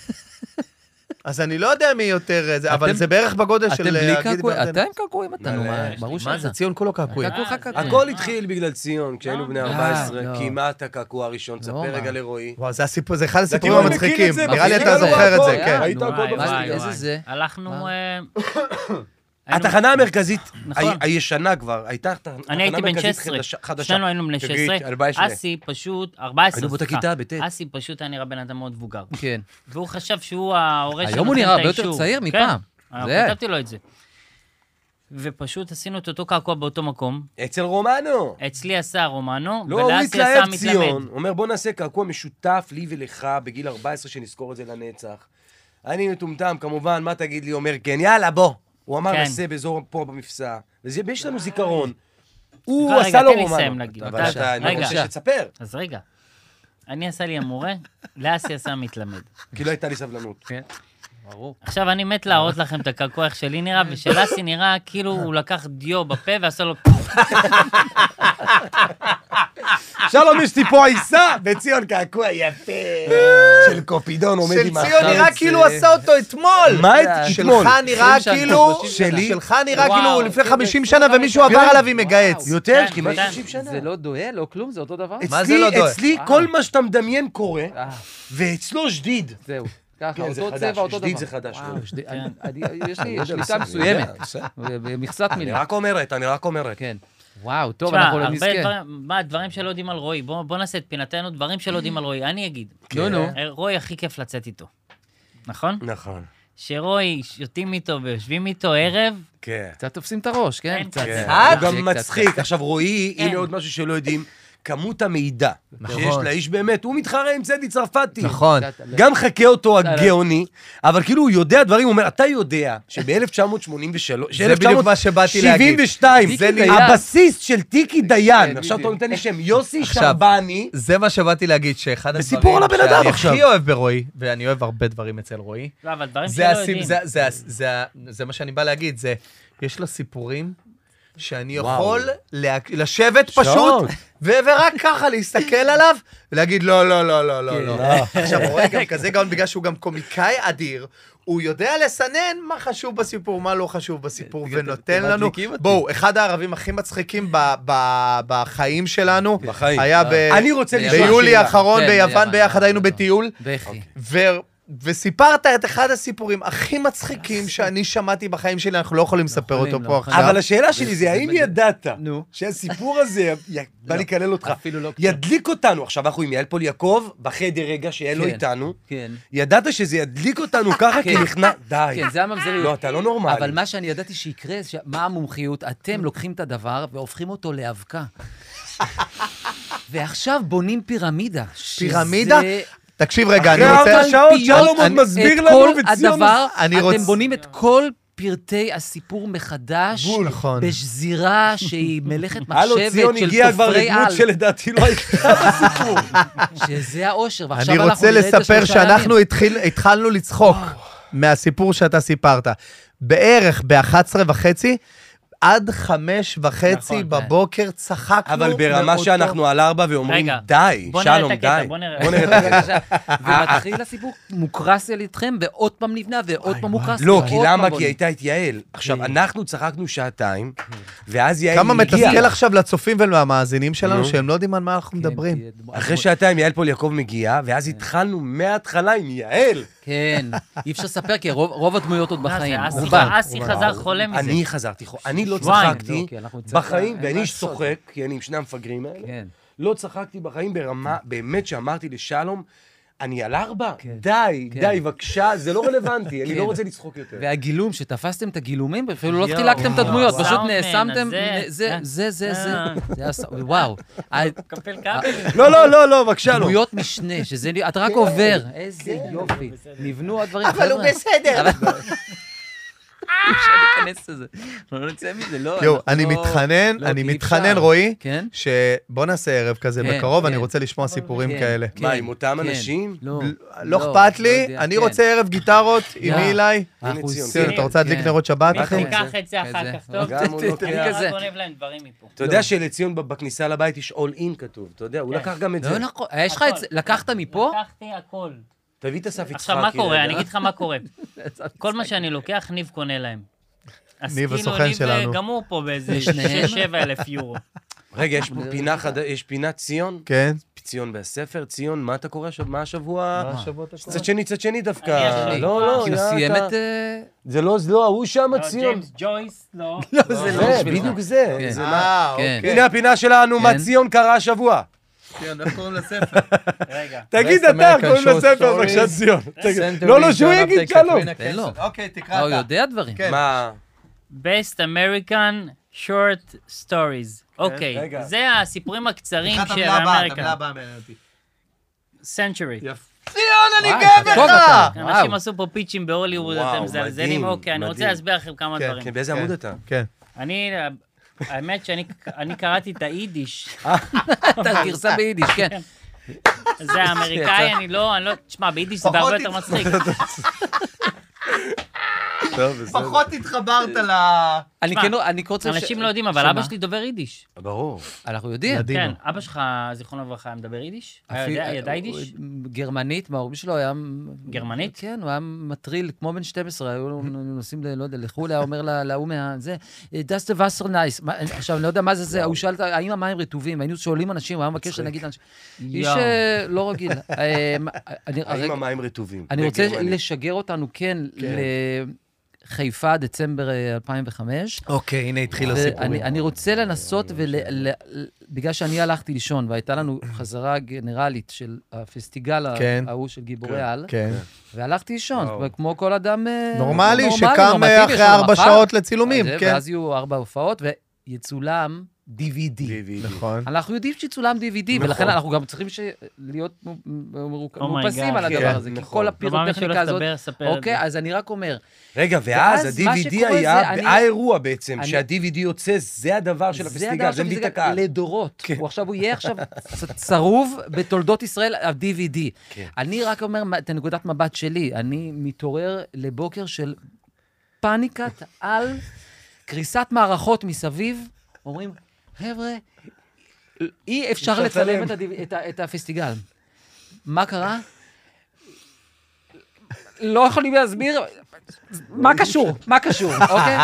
Speaker 3: אז אני לא יודע מי יותר, אה, זה- אבל
Speaker 2: אתם-
Speaker 3: זה בערך בגודל
Speaker 2: אתם
Speaker 3: של...
Speaker 2: בלי
Speaker 3: אה, הגיד
Speaker 2: קעקועים,
Speaker 3: בירדן.
Speaker 2: אתם קעקועים אתה, נו,
Speaker 1: מלא,
Speaker 2: מה,
Speaker 1: לא, יש
Speaker 2: ברור
Speaker 4: לי, מה
Speaker 2: שאתה.
Speaker 4: זה?
Speaker 3: ציון כולו קעקועים.
Speaker 2: קעקוע
Speaker 4: אה,
Speaker 2: קעקוע.
Speaker 4: זה-
Speaker 1: הכל התחיל בגלל ציון, כשהיינו בני
Speaker 2: לא,
Speaker 1: 14,
Speaker 2: לא.
Speaker 1: כמעט הקעקוע הראשון.
Speaker 2: לא,
Speaker 1: תספר
Speaker 2: מה.
Speaker 1: רגע לרועי.
Speaker 3: וואו, זה הסיפור, זה אחד הסיפורים
Speaker 1: כאילו, אני מכיר
Speaker 3: המצחיקים.
Speaker 1: את זה,
Speaker 3: נראה לי
Speaker 2: מכיר
Speaker 3: אתה
Speaker 2: את זה,
Speaker 3: זוכר את זה,
Speaker 2: הכל.
Speaker 3: כן.
Speaker 2: היה.
Speaker 1: היית
Speaker 2: נו,
Speaker 1: הכל
Speaker 2: וואי,
Speaker 1: בסטודיו.
Speaker 2: וואי, איזה זה?
Speaker 4: הלכנו...
Speaker 2: מה?
Speaker 4: אה, היינו-
Speaker 1: התחנה המרכזית,
Speaker 4: נכון.
Speaker 1: ה- הישנה כבר, הייתה תח- תחנה
Speaker 4: אני הייתי בן
Speaker 1: מרכזית
Speaker 4: 16,
Speaker 1: חדשה- חדשה.
Speaker 4: שנינו היינו בני
Speaker 1: חגיגית,
Speaker 4: 16,
Speaker 1: 14.
Speaker 4: אסי פשוט, 14,
Speaker 1: היינו באותה
Speaker 4: סליחה.
Speaker 1: כיתה, בט'.
Speaker 4: אסי פשוט היה נראה בן אדם מאוד מבוגר.
Speaker 2: כן.
Speaker 4: והוא חשב שהוא ההורה שנותן את האישור.
Speaker 2: היום הוא נראה הרבה יותר צעיר
Speaker 4: כן,
Speaker 2: מפעם.
Speaker 4: אה,
Speaker 2: זה.
Speaker 4: כתבתי לו את זה. ופשוט עשינו את אותו קעקוע באותו מקום.
Speaker 1: אצל רומנו.
Speaker 4: אצלי עשה רומנו,
Speaker 1: לא, הוא
Speaker 4: ולאסי עשה
Speaker 1: התלהב
Speaker 4: מתלמד.
Speaker 1: ציון. אומר, בוא נעשה קעקוע משותף לי ולך בגיל 14, שנזכור את זה לנצח. אני מטומטם, כמובן, מה תגיד לי? אומר, כן, יאללה, בוא. הוא אמר,
Speaker 4: כן. אה,
Speaker 1: נעשה באזור פה במפסע. וזה- ויש לנו זיכרון. הוא
Speaker 4: רגע,
Speaker 1: עשה לו
Speaker 4: תן לי לסיים
Speaker 1: רומנו.
Speaker 4: להגיד.
Speaker 1: אבל
Speaker 4: אתה-
Speaker 1: אתה, אני
Speaker 4: רגע.
Speaker 1: רוצה שתספר.
Speaker 4: אז רגע, אני עשה לי המורה, לאסי עשה מתלמד.
Speaker 1: כי לא הייתה לי סבלנות.
Speaker 2: כן. ברור.
Speaker 4: עכשיו, אני מת להראות לכם את הקעקוע, איך שלי נראה, ושל אסי נראה כאילו הוא לקח דיו בפה ועשה לו...
Speaker 1: שלום, יש לי פה עיסה, וציון קעקוע יפה. של קופידון עומד
Speaker 3: של
Speaker 1: עם החץ.
Speaker 3: ציון נראה כאילו הוא עשה אותו אתמול.
Speaker 1: מה את- אתמול?
Speaker 3: שלך נראה
Speaker 2: 20 שנה,
Speaker 3: כאילו...
Speaker 2: 30
Speaker 1: שלי?
Speaker 3: שלך נראה
Speaker 4: וואו,
Speaker 3: כאילו הוא לפני
Speaker 2: כן,
Speaker 3: 50
Speaker 2: זה
Speaker 3: שנה
Speaker 2: אותו דבר
Speaker 3: ומישהו
Speaker 2: איתו.
Speaker 3: עבר
Speaker 2: כן.
Speaker 3: עליו עם מגהץ.
Speaker 1: יותר,
Speaker 4: כן,
Speaker 1: כמעט
Speaker 4: כן.
Speaker 1: 30 שנה.
Speaker 2: זה לא דוהה, לא כלום, זה אותו דבר?
Speaker 3: מה זה לא
Speaker 1: אצלי,
Speaker 3: דואג?
Speaker 1: אצלי
Speaker 2: אה.
Speaker 1: כל מה שאתה מדמיין קורה,
Speaker 2: אה,
Speaker 1: ואצלו שדיד.
Speaker 2: זהו. ככה,
Speaker 1: כן, זה
Speaker 2: אותו
Speaker 1: חדש,
Speaker 2: צבע, אותו דבר.
Speaker 1: שדיד זה חדש, לא?
Speaker 2: וואו, שדיד-
Speaker 4: כן.
Speaker 2: אני- אני- יש
Speaker 1: אני
Speaker 2: לי
Speaker 1: יודע,
Speaker 2: שליטה
Speaker 1: בסדר,
Speaker 2: מסוימת.
Speaker 1: אני יודע, בסדר.
Speaker 2: מכסת
Speaker 1: אני
Speaker 2: מילה.
Speaker 1: רק אומרת, אני רק אומרת.
Speaker 2: כן. וואו, טוב,
Speaker 4: תשמע,
Speaker 2: אנחנו לא
Speaker 4: הרבה
Speaker 2: נזכה.
Speaker 4: דברים, מה, דברים שלא יודעים על רועי. בוא בוא נעשה את פינתנו, דברים שלא יודעים על רועי. אני אגיד. אה,
Speaker 2: נו, נו.
Speaker 4: רועי הכי כיף לצאת איתו, נכון?
Speaker 1: נכון.
Speaker 4: שרועי, שותים איתו ויושבים איתו ערב,
Speaker 1: כן.
Speaker 2: קצת תופסים את הראש, כן?
Speaker 4: אין
Speaker 2: קצת.
Speaker 1: כן.
Speaker 2: קצת,
Speaker 1: הוא גם
Speaker 2: קצת,
Speaker 1: מצחיק.
Speaker 2: קצת.
Speaker 1: עכשיו, רועי,
Speaker 4: כן.
Speaker 1: הנה עוד משהו שלא יודעים, כמות המידע שיש
Speaker 3: נכון.
Speaker 1: לאיש באמת, הוא מתחרה עם צדי צרפתי.
Speaker 3: נכון.
Speaker 2: קצת-
Speaker 1: גם חכה אותו
Speaker 2: לא.
Speaker 1: הגאוני, אבל כאילו הוא יודע דברים, הוא אומר, אתה יודע שב-1983,
Speaker 3: זה בדיוק מה שבאתי להגיד.
Speaker 1: 72,
Speaker 2: זה דיין.
Speaker 1: הבסיס של טיקי דיין,
Speaker 2: כן,
Speaker 1: עכשיו אתה
Speaker 2: בדיוק.
Speaker 1: נותן לי שם, יוסי
Speaker 3: עכשיו,
Speaker 1: שרבני,
Speaker 3: זה מה שבאתי להגיד, שאחד
Speaker 1: וסיפור
Speaker 3: הדברים
Speaker 1: על הבן אדם עכשיו.
Speaker 3: הכי אוהב ברועי, ואני אוהב הרבה דברים אצל רועי,
Speaker 4: לא, אבל דברים שלא
Speaker 3: זה, הסיפ...
Speaker 4: יודעים.
Speaker 3: זה, זה, זה, זה, זה מה שאני בא להגיד, זה, יש לו סיפורים שאני
Speaker 1: וואו.
Speaker 3: יכול לה... לשבת
Speaker 1: שעות.
Speaker 3: פשוט, ו... ורק ככה להסתכל עליו, ולהגיד לא, לא, לא, לא, לא, לא.
Speaker 1: כן.
Speaker 3: עכשיו, רועי גם כזה גאון, בגלל שהוא גם קומיקאי אדיר, הוא יודע לסנן מה חשוב בסיפור, מה לא חשוב בסיפור, ונותן לנו...
Speaker 2: מדליקים אותי.
Speaker 3: בואו, אחד הערבים הכי מצחיקים ב- ב- בחיים שלנו,
Speaker 1: בחיים. אה.
Speaker 3: היה ב...
Speaker 1: אני רוצה לשאול
Speaker 3: ביולי
Speaker 1: שאלה.
Speaker 3: האחרון
Speaker 2: כן,
Speaker 3: ביוון
Speaker 2: ביוון,
Speaker 3: ביחד היינו
Speaker 2: ביוון.
Speaker 3: בטיול,
Speaker 1: אוקיי.
Speaker 2: בכי.
Speaker 3: ו... וסיפרת את אחד הסיפורים הכי מצחיקים שאני שמעתי בחיים שלי, אנחנו לא יכולים לספר
Speaker 2: יכולים,
Speaker 3: אותו
Speaker 2: לא
Speaker 3: פה
Speaker 2: יכולים.
Speaker 3: עכשיו.
Speaker 1: אבל השאלה שלי זה, האם ידעת
Speaker 2: נו.
Speaker 1: שהסיפור הזה, י- בא
Speaker 2: לא,
Speaker 1: לקלל אותך,
Speaker 2: אפילו לא קצת.
Speaker 1: ידליק אותנו, עכשיו אנחנו עם יעל פול יעקב, בחדר רגע שיעל לא
Speaker 2: כן,
Speaker 1: איתנו,
Speaker 2: כן.
Speaker 1: ידעת שזה ידליק אותנו ככה, כי
Speaker 2: כן.
Speaker 1: נכנע, די.
Speaker 2: כן, זה הממזריות.
Speaker 1: לא, אתה לא נורמלי.
Speaker 2: אבל מה שאני ידעתי שיקרה, זה ש- מה המומחיות? אתם לוקחים את הדבר והופכים אותו לאבקה. ועכשיו בונים פירמידה. שזה-
Speaker 3: פירמידה? תקשיב רגע, אני
Speaker 1: אחרי ארבע
Speaker 3: רוצה...
Speaker 1: שעות שלום עוד
Speaker 3: אני-
Speaker 1: מסביר
Speaker 2: את
Speaker 1: לנו,
Speaker 2: כל
Speaker 1: וציון
Speaker 2: הדבר,
Speaker 3: אני
Speaker 2: לא אתם
Speaker 3: רוצ-
Speaker 2: בונים את כל פרטי הסיפור מחדש,
Speaker 3: בול. נכון.
Speaker 2: בשזירה שהיא מלאכת
Speaker 1: הלו,
Speaker 2: מחשבת
Speaker 1: ציון
Speaker 2: של
Speaker 1: הגיע כבר
Speaker 2: תופרי על,
Speaker 1: לדמות שלדעתי לא הייתה בסיפור.
Speaker 2: שזה האושר, ועכשיו
Speaker 3: אני
Speaker 2: אנחנו
Speaker 3: רוצה
Speaker 2: נראה את זה
Speaker 3: לספר
Speaker 2: שלושה
Speaker 3: שאנחנו
Speaker 2: ימים.
Speaker 3: התחיל- התחלנו לצחוק מהסיפור שאתה סיפרת. בערך ב-11 וחצי, עד חמש וחצי
Speaker 2: כן.
Speaker 4: נכון,
Speaker 3: בבוקר צחקנו.
Speaker 1: אבל ברמה
Speaker 3: מאותו-
Speaker 1: שאנחנו על ארבע ואומרים,
Speaker 4: רגע,
Speaker 1: די,
Speaker 4: בוא נראה את
Speaker 1: שלום,
Speaker 4: הקטע,
Speaker 1: די.
Speaker 4: בוא נראה.
Speaker 1: בוא נראה את הקטע.
Speaker 2: ומתחיל הסיפור מוקרס על ידכם, ועוד פעם נבנה, ועוד פעם מוקרס.
Speaker 1: לא,
Speaker 2: ועוד
Speaker 1: כי
Speaker 2: פעם
Speaker 1: למה? כי
Speaker 2: בונים.
Speaker 1: הייתה את יעל.
Speaker 2: כן.
Speaker 1: עכשיו, אנחנו צחקנו שעתיים, ואז יעל
Speaker 3: כמה
Speaker 1: הגיעה.
Speaker 3: מתסכל עכשיו לצופים ולמאזינים שלנו,
Speaker 1: נו.
Speaker 3: שהם לא יודעים על מה אנחנו
Speaker 2: כן,
Speaker 3: מדברים.
Speaker 2: תהיה דמות-
Speaker 1: אחרי שעתיים יעל פול יעקב מגיעה, ואז התחלנו מההתחלה עם יעל.
Speaker 2: כן, אי אפשר לספר, כי רוב רוב הדמויות עוד
Speaker 4: מה
Speaker 2: בחיים.
Speaker 4: זה, אסי-
Speaker 2: רובן.
Speaker 4: אסי חזר חולה מזה.
Speaker 1: אני חזרתי, חו- אני לא
Speaker 4: שבועיים,
Speaker 2: לא,
Speaker 1: צחקתי
Speaker 2: כי אנחנו נצטרך-
Speaker 1: בחיים,
Speaker 2: אין מה
Speaker 1: ואני איש
Speaker 2: לעשות.
Speaker 1: צוחק, כי אני עם שני המפגרים האלה.
Speaker 2: כן.
Speaker 1: לא צחקתי בחיים ברמה, באמת שאמרתי לשלום, אני על ארבע? די, די, בבקשה, זה לא רלוונטי, אני
Speaker 2: כן.
Speaker 1: לא רוצה לצחוק יותר.
Speaker 2: והגילום, שתפסתם את הגילומים, אפילו לא
Speaker 1: יואו,
Speaker 2: חילקתם את הדמויות, פשוט
Speaker 4: הסאונדמן
Speaker 2: נאשמתם,
Speaker 4: הזה,
Speaker 2: זה,
Speaker 4: אה,
Speaker 2: זה, זה, זה,
Speaker 4: אה.
Speaker 2: זה הסא- וואו. ה-
Speaker 4: קפל כבל.
Speaker 1: לא, לא, לא, לא, בבקשה, לא.
Speaker 2: דמויות משנה, שזה, אתה
Speaker 1: כן.
Speaker 2: רק עובר, איזה יופי. נבנו הדברים, חבר'ה. אבל הוא בסדר. אפשר להיכנס לזה, אנחנו לא נצא מזה, לא.
Speaker 3: יואו,
Speaker 2: אנחנו
Speaker 3: אני
Speaker 2: לא-
Speaker 3: מתחנן,
Speaker 2: לא,
Speaker 3: אני
Speaker 2: כי אי
Speaker 3: מתחנן,
Speaker 2: אפשר.
Speaker 3: רועי,
Speaker 2: כן?
Speaker 3: שבוא נעשה ערב כזה
Speaker 2: כן,
Speaker 3: בקרוב, אני
Speaker 2: כן.
Speaker 3: רוצה לשמוע סיפורים
Speaker 2: כן,
Speaker 3: כאלה.
Speaker 2: כן,
Speaker 1: מה, עם אותם
Speaker 2: כן,
Speaker 1: אנשים?
Speaker 2: לא.
Speaker 3: לא אכפת
Speaker 2: לא
Speaker 3: לי,
Speaker 2: יודע,
Speaker 3: אני
Speaker 2: כן.
Speaker 3: רוצה ערב גיטרות עם
Speaker 2: יאללה.
Speaker 3: אילי.
Speaker 1: הנה
Speaker 2: אנחנו
Speaker 1: ציון,
Speaker 2: עושים-
Speaker 1: כן,
Speaker 3: אתה רוצה להדליק
Speaker 2: כן.
Speaker 3: נרות שבת, אחי?
Speaker 4: אנחנו ניקח את זה כן. אחר
Speaker 2: כזה.
Speaker 4: כך, טוב?
Speaker 1: גם הוא לא
Speaker 2: אני
Speaker 1: לוקח.
Speaker 4: אני
Speaker 2: כזה.
Speaker 4: רק גונב להם דברים מפה.
Speaker 1: אתה יודע שלציון ב- בכניסה לבית יש אול אין כתוב, אתה יודע, הוא
Speaker 4: כן.
Speaker 1: לקח גם את זה.
Speaker 2: לא נכון, יש לך את זה, לקחת מפה?
Speaker 4: לקחתי הכל.
Speaker 1: תביא את אסף יצחקי.
Speaker 4: עכשיו, מה
Speaker 1: רגע.
Speaker 4: קורה? אני אגיד לך מה קורה. כל מה שאני לוקח, ניב קונה להם. אז
Speaker 3: ניב
Speaker 4: כאילו,
Speaker 3: הסוכן
Speaker 4: ניב, אה,
Speaker 3: שלנו.
Speaker 4: גמור פה באיזה
Speaker 2: לשניהם.
Speaker 4: 6-7 אלף יורו.
Speaker 1: רגע, יש פה פינה חדשה, יש פינת ציון?
Speaker 3: כן.
Speaker 1: ציון בספר, ציון, מה אתה קורא עכשיו? מה השבוע?
Speaker 3: השבועות הקרובים?
Speaker 1: צד שני, צד שני
Speaker 4: אני
Speaker 1: דווקא.
Speaker 4: השני.
Speaker 1: לא, לא,
Speaker 2: כאילו
Speaker 1: יא,
Speaker 2: סיים
Speaker 1: אתה-
Speaker 2: את... אה,
Speaker 1: זה לא, זה לא, ההוא שם,
Speaker 4: לא,
Speaker 1: ציון.
Speaker 4: ג'יימס ג'ויס, לא.
Speaker 2: זה לא
Speaker 1: זה,
Speaker 2: בשבילך.
Speaker 1: בדיוק זה.
Speaker 2: כן.
Speaker 1: זה מה-
Speaker 3: אה,
Speaker 2: כן.
Speaker 3: אוקיי.
Speaker 1: הנה הפינה שלנו, מה
Speaker 2: כן.
Speaker 1: ציון קרא השבוע.
Speaker 3: ציון, איך קוראים לספר?
Speaker 4: רגע.
Speaker 1: תגיד
Speaker 3: West
Speaker 1: אתה,
Speaker 3: American
Speaker 1: קוראים
Speaker 3: Short
Speaker 1: לספר,
Speaker 3: Stories.
Speaker 1: בבקשה, ציון. תגיד.
Speaker 3: Century
Speaker 1: לא, לא, שהוא
Speaker 3: John
Speaker 1: יגיד
Speaker 3: Updike,
Speaker 1: שלום.
Speaker 3: Katrina
Speaker 2: תן
Speaker 4: כן, לא
Speaker 3: Kaif.
Speaker 2: לו.
Speaker 3: אוקיי, תקרא
Speaker 2: אה, הוא
Speaker 3: אתה.
Speaker 2: יודע דברים.
Speaker 3: כן.
Speaker 1: מה?
Speaker 4: Best American Short Stories. אוקיי,
Speaker 1: רגע.
Speaker 4: זה הסיפורים הקצרים
Speaker 3: תקרא את
Speaker 4: של
Speaker 3: המילה הבאה, את המילה
Speaker 4: אמריקה.
Speaker 3: הבאה מעניין אותי.
Speaker 4: סנצ'ורי.
Speaker 3: ציון, אני
Speaker 2: וואי,
Speaker 3: גאה
Speaker 2: אתה טוב אתה.
Speaker 3: בך!
Speaker 4: כן, אנשים
Speaker 2: וואו.
Speaker 4: עשו פה פיצ'ים בהוליווד,
Speaker 1: וואו,
Speaker 4: אתם מזלזלים.
Speaker 1: מדהים,
Speaker 4: אוקיי, אני רוצה
Speaker 1: מדהים.
Speaker 4: להסביר לכם כמה
Speaker 3: כן,
Speaker 4: דברים.
Speaker 1: כן, באיזה
Speaker 3: כן.
Speaker 1: עמוד אתה?
Speaker 3: כן.
Speaker 4: אני, האמת שאני אני קראתי את היידיש.
Speaker 2: אתה גרסה ביידיש, כן.
Speaker 4: זה האמריקאי, אני לא, אני לא, תשמע, ביידיש זה
Speaker 3: פחות
Speaker 4: הרבה יותר
Speaker 3: התח-
Speaker 4: מצחיק.
Speaker 1: טוב, בסדר.
Speaker 3: פחות התחברת ל...
Speaker 2: אני
Speaker 4: תשמע,
Speaker 2: כן, אני רוצה... ש-
Speaker 4: אנשים לא יודעים, אבל
Speaker 2: שמה?
Speaker 4: אבא שלי דובר יידיש.
Speaker 1: ברור.
Speaker 2: אנחנו יודעים.
Speaker 3: מדהים.
Speaker 4: כן,
Speaker 3: דינו.
Speaker 4: אבא שלך, זיכרונו לברכה, מדבר יידיש? היה
Speaker 2: אפילו-
Speaker 4: יודע- אה, ידע יידיש?
Speaker 2: אה, הוא- גרמנית, מה, ההורים שלו היה...
Speaker 4: גרמנית?
Speaker 2: כן, הוא היה מטריל, כמו בן 12, היו לו- נוסעים, ל- לא יודע, לחו"ל, היה אומר לה- להוא מה... זה, דסטה וסר נייס. עכשיו, אני לא יודע מה זה זה, הוא שאל, האם המים רטובים? היינו שואלים אנשים, הוא היה מבקש שנגיד אנשים. איש
Speaker 4: יואו.
Speaker 2: אה, לא רגיל. אה, מה- אני-
Speaker 1: האם
Speaker 2: הרגע-
Speaker 1: המים רטובים?
Speaker 2: אני רוצה
Speaker 1: בגרמנית.
Speaker 2: לשגר אותנו, כן, לחיפה, דצמבר אה, 2005.
Speaker 3: אוקיי, הנה התחיל
Speaker 2: ואני אני רוצה לנסות, ול- ל- ל- בגלל שאני הלכתי לישון, והייתה לנו חזרה גנרלית של הפסטיגל ה-
Speaker 3: כן.
Speaker 2: ההוא של גיבורי על,
Speaker 3: כן.
Speaker 2: והלכתי לישון,
Speaker 1: וואו.
Speaker 2: כמו כל אדם אה,
Speaker 3: נורמלי, שקם
Speaker 2: נורמטיבי,
Speaker 3: אה,
Speaker 2: יש לו
Speaker 3: אחרי ארבע
Speaker 2: מחר,
Speaker 3: שעות לצילומים,
Speaker 2: זה,
Speaker 3: כן.
Speaker 2: ואז יהיו ארבע הופעות, ויצולם DVD.
Speaker 1: DVD.
Speaker 3: נכון.
Speaker 2: אנחנו יודעים שצולם DVD,
Speaker 1: נכון.
Speaker 2: ולכן אנחנו גם צריכים ש- להיות מ- מ- מרוק-
Speaker 4: Oh my
Speaker 2: מאופסים
Speaker 4: God.
Speaker 2: על הדבר
Speaker 1: כן,
Speaker 2: הזה, כי
Speaker 1: נכון.
Speaker 2: כל
Speaker 4: כלומר, מישהו לא הולך
Speaker 2: הפירוטכניקה הזאת...
Speaker 4: לדבר, ספר את זה.
Speaker 2: אוקיי, אז אני רק אומר,
Speaker 1: רגע,
Speaker 2: ואז
Speaker 1: ואז
Speaker 2: מה
Speaker 1: ה-DVD
Speaker 2: שקורה זה,
Speaker 1: היה,
Speaker 2: אני-
Speaker 1: האירוע בעצם,
Speaker 2: אני-
Speaker 1: שה-DVD יוצא, זה הדבר של הפסטיגל, זה מביא את הקהל. כן.
Speaker 2: לדורות. הוא עכשיו, הוא יהיה עכשיו צ- צרוב בתולדות ישראל, ה-DVD.
Speaker 1: כן.
Speaker 2: אני רק אומר מה- את הנקודת מבט שלי, אני מתעורר לבוקר של פאניקת על, קריסת מערכות מסביב, אומרים, חבר'ה, אי אפשר
Speaker 1: אפשר
Speaker 2: לצלם
Speaker 1: לצלם."
Speaker 2: את הדיו- את ה- את הפסטיגל. מה קרה? לא יכולים להסביר, מה קשור? מה קשור, אוקיי?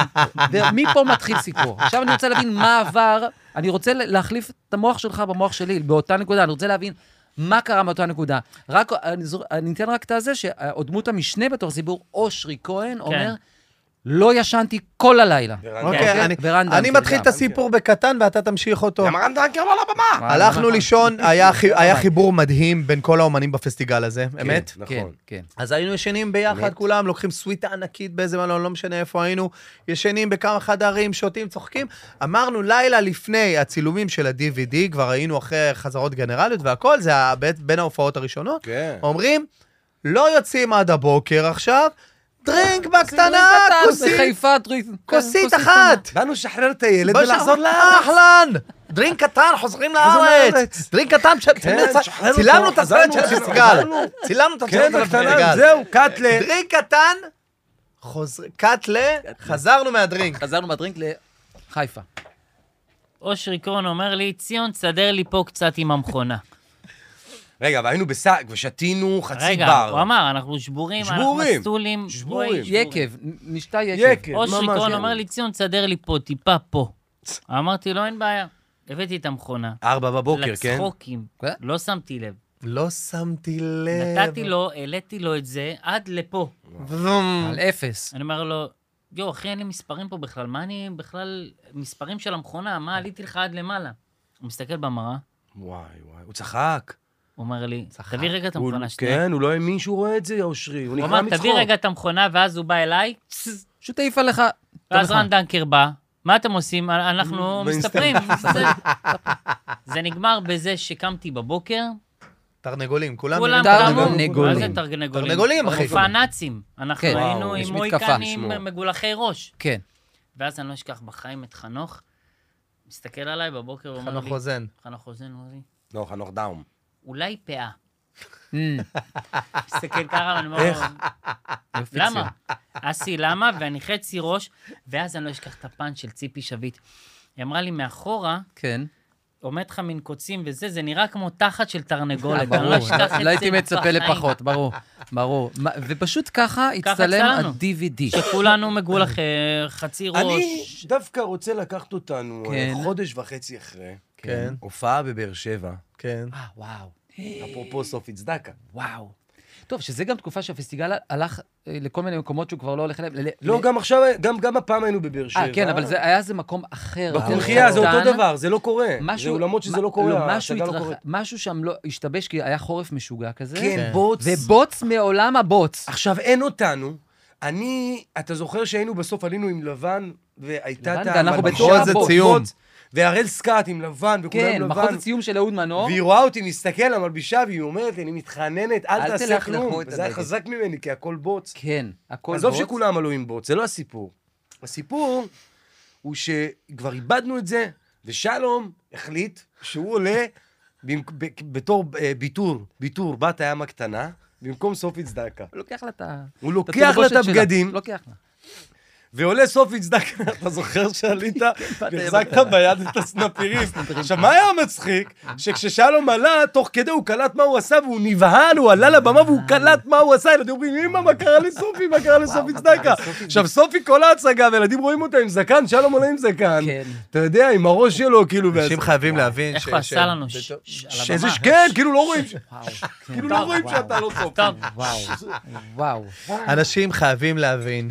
Speaker 2: ומפה מתחיל סיפור. עכשיו אני רוצה להבין מה עבר, אני רוצה להחליף את המוח שלך במוח שלי, באותה נקודה, אני רוצה להבין מה קרה מאותה נקודה. רק, אני זור- אני אתן רק את הזה, שהדמות המשנה בתוך הסיפור, אושרי כהן, אומר, לא ישנתי כל הלילה.
Speaker 3: אוקיי, אני-
Speaker 2: ורן
Speaker 3: אני
Speaker 2: דנקר
Speaker 3: מתחיל
Speaker 2: כן, גם,
Speaker 3: את הסיפור בקטן ואתה תמשיך אותו.
Speaker 1: גם רן דנקר לא על הבמה.
Speaker 2: מה,
Speaker 3: הלכנו
Speaker 2: מה?
Speaker 3: לישון, היה חי- היה חיבור מדהים בין כל האומנים בפסטיגל הזה, אמת?
Speaker 1: כן,
Speaker 2: כן,
Speaker 1: נכון.
Speaker 2: כן.
Speaker 3: אז היינו ישנים ביחד,
Speaker 1: באמת?
Speaker 3: כולם, לוקחים סוויטה ענקית באיזה מלון, לא משנה איפה היינו, ישנים בכמה חדרים, שותים, צוחקים. אמרנו, לילה לפני הצילומים של ה-DVD, כבר היינו אחרי חזרות גנרליות והכל, זה ה- בין- בין ההופעות הראשונות.
Speaker 1: כן.
Speaker 3: אומרים, לא יוצאים עד הבוקר עכשיו, דרינק בקטנה,
Speaker 2: קטן,
Speaker 3: כוסית,
Speaker 2: בחיפה, כן, טריק-
Speaker 3: כוסית
Speaker 2: קטנה.
Speaker 3: אחת.
Speaker 1: באנו לשחרר את הילד
Speaker 3: בוא
Speaker 1: ולעזור
Speaker 3: שם-
Speaker 1: לאח.
Speaker 3: אהלן! דרינק קטן, חוזרים לארץ.
Speaker 1: לארץ.
Speaker 3: דרינק קטן, ש- צ-
Speaker 1: שחרר אותו,
Speaker 3: צילמנו את הסרט של
Speaker 1: חזרנו,
Speaker 3: הפסטיגל.
Speaker 1: חזרנו.
Speaker 3: צילמנו את הסרט
Speaker 1: כן,
Speaker 3: של
Speaker 1: בקטנה,
Speaker 3: הפסטיגל.
Speaker 1: זהו, קאטלה.
Speaker 3: דרינק קטן, חוזר- קאטלה, חזרנו מהדרינק.
Speaker 2: חזרנו מהדרינק לחיפה.
Speaker 4: אושרי קרון אומר לי, ציון, תסדר לי פה קצת עם המכונה.
Speaker 1: רגע, אבל היינו בסג, ושתינו חצי
Speaker 4: רגע,
Speaker 1: בר.
Speaker 4: הוא אמר, אנחנו שבורים, אנחנו
Speaker 1: שבורים.
Speaker 4: מסטולים.
Speaker 1: שבורים.
Speaker 4: בואי,
Speaker 2: יקב, נשתה יקב.
Speaker 1: יקר,
Speaker 4: אושרי
Speaker 1: ממש
Speaker 4: קרון
Speaker 1: יקר.
Speaker 4: אומר לי, ציון, תסדר לי פה, טיפה פה. אמרתי לו, אין בעיה. הבאתי את המכונה.
Speaker 1: ארבע בבוקר, כן?
Speaker 4: לצחוקים.
Speaker 2: כן.
Speaker 4: לא שמתי לב.
Speaker 3: לא שמתי
Speaker 1: אה,
Speaker 3: לב.
Speaker 4: נתתי לו, העליתי לו את זה עד לפה.
Speaker 3: וום.
Speaker 2: על אפס.
Speaker 4: אני אומר לו, יואו, אחי, אין לי מספרים פה בכלל, מה אני בכלל... מספרים של המכונה, מה עליתי לך עד למעלה? הוא מסתכל במראה,
Speaker 1: וואי, וואי, הוא צחק.
Speaker 4: הוא אומר לי, תביא רגע את
Speaker 1: הוא-
Speaker 4: המכונה שנייה.
Speaker 1: כן, הוא לא האמין שהוא רואה את זה, אושרי. הוא
Speaker 4: הוא
Speaker 1: נקרא
Speaker 4: אמר,
Speaker 1: מצחוק.
Speaker 4: תביא רגע את המכונה, ואז הוא בא אליי,
Speaker 2: פשוט העיף עליך.
Speaker 4: ואז
Speaker 2: טוב לך.
Speaker 4: רן דנקר בא, מה אתם עושים? אנחנו מסתפרים. זה נגמר בזה שקמתי בבוקר,
Speaker 3: תרנגולים, כולם
Speaker 4: כולם
Speaker 2: תרנגולים.
Speaker 4: קמו, מה זה
Speaker 2: תרנגולים.
Speaker 4: תרנגולים?
Speaker 3: תרנגולים, אחי.
Speaker 4: מופע נאצים. אנחנו
Speaker 2: כן.
Speaker 4: היינו
Speaker 1: וואו,
Speaker 4: עם
Speaker 1: יש
Speaker 2: מתקפה.
Speaker 1: תשמעו.
Speaker 4: מוהיקנים מגולחי ראש.
Speaker 2: כן.
Speaker 4: ואז אני לא אשכח בחיים את חנוך, מסתכל עליי בבוקר, הוא אומר
Speaker 3: חנוך
Speaker 4: לי,
Speaker 3: רוזן.
Speaker 4: חנוך חוזן, אומר לי,
Speaker 1: לא, חנוך דאום.
Speaker 4: אולי פאה.
Speaker 2: Mm,
Speaker 4: מסתכל ככה, ואני אומר,
Speaker 1: איך?
Speaker 4: לו,
Speaker 2: יופי,
Speaker 4: למה? אסי, למה? ואני חצי ראש, ואז אני לא אשכח את הפאנץ' של ציפי שביט. היא אמרה לי, מאחורה,
Speaker 2: כן.
Speaker 4: עומד לך מן קוצים וזה, זה נראה כמו תחת של
Speaker 2: אה,
Speaker 4: תרנגולת. אני
Speaker 2: ברור.
Speaker 4: לא אשכח את זה
Speaker 2: לא הייתי מצפה
Speaker 4: בחיים.
Speaker 2: לפחות, ברור. ברור. מה- ופשוט ככה הצטלם
Speaker 4: הצטלמנו.
Speaker 2: ה-DVD.
Speaker 4: שכולנו מגולח אה, חצי
Speaker 1: אני
Speaker 4: ראש.
Speaker 1: דווקא רוצה לקחת אותנו אה,
Speaker 2: כן.
Speaker 1: חודש וחצי אחרי,
Speaker 3: כן,
Speaker 1: הופעה בבאר שבע,
Speaker 3: כן.
Speaker 2: אה, וואו.
Speaker 1: אפרופו סופי צדקה.
Speaker 2: וואו. טוב, שזה גם תקופה שהפסטיגל הלך אה, לכל מיני מקומות שהוא כבר לא הולך אליהם. ל-
Speaker 1: לא,
Speaker 2: ל-
Speaker 1: גם עכשיו, גם- גם הפעם היינו בבאר שבע.
Speaker 2: אה, כן, אבל זה היה איזה מקום אחר.
Speaker 1: בקונחייה, אוקיי. זה
Speaker 2: קטן.
Speaker 1: אותו דבר, זה לא קורה. זה
Speaker 2: משהו-
Speaker 1: אולמות שזה
Speaker 2: מה-
Speaker 1: לא קורה,
Speaker 2: משהו
Speaker 1: ההצגה לא
Speaker 2: התרח-
Speaker 1: קורית.
Speaker 2: משהו שם לא השתבש, כי היה חורף משוגע כזה.
Speaker 1: כן,
Speaker 3: כן.
Speaker 1: בוץ.
Speaker 2: ובוץ מעולם הבוץ.
Speaker 1: עכשיו, אין אותנו. אני, אתה זוכר שהיינו בסוף, עלינו עם לבן, והייתה
Speaker 2: לבן,
Speaker 1: את
Speaker 2: ואנחנו
Speaker 1: המלכודת
Speaker 2: בתור
Speaker 1: בוץ,
Speaker 2: הבוץ.
Speaker 3: ציון.
Speaker 1: והראל סקאט עם לבן, וכולם
Speaker 2: כן,
Speaker 1: עם לבן.
Speaker 2: מחוז הציום של אהוד מנור.
Speaker 1: והיא רואה אותי מסתכל למלבישה, והיא אומרת לי, אני מתחננת,
Speaker 2: אל
Speaker 1: אל תעשה
Speaker 2: תלך
Speaker 1: כלום.
Speaker 2: לחוות את
Speaker 1: וזה היה
Speaker 2: הדגל.
Speaker 1: חזק ממני, כי הכל בוץ.
Speaker 2: כן, הכל בוץ.
Speaker 1: עזוב שכולם עלו עם בוץ, זה לא הסיפור. הסיפור הוא שכבר איבדנו את זה, ושלום החליט שהוא עולה במק- ב- בתור אה, ביטור, ביטור, בת הים הקטנה, במקום סופי צדקה.
Speaker 2: הוא לוקח לה את ה...
Speaker 1: הוא לוקח לה את
Speaker 2: התלבושת שלה.
Speaker 1: הבגדים,
Speaker 2: לוקח לה.
Speaker 1: ועולה סופי צדקה, אתה זוכר שעלית והחזקת ביד את הסנפירים. עכשיו, מה היה מצחיק? שכששלום עלה, תוך כדי הוא קלט מה הוא עשה, והוא נבהל, הוא עלה לבמה והוא קלט מה הוא עשה, ילדים אומרים, אמא, מה קרה לסופי? מה קרה לסופי צדקה? עכשיו, סופי כל ההצגה, וילדים רואים אותה עם זקן, שלום עולה עם זקן.
Speaker 2: כן.
Speaker 1: אתה יודע, עם הראש שלו, כאילו, ואז-
Speaker 3: אנשים חייבים להבין
Speaker 4: איך
Speaker 3: ש-
Speaker 4: הוא
Speaker 3: ש-
Speaker 4: עשה לנו?
Speaker 3: ש-
Speaker 4: כן, ש- ש- על
Speaker 1: שזה,
Speaker 4: הבמה.
Speaker 1: כן, כאילו לא רואים, ש-
Speaker 2: וואו,
Speaker 1: כאילו לא רואים שאתה לא סופי.
Speaker 4: טוב,
Speaker 2: וואו.
Speaker 3: אנשים חייבים להבין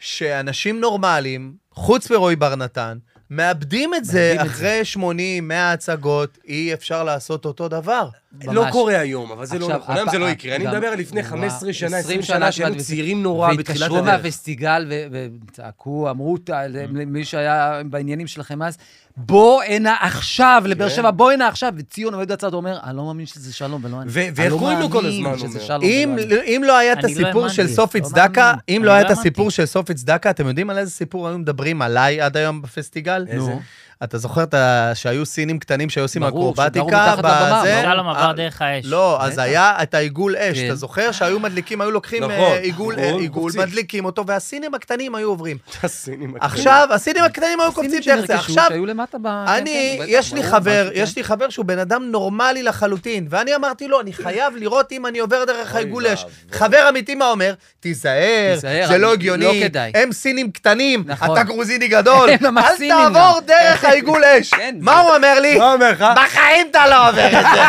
Speaker 3: שאנשים נורמליים, חוץ מרועי בר נתן, מאבדים את זה
Speaker 2: מאבדים את
Speaker 3: אחרי 80, 100 הצגות, אי אפשר לעשות אותו דבר.
Speaker 1: לא
Speaker 2: ממש.
Speaker 1: קורה היום, אבל זה לא
Speaker 2: עכשיו,
Speaker 1: נכון. היום זה
Speaker 2: הפ-
Speaker 1: לא יקרה. אני
Speaker 2: גם-
Speaker 1: מדבר על לפני
Speaker 2: וואו,
Speaker 1: 15 שנה,
Speaker 2: 20
Speaker 1: 20 שנה, שהיינו
Speaker 2: כמעט,
Speaker 1: צעירים נורא בתחילת הדרך.
Speaker 2: והתקשרו מהפסטיגל ו- וצעקו, אמרו, ת- למי שהיה בעניינים שלכם אז, בוא הנה עכשיו, לבאר
Speaker 1: כן.
Speaker 2: שבע, בוא הנה עכשיו. וציון עומד בצד, אומר, אני לא מאמין שזה שלום ולא אני.
Speaker 1: ו-
Speaker 2: אני
Speaker 1: ואיך
Speaker 2: לא
Speaker 1: קוראים לו כל
Speaker 2: מאמין
Speaker 1: הזמן,
Speaker 2: שזה
Speaker 1: אומר?
Speaker 2: שלום
Speaker 3: אם,
Speaker 2: ולא אני.
Speaker 3: אם לא היה את
Speaker 4: אני לא
Speaker 3: הסיפור של
Speaker 4: האמנתי,
Speaker 3: סופי
Speaker 4: לא
Speaker 3: צדקה,
Speaker 4: מאמין.
Speaker 3: אם
Speaker 4: אני
Speaker 3: לא היה
Speaker 4: לא
Speaker 3: את הסיפור
Speaker 4: האמנתי.
Speaker 3: של סופי צדקה, אתם יודעים על איזה סיפור היו מדברים עליי עד היום בפסטיגל?
Speaker 1: איזה? נו.
Speaker 3: אתה זוכר את ה- שהיו סינים קטנים שהיו עושים
Speaker 2: ברור,
Speaker 3: אקרובטיקה?
Speaker 2: שגרו מתחת לבמה,
Speaker 3: בזה?
Speaker 2: ברור.
Speaker 4: שלום
Speaker 3: אה,
Speaker 4: עבר דרך האש.
Speaker 3: לא, אז
Speaker 2: בטח.
Speaker 3: היה את העיגול אש,
Speaker 2: כן.
Speaker 3: אתה זוכר? שהיו מדליקים, היו לוקחים אה,
Speaker 1: נכון,
Speaker 3: עיגול,
Speaker 1: נכון,
Speaker 3: אה, עיגול,
Speaker 1: קופצים.
Speaker 3: מדליקים אותו, והסינים הקטנים היו עוברים.
Speaker 1: הסינים הקטנים.
Speaker 3: עכשיו, הסינים הקטנים
Speaker 1: לא
Speaker 3: היו קופצים דרך זה.
Speaker 2: שנרכשו,
Speaker 3: עכשיו,
Speaker 2: שהיו למטה ב...
Speaker 3: אני,
Speaker 2: כן, כן,
Speaker 3: יש לי
Speaker 2: ברור,
Speaker 3: חבר,
Speaker 2: משהו,
Speaker 3: יש לי חבר שהוא בן אדם נורמלי לחלוטין, ואני אמרתי לו, אני חייב לראות אם אני עובר דרך
Speaker 1: אוי
Speaker 3: העיגול אש.
Speaker 1: ואבוי.
Speaker 3: חבר אמיתי מה אומר? תיזהר,
Speaker 2: תיזהר,
Speaker 3: זה
Speaker 2: אני-
Speaker 3: לא
Speaker 2: לא
Speaker 3: הגיוני,
Speaker 2: כדאי."
Speaker 3: הם סינים קטנים,
Speaker 2: נכון.
Speaker 3: אתה גרוזיני גדול,
Speaker 2: הם ממש
Speaker 3: אל
Speaker 2: סינים גם.
Speaker 3: תעבור דרך לך עיגול אש.
Speaker 2: כן,
Speaker 3: מה הוא אומר לי?
Speaker 1: מה אומר לך?
Speaker 3: בחיים אתה לא עובר את זה.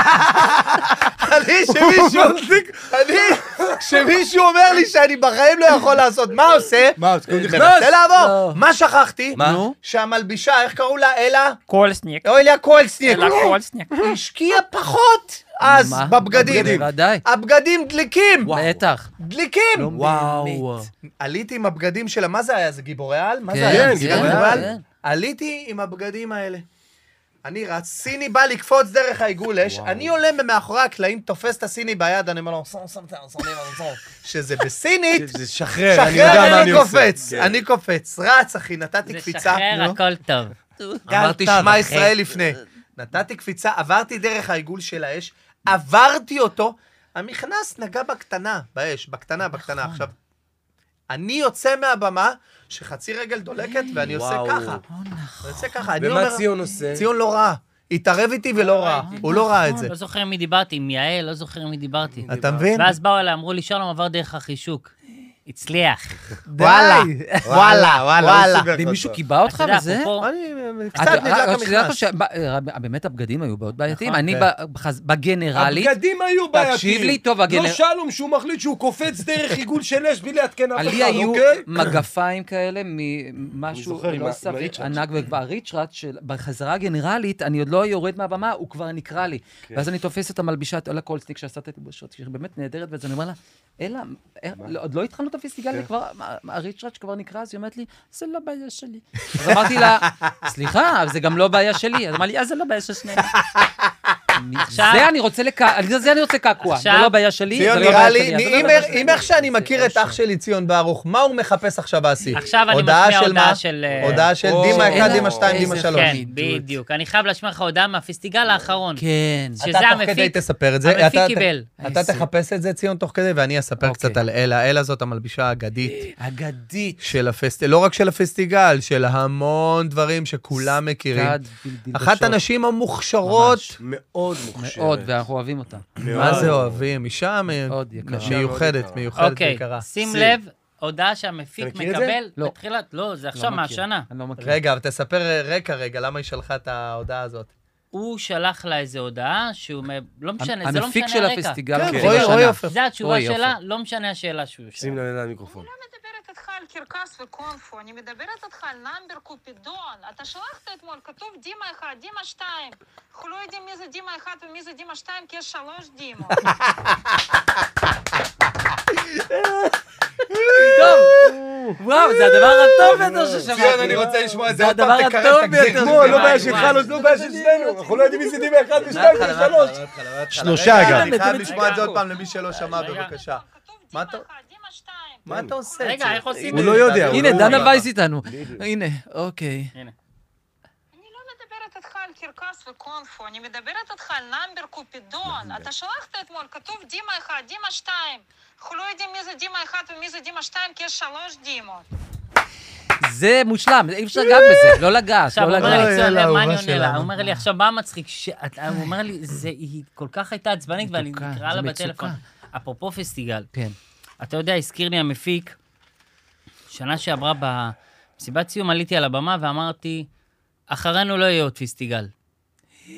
Speaker 3: אני שמישהו... אני... שמישהו אומר לי שאני בחיים לא יכול לעשות, מה עושה?
Speaker 1: מה, אז כאילו נכנס?
Speaker 3: מנסה
Speaker 2: לא.
Speaker 3: לעבור. מה שכחתי?
Speaker 1: מה?
Speaker 2: נו.
Speaker 3: שהמלבישה, איך קראו לה? אלה?
Speaker 4: קולסניק.
Speaker 3: אלה קולסניק.
Speaker 4: אלה קולסניק.
Speaker 3: השקיעה פחות אז
Speaker 2: מה?
Speaker 3: בבגדים.
Speaker 2: בוודאי.
Speaker 3: הבגדים דליקים.
Speaker 2: בטח.
Speaker 3: דליקים.
Speaker 2: וואו.
Speaker 3: עליתי עם הבגדים שלה, מה זה היה? זה גיבורי על? מה
Speaker 2: כן,
Speaker 3: זה היה?
Speaker 1: כן, גיבורי
Speaker 2: על.
Speaker 3: אבל עליתי עם הבגדים האלה. אני רץ, סיני בא לקפוץ דרך העיגול אש, אני עולה מאחורי הקלעים, תופס את הסיני ביד, אני אומר לו, סום סום סום סום סום סום, שזה בסינית,
Speaker 1: זה שחרר, אני יודע
Speaker 3: שחרר,
Speaker 1: מה
Speaker 3: אני לא
Speaker 1: אני עושה.
Speaker 3: קופץ,
Speaker 1: כן.
Speaker 3: אני קופץ, רץ, אחי, נתתי
Speaker 4: זה
Speaker 3: קפיצה. לא?
Speaker 4: שחרר,
Speaker 3: נו.
Speaker 4: הכל טוב.
Speaker 3: גל,
Speaker 2: אמרתי
Speaker 3: תשמע
Speaker 2: שחר.
Speaker 3: ישראל לפני. נתתי קפיצה, עברתי דרך העיגול של האש, עברתי אותו, המכנס נגע בקטנה, באש, בקטנה, בקטנה. עכשיו, אני יוצא מהבמה, שחצי רגל דולקת, ואני עושה
Speaker 1: וואו.
Speaker 3: ככה. אני עושה ככה, אני
Speaker 1: כן. ומה
Speaker 3: אומר...
Speaker 1: ציון עושה?
Speaker 3: ציון לא ראה. התערב איתי ולא ראה. הוא לא ראה את זה. כן.
Speaker 4: לא זוכר עם מי דיברתי, עם יעל, לא זוכר עם מי דיברתי.
Speaker 3: אתה מבין?
Speaker 4: ואז באו אליי, אמרו לי, שלום עבר דרך החישוק. הצליח.
Speaker 3: וואלה. וואלה, וואלה.
Speaker 1: סוגר
Speaker 2: ואם
Speaker 1: לך
Speaker 2: מישהו
Speaker 1: אותו.
Speaker 2: קיבע אותך אה,
Speaker 4: אתה יודע,
Speaker 2: וזה?
Speaker 4: אפרופו-
Speaker 3: אני אה,
Speaker 2: את-
Speaker 3: קצת
Speaker 2: רק-
Speaker 3: נדלק
Speaker 2: רק שתדע לך
Speaker 3: המכנס.
Speaker 2: שב- אה, באמת הבגדים היו מאוד בעייתיים.
Speaker 4: נכון.
Speaker 2: אני
Speaker 3: כן.
Speaker 2: ב- בחז- בגנרלית,
Speaker 1: הבגדים היו בעייתיים.
Speaker 2: תקשיב לי טוב,
Speaker 1: לא
Speaker 2: הגנר-
Speaker 1: שלום שהוא מחליט שהוא קופץ דרך עיגול של אש בלי לעדכן אף
Speaker 2: עלי
Speaker 1: אחד,
Speaker 2: היו
Speaker 1: אוקיי?
Speaker 2: מגפיים כאלה ממשהו
Speaker 1: זוכר, עם ה-
Speaker 2: לא
Speaker 1: עם
Speaker 2: סביר,
Speaker 1: הריצ'רד
Speaker 2: ענק, וכבר הריצ'רד, בחזרה הגנרלית, אני עוד לא יורד מהבמה, הוא כבר נקרע לי. ואז אני תופס את המלבישה, את אלה קולסטיק שעשתה את התלבושות, שהיא באמת נהדרת, ואז אני אומר לה, אלה, אה, לא- עוד לא התחלנו את הפסטיגל, וכבר- מה- מה- הריצ'רד שכבר נקרע, אז היא אומרת לי, זה לא בעיה שלי. אז אמרתי לה, סליחה, אבל זה גם לא בעיה שלי. אז אמרתי לי, "אה, זה לא בעיה של שנינו.
Speaker 4: עכשיו-
Speaker 2: זה אני רוצה לקעקוע, זה אני רוצה קעקוע, זה
Speaker 4: עכשיו-
Speaker 2: לא בעיה שלי, זה
Speaker 3: ציון,
Speaker 2: לא
Speaker 3: נראה
Speaker 2: בעיה שלי.
Speaker 3: לי,
Speaker 2: אז זה לא
Speaker 3: אם-
Speaker 2: בעיה שלי.
Speaker 3: אם איך שאני
Speaker 2: זה
Speaker 3: מכיר את
Speaker 2: אושר.
Speaker 3: אח שלי ציון ברוך, מה הוא מחפש עכשיו אסי?
Speaker 4: עכשיו אני משמיע הודעה של, אה,
Speaker 3: הודעה של
Speaker 1: או,
Speaker 3: דימה 1,
Speaker 1: איזה-
Speaker 3: דימה 2, דימה
Speaker 2: איזה
Speaker 3: 3.
Speaker 4: כן,
Speaker 2: מידות.
Speaker 4: בדיוק. אני חייב להשמיע לך הודעה מהפסטיגל האחרון.
Speaker 2: כן.
Speaker 4: שזה
Speaker 3: אתה תוך כדי
Speaker 4: המפיק.
Speaker 3: תספר את זה.
Speaker 4: המפיק
Speaker 3: אתה-
Speaker 4: קיבל.
Speaker 3: אתה
Speaker 2: איזה-
Speaker 3: תחפש את זה, ציון, תוך כדי, ואני אספר
Speaker 2: אוקיי.
Speaker 3: קצת על אלה. אלה זאת המלבישה האגדית
Speaker 2: אגדית.
Speaker 3: של הפסטיגל, לא רק של הפסטיגל, של המון דברים שכולם מכירים.
Speaker 2: סטאד בלבלבשות.
Speaker 3: אחת הנשים המוכשרות,
Speaker 2: ממש.
Speaker 1: מאוד מוכשרת.
Speaker 2: מאוד, ואנחנו אוהבים אותה.
Speaker 3: מה זה אוהבים? אישה מ-
Speaker 2: מאוד יקרה.
Speaker 1: מאוד
Speaker 3: מיוחדת,
Speaker 1: יקרה.
Speaker 3: מיוחדת
Speaker 4: אוקיי,
Speaker 3: ויקרה.
Speaker 4: שים
Speaker 1: סיר.
Speaker 4: לב, הודעה שהמפיק
Speaker 1: אתה מכיר את זה?
Speaker 4: מקבל
Speaker 2: לא.
Speaker 4: בתחילת, לא, זה עכשיו
Speaker 2: לא מכיר.
Speaker 4: מהשנה.
Speaker 2: אני לא מכיר.
Speaker 3: רגע, אבל תספר אה, רקע רגע, למה היא שלחה את ההודעה הזאת.
Speaker 4: הוא שלח לה איזה הודעה שהוא, מ- לא משנה, זה לא
Speaker 2: המפיק
Speaker 4: משנה
Speaker 2: של
Speaker 4: הרקע.
Speaker 2: הפסטיגל.
Speaker 3: כן,
Speaker 2: הוא
Speaker 1: רועי-
Speaker 2: של
Speaker 3: רועי
Speaker 2: השנה.
Speaker 3: עופר.
Speaker 4: זה התשובה
Speaker 2: אוי, יופי.
Speaker 4: שלה, לא משנה השאלה שהוא
Speaker 1: שים
Speaker 4: שאלה.
Speaker 1: לה למיקרופון.
Speaker 5: מדברת איתך על קרקס וקונפו, אני מדברת איתך על נאמבר קופידון. אתה שלחת אתמול, כתוב דימה אחד, דימה שתיים. אנחנו לא יודעים מי זה דימה אחד ומי זה דימה שתיים, כי יש שלוש דימות.
Speaker 2: וואו, זה הדבר הטוב ביותר ששמעתי.
Speaker 3: כן,
Speaker 1: לא-
Speaker 3: רוצה לשמוע את
Speaker 2: זה הדבר הטוב ביותר.
Speaker 1: כמו, לא בעיה שלך,
Speaker 4: וואי,
Speaker 1: לא לא בעיה של שנינו. אנחנו לא יודעים מי זה דימה אחד ושתיים ושלוש. שלושה, אגב.
Speaker 3: אני חייב לשמוע את זה עוד פעם למי שלא שמע, בבקשה.
Speaker 5: כתוב
Speaker 3: מה
Speaker 5: דימה
Speaker 3: אתה-
Speaker 5: אחד, דימה שתיים.
Speaker 3: מה אתה עושה?
Speaker 4: רגע, איך עושים
Speaker 1: הוא
Speaker 4: את
Speaker 1: לא
Speaker 4: זה?
Speaker 1: יודע. הוא
Speaker 2: הנה,
Speaker 1: לא-
Speaker 2: דנה וייס איתנו. הנה, אוקיי.
Speaker 4: הנה.
Speaker 5: אני לא מדברת איתך על קרקס וקונפו, אני מדברת איתך על נאמבר קופידון. אתה שלחת אתמול, כתוב דימה אחד, דימה שתיים. אנחנו לא יודעים מי זה דימה אחד ומי זה דימה שתיים, כי יש שלוש דימות.
Speaker 2: זה מושלם, אי אפשר לגעת בזה. לא לגעת,
Speaker 4: עכשיו,
Speaker 2: לא
Speaker 4: הוא אומר
Speaker 2: לגעת.
Speaker 4: לי, ציון,
Speaker 3: אלה,
Speaker 4: מה אני
Speaker 3: אהובה
Speaker 4: עונה לה?
Speaker 3: שלנו.
Speaker 4: הוא אומר לי, עכשיו, מה מצחיק? ש- את- הוא אומר לי, זה- היא כל כך הייתה עצבנית, ואני
Speaker 2: מתוקה,
Speaker 4: נקרא
Speaker 2: זה
Speaker 4: לה
Speaker 2: מצוקה.
Speaker 4: בטלפון. אפרופו פסטיגל,
Speaker 2: כן.
Speaker 4: אתה יודע, הזכיר לי המפיק, שנה שעברה במסיבת סיום עליתי על הבמה ואמרתי, אחרינו לא יהיה עוד פסטיגל. הוא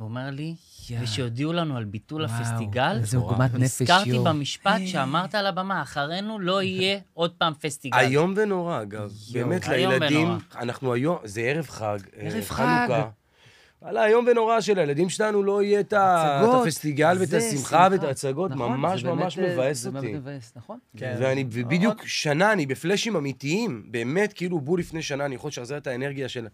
Speaker 4: אומר לי,
Speaker 2: יא.
Speaker 4: ושהודיעו לנו על ביטול
Speaker 2: וואו,
Speaker 4: הפסטיגל,
Speaker 2: איזה עוגמת נפש,
Speaker 4: נזכרתי
Speaker 2: יואו.
Speaker 4: במשפט שאמרת על הבמה, אחרינו לא יהיה עוד פעם פסטיגל.
Speaker 1: איום ונורא, אגב.
Speaker 2: יואו.
Speaker 1: באמת,
Speaker 4: איום
Speaker 1: לילדים,
Speaker 4: ונורא.
Speaker 1: אנחנו היום, זה ערב חג, אה,
Speaker 2: ערב חג.
Speaker 1: חנוכה. וואלה, איום ונורא שלילדים שלנו לא יהיה את ה- את
Speaker 2: הצגות,
Speaker 1: הפסטיגל ואת
Speaker 2: זה,
Speaker 1: השמחה ואת ההצגות,
Speaker 2: נכון,
Speaker 1: ממש
Speaker 2: זה באמת,
Speaker 1: ממש
Speaker 2: אה,
Speaker 1: מבאס
Speaker 2: זה
Speaker 1: אותי.
Speaker 2: באמת מבאס, נכון?
Speaker 3: כן.
Speaker 1: ואני בדיוק שנה, אני בפלאשים אמיתיים, באמת, כאילו, בול לפני שנה, אני יכול לשחזר את האנרגיה של...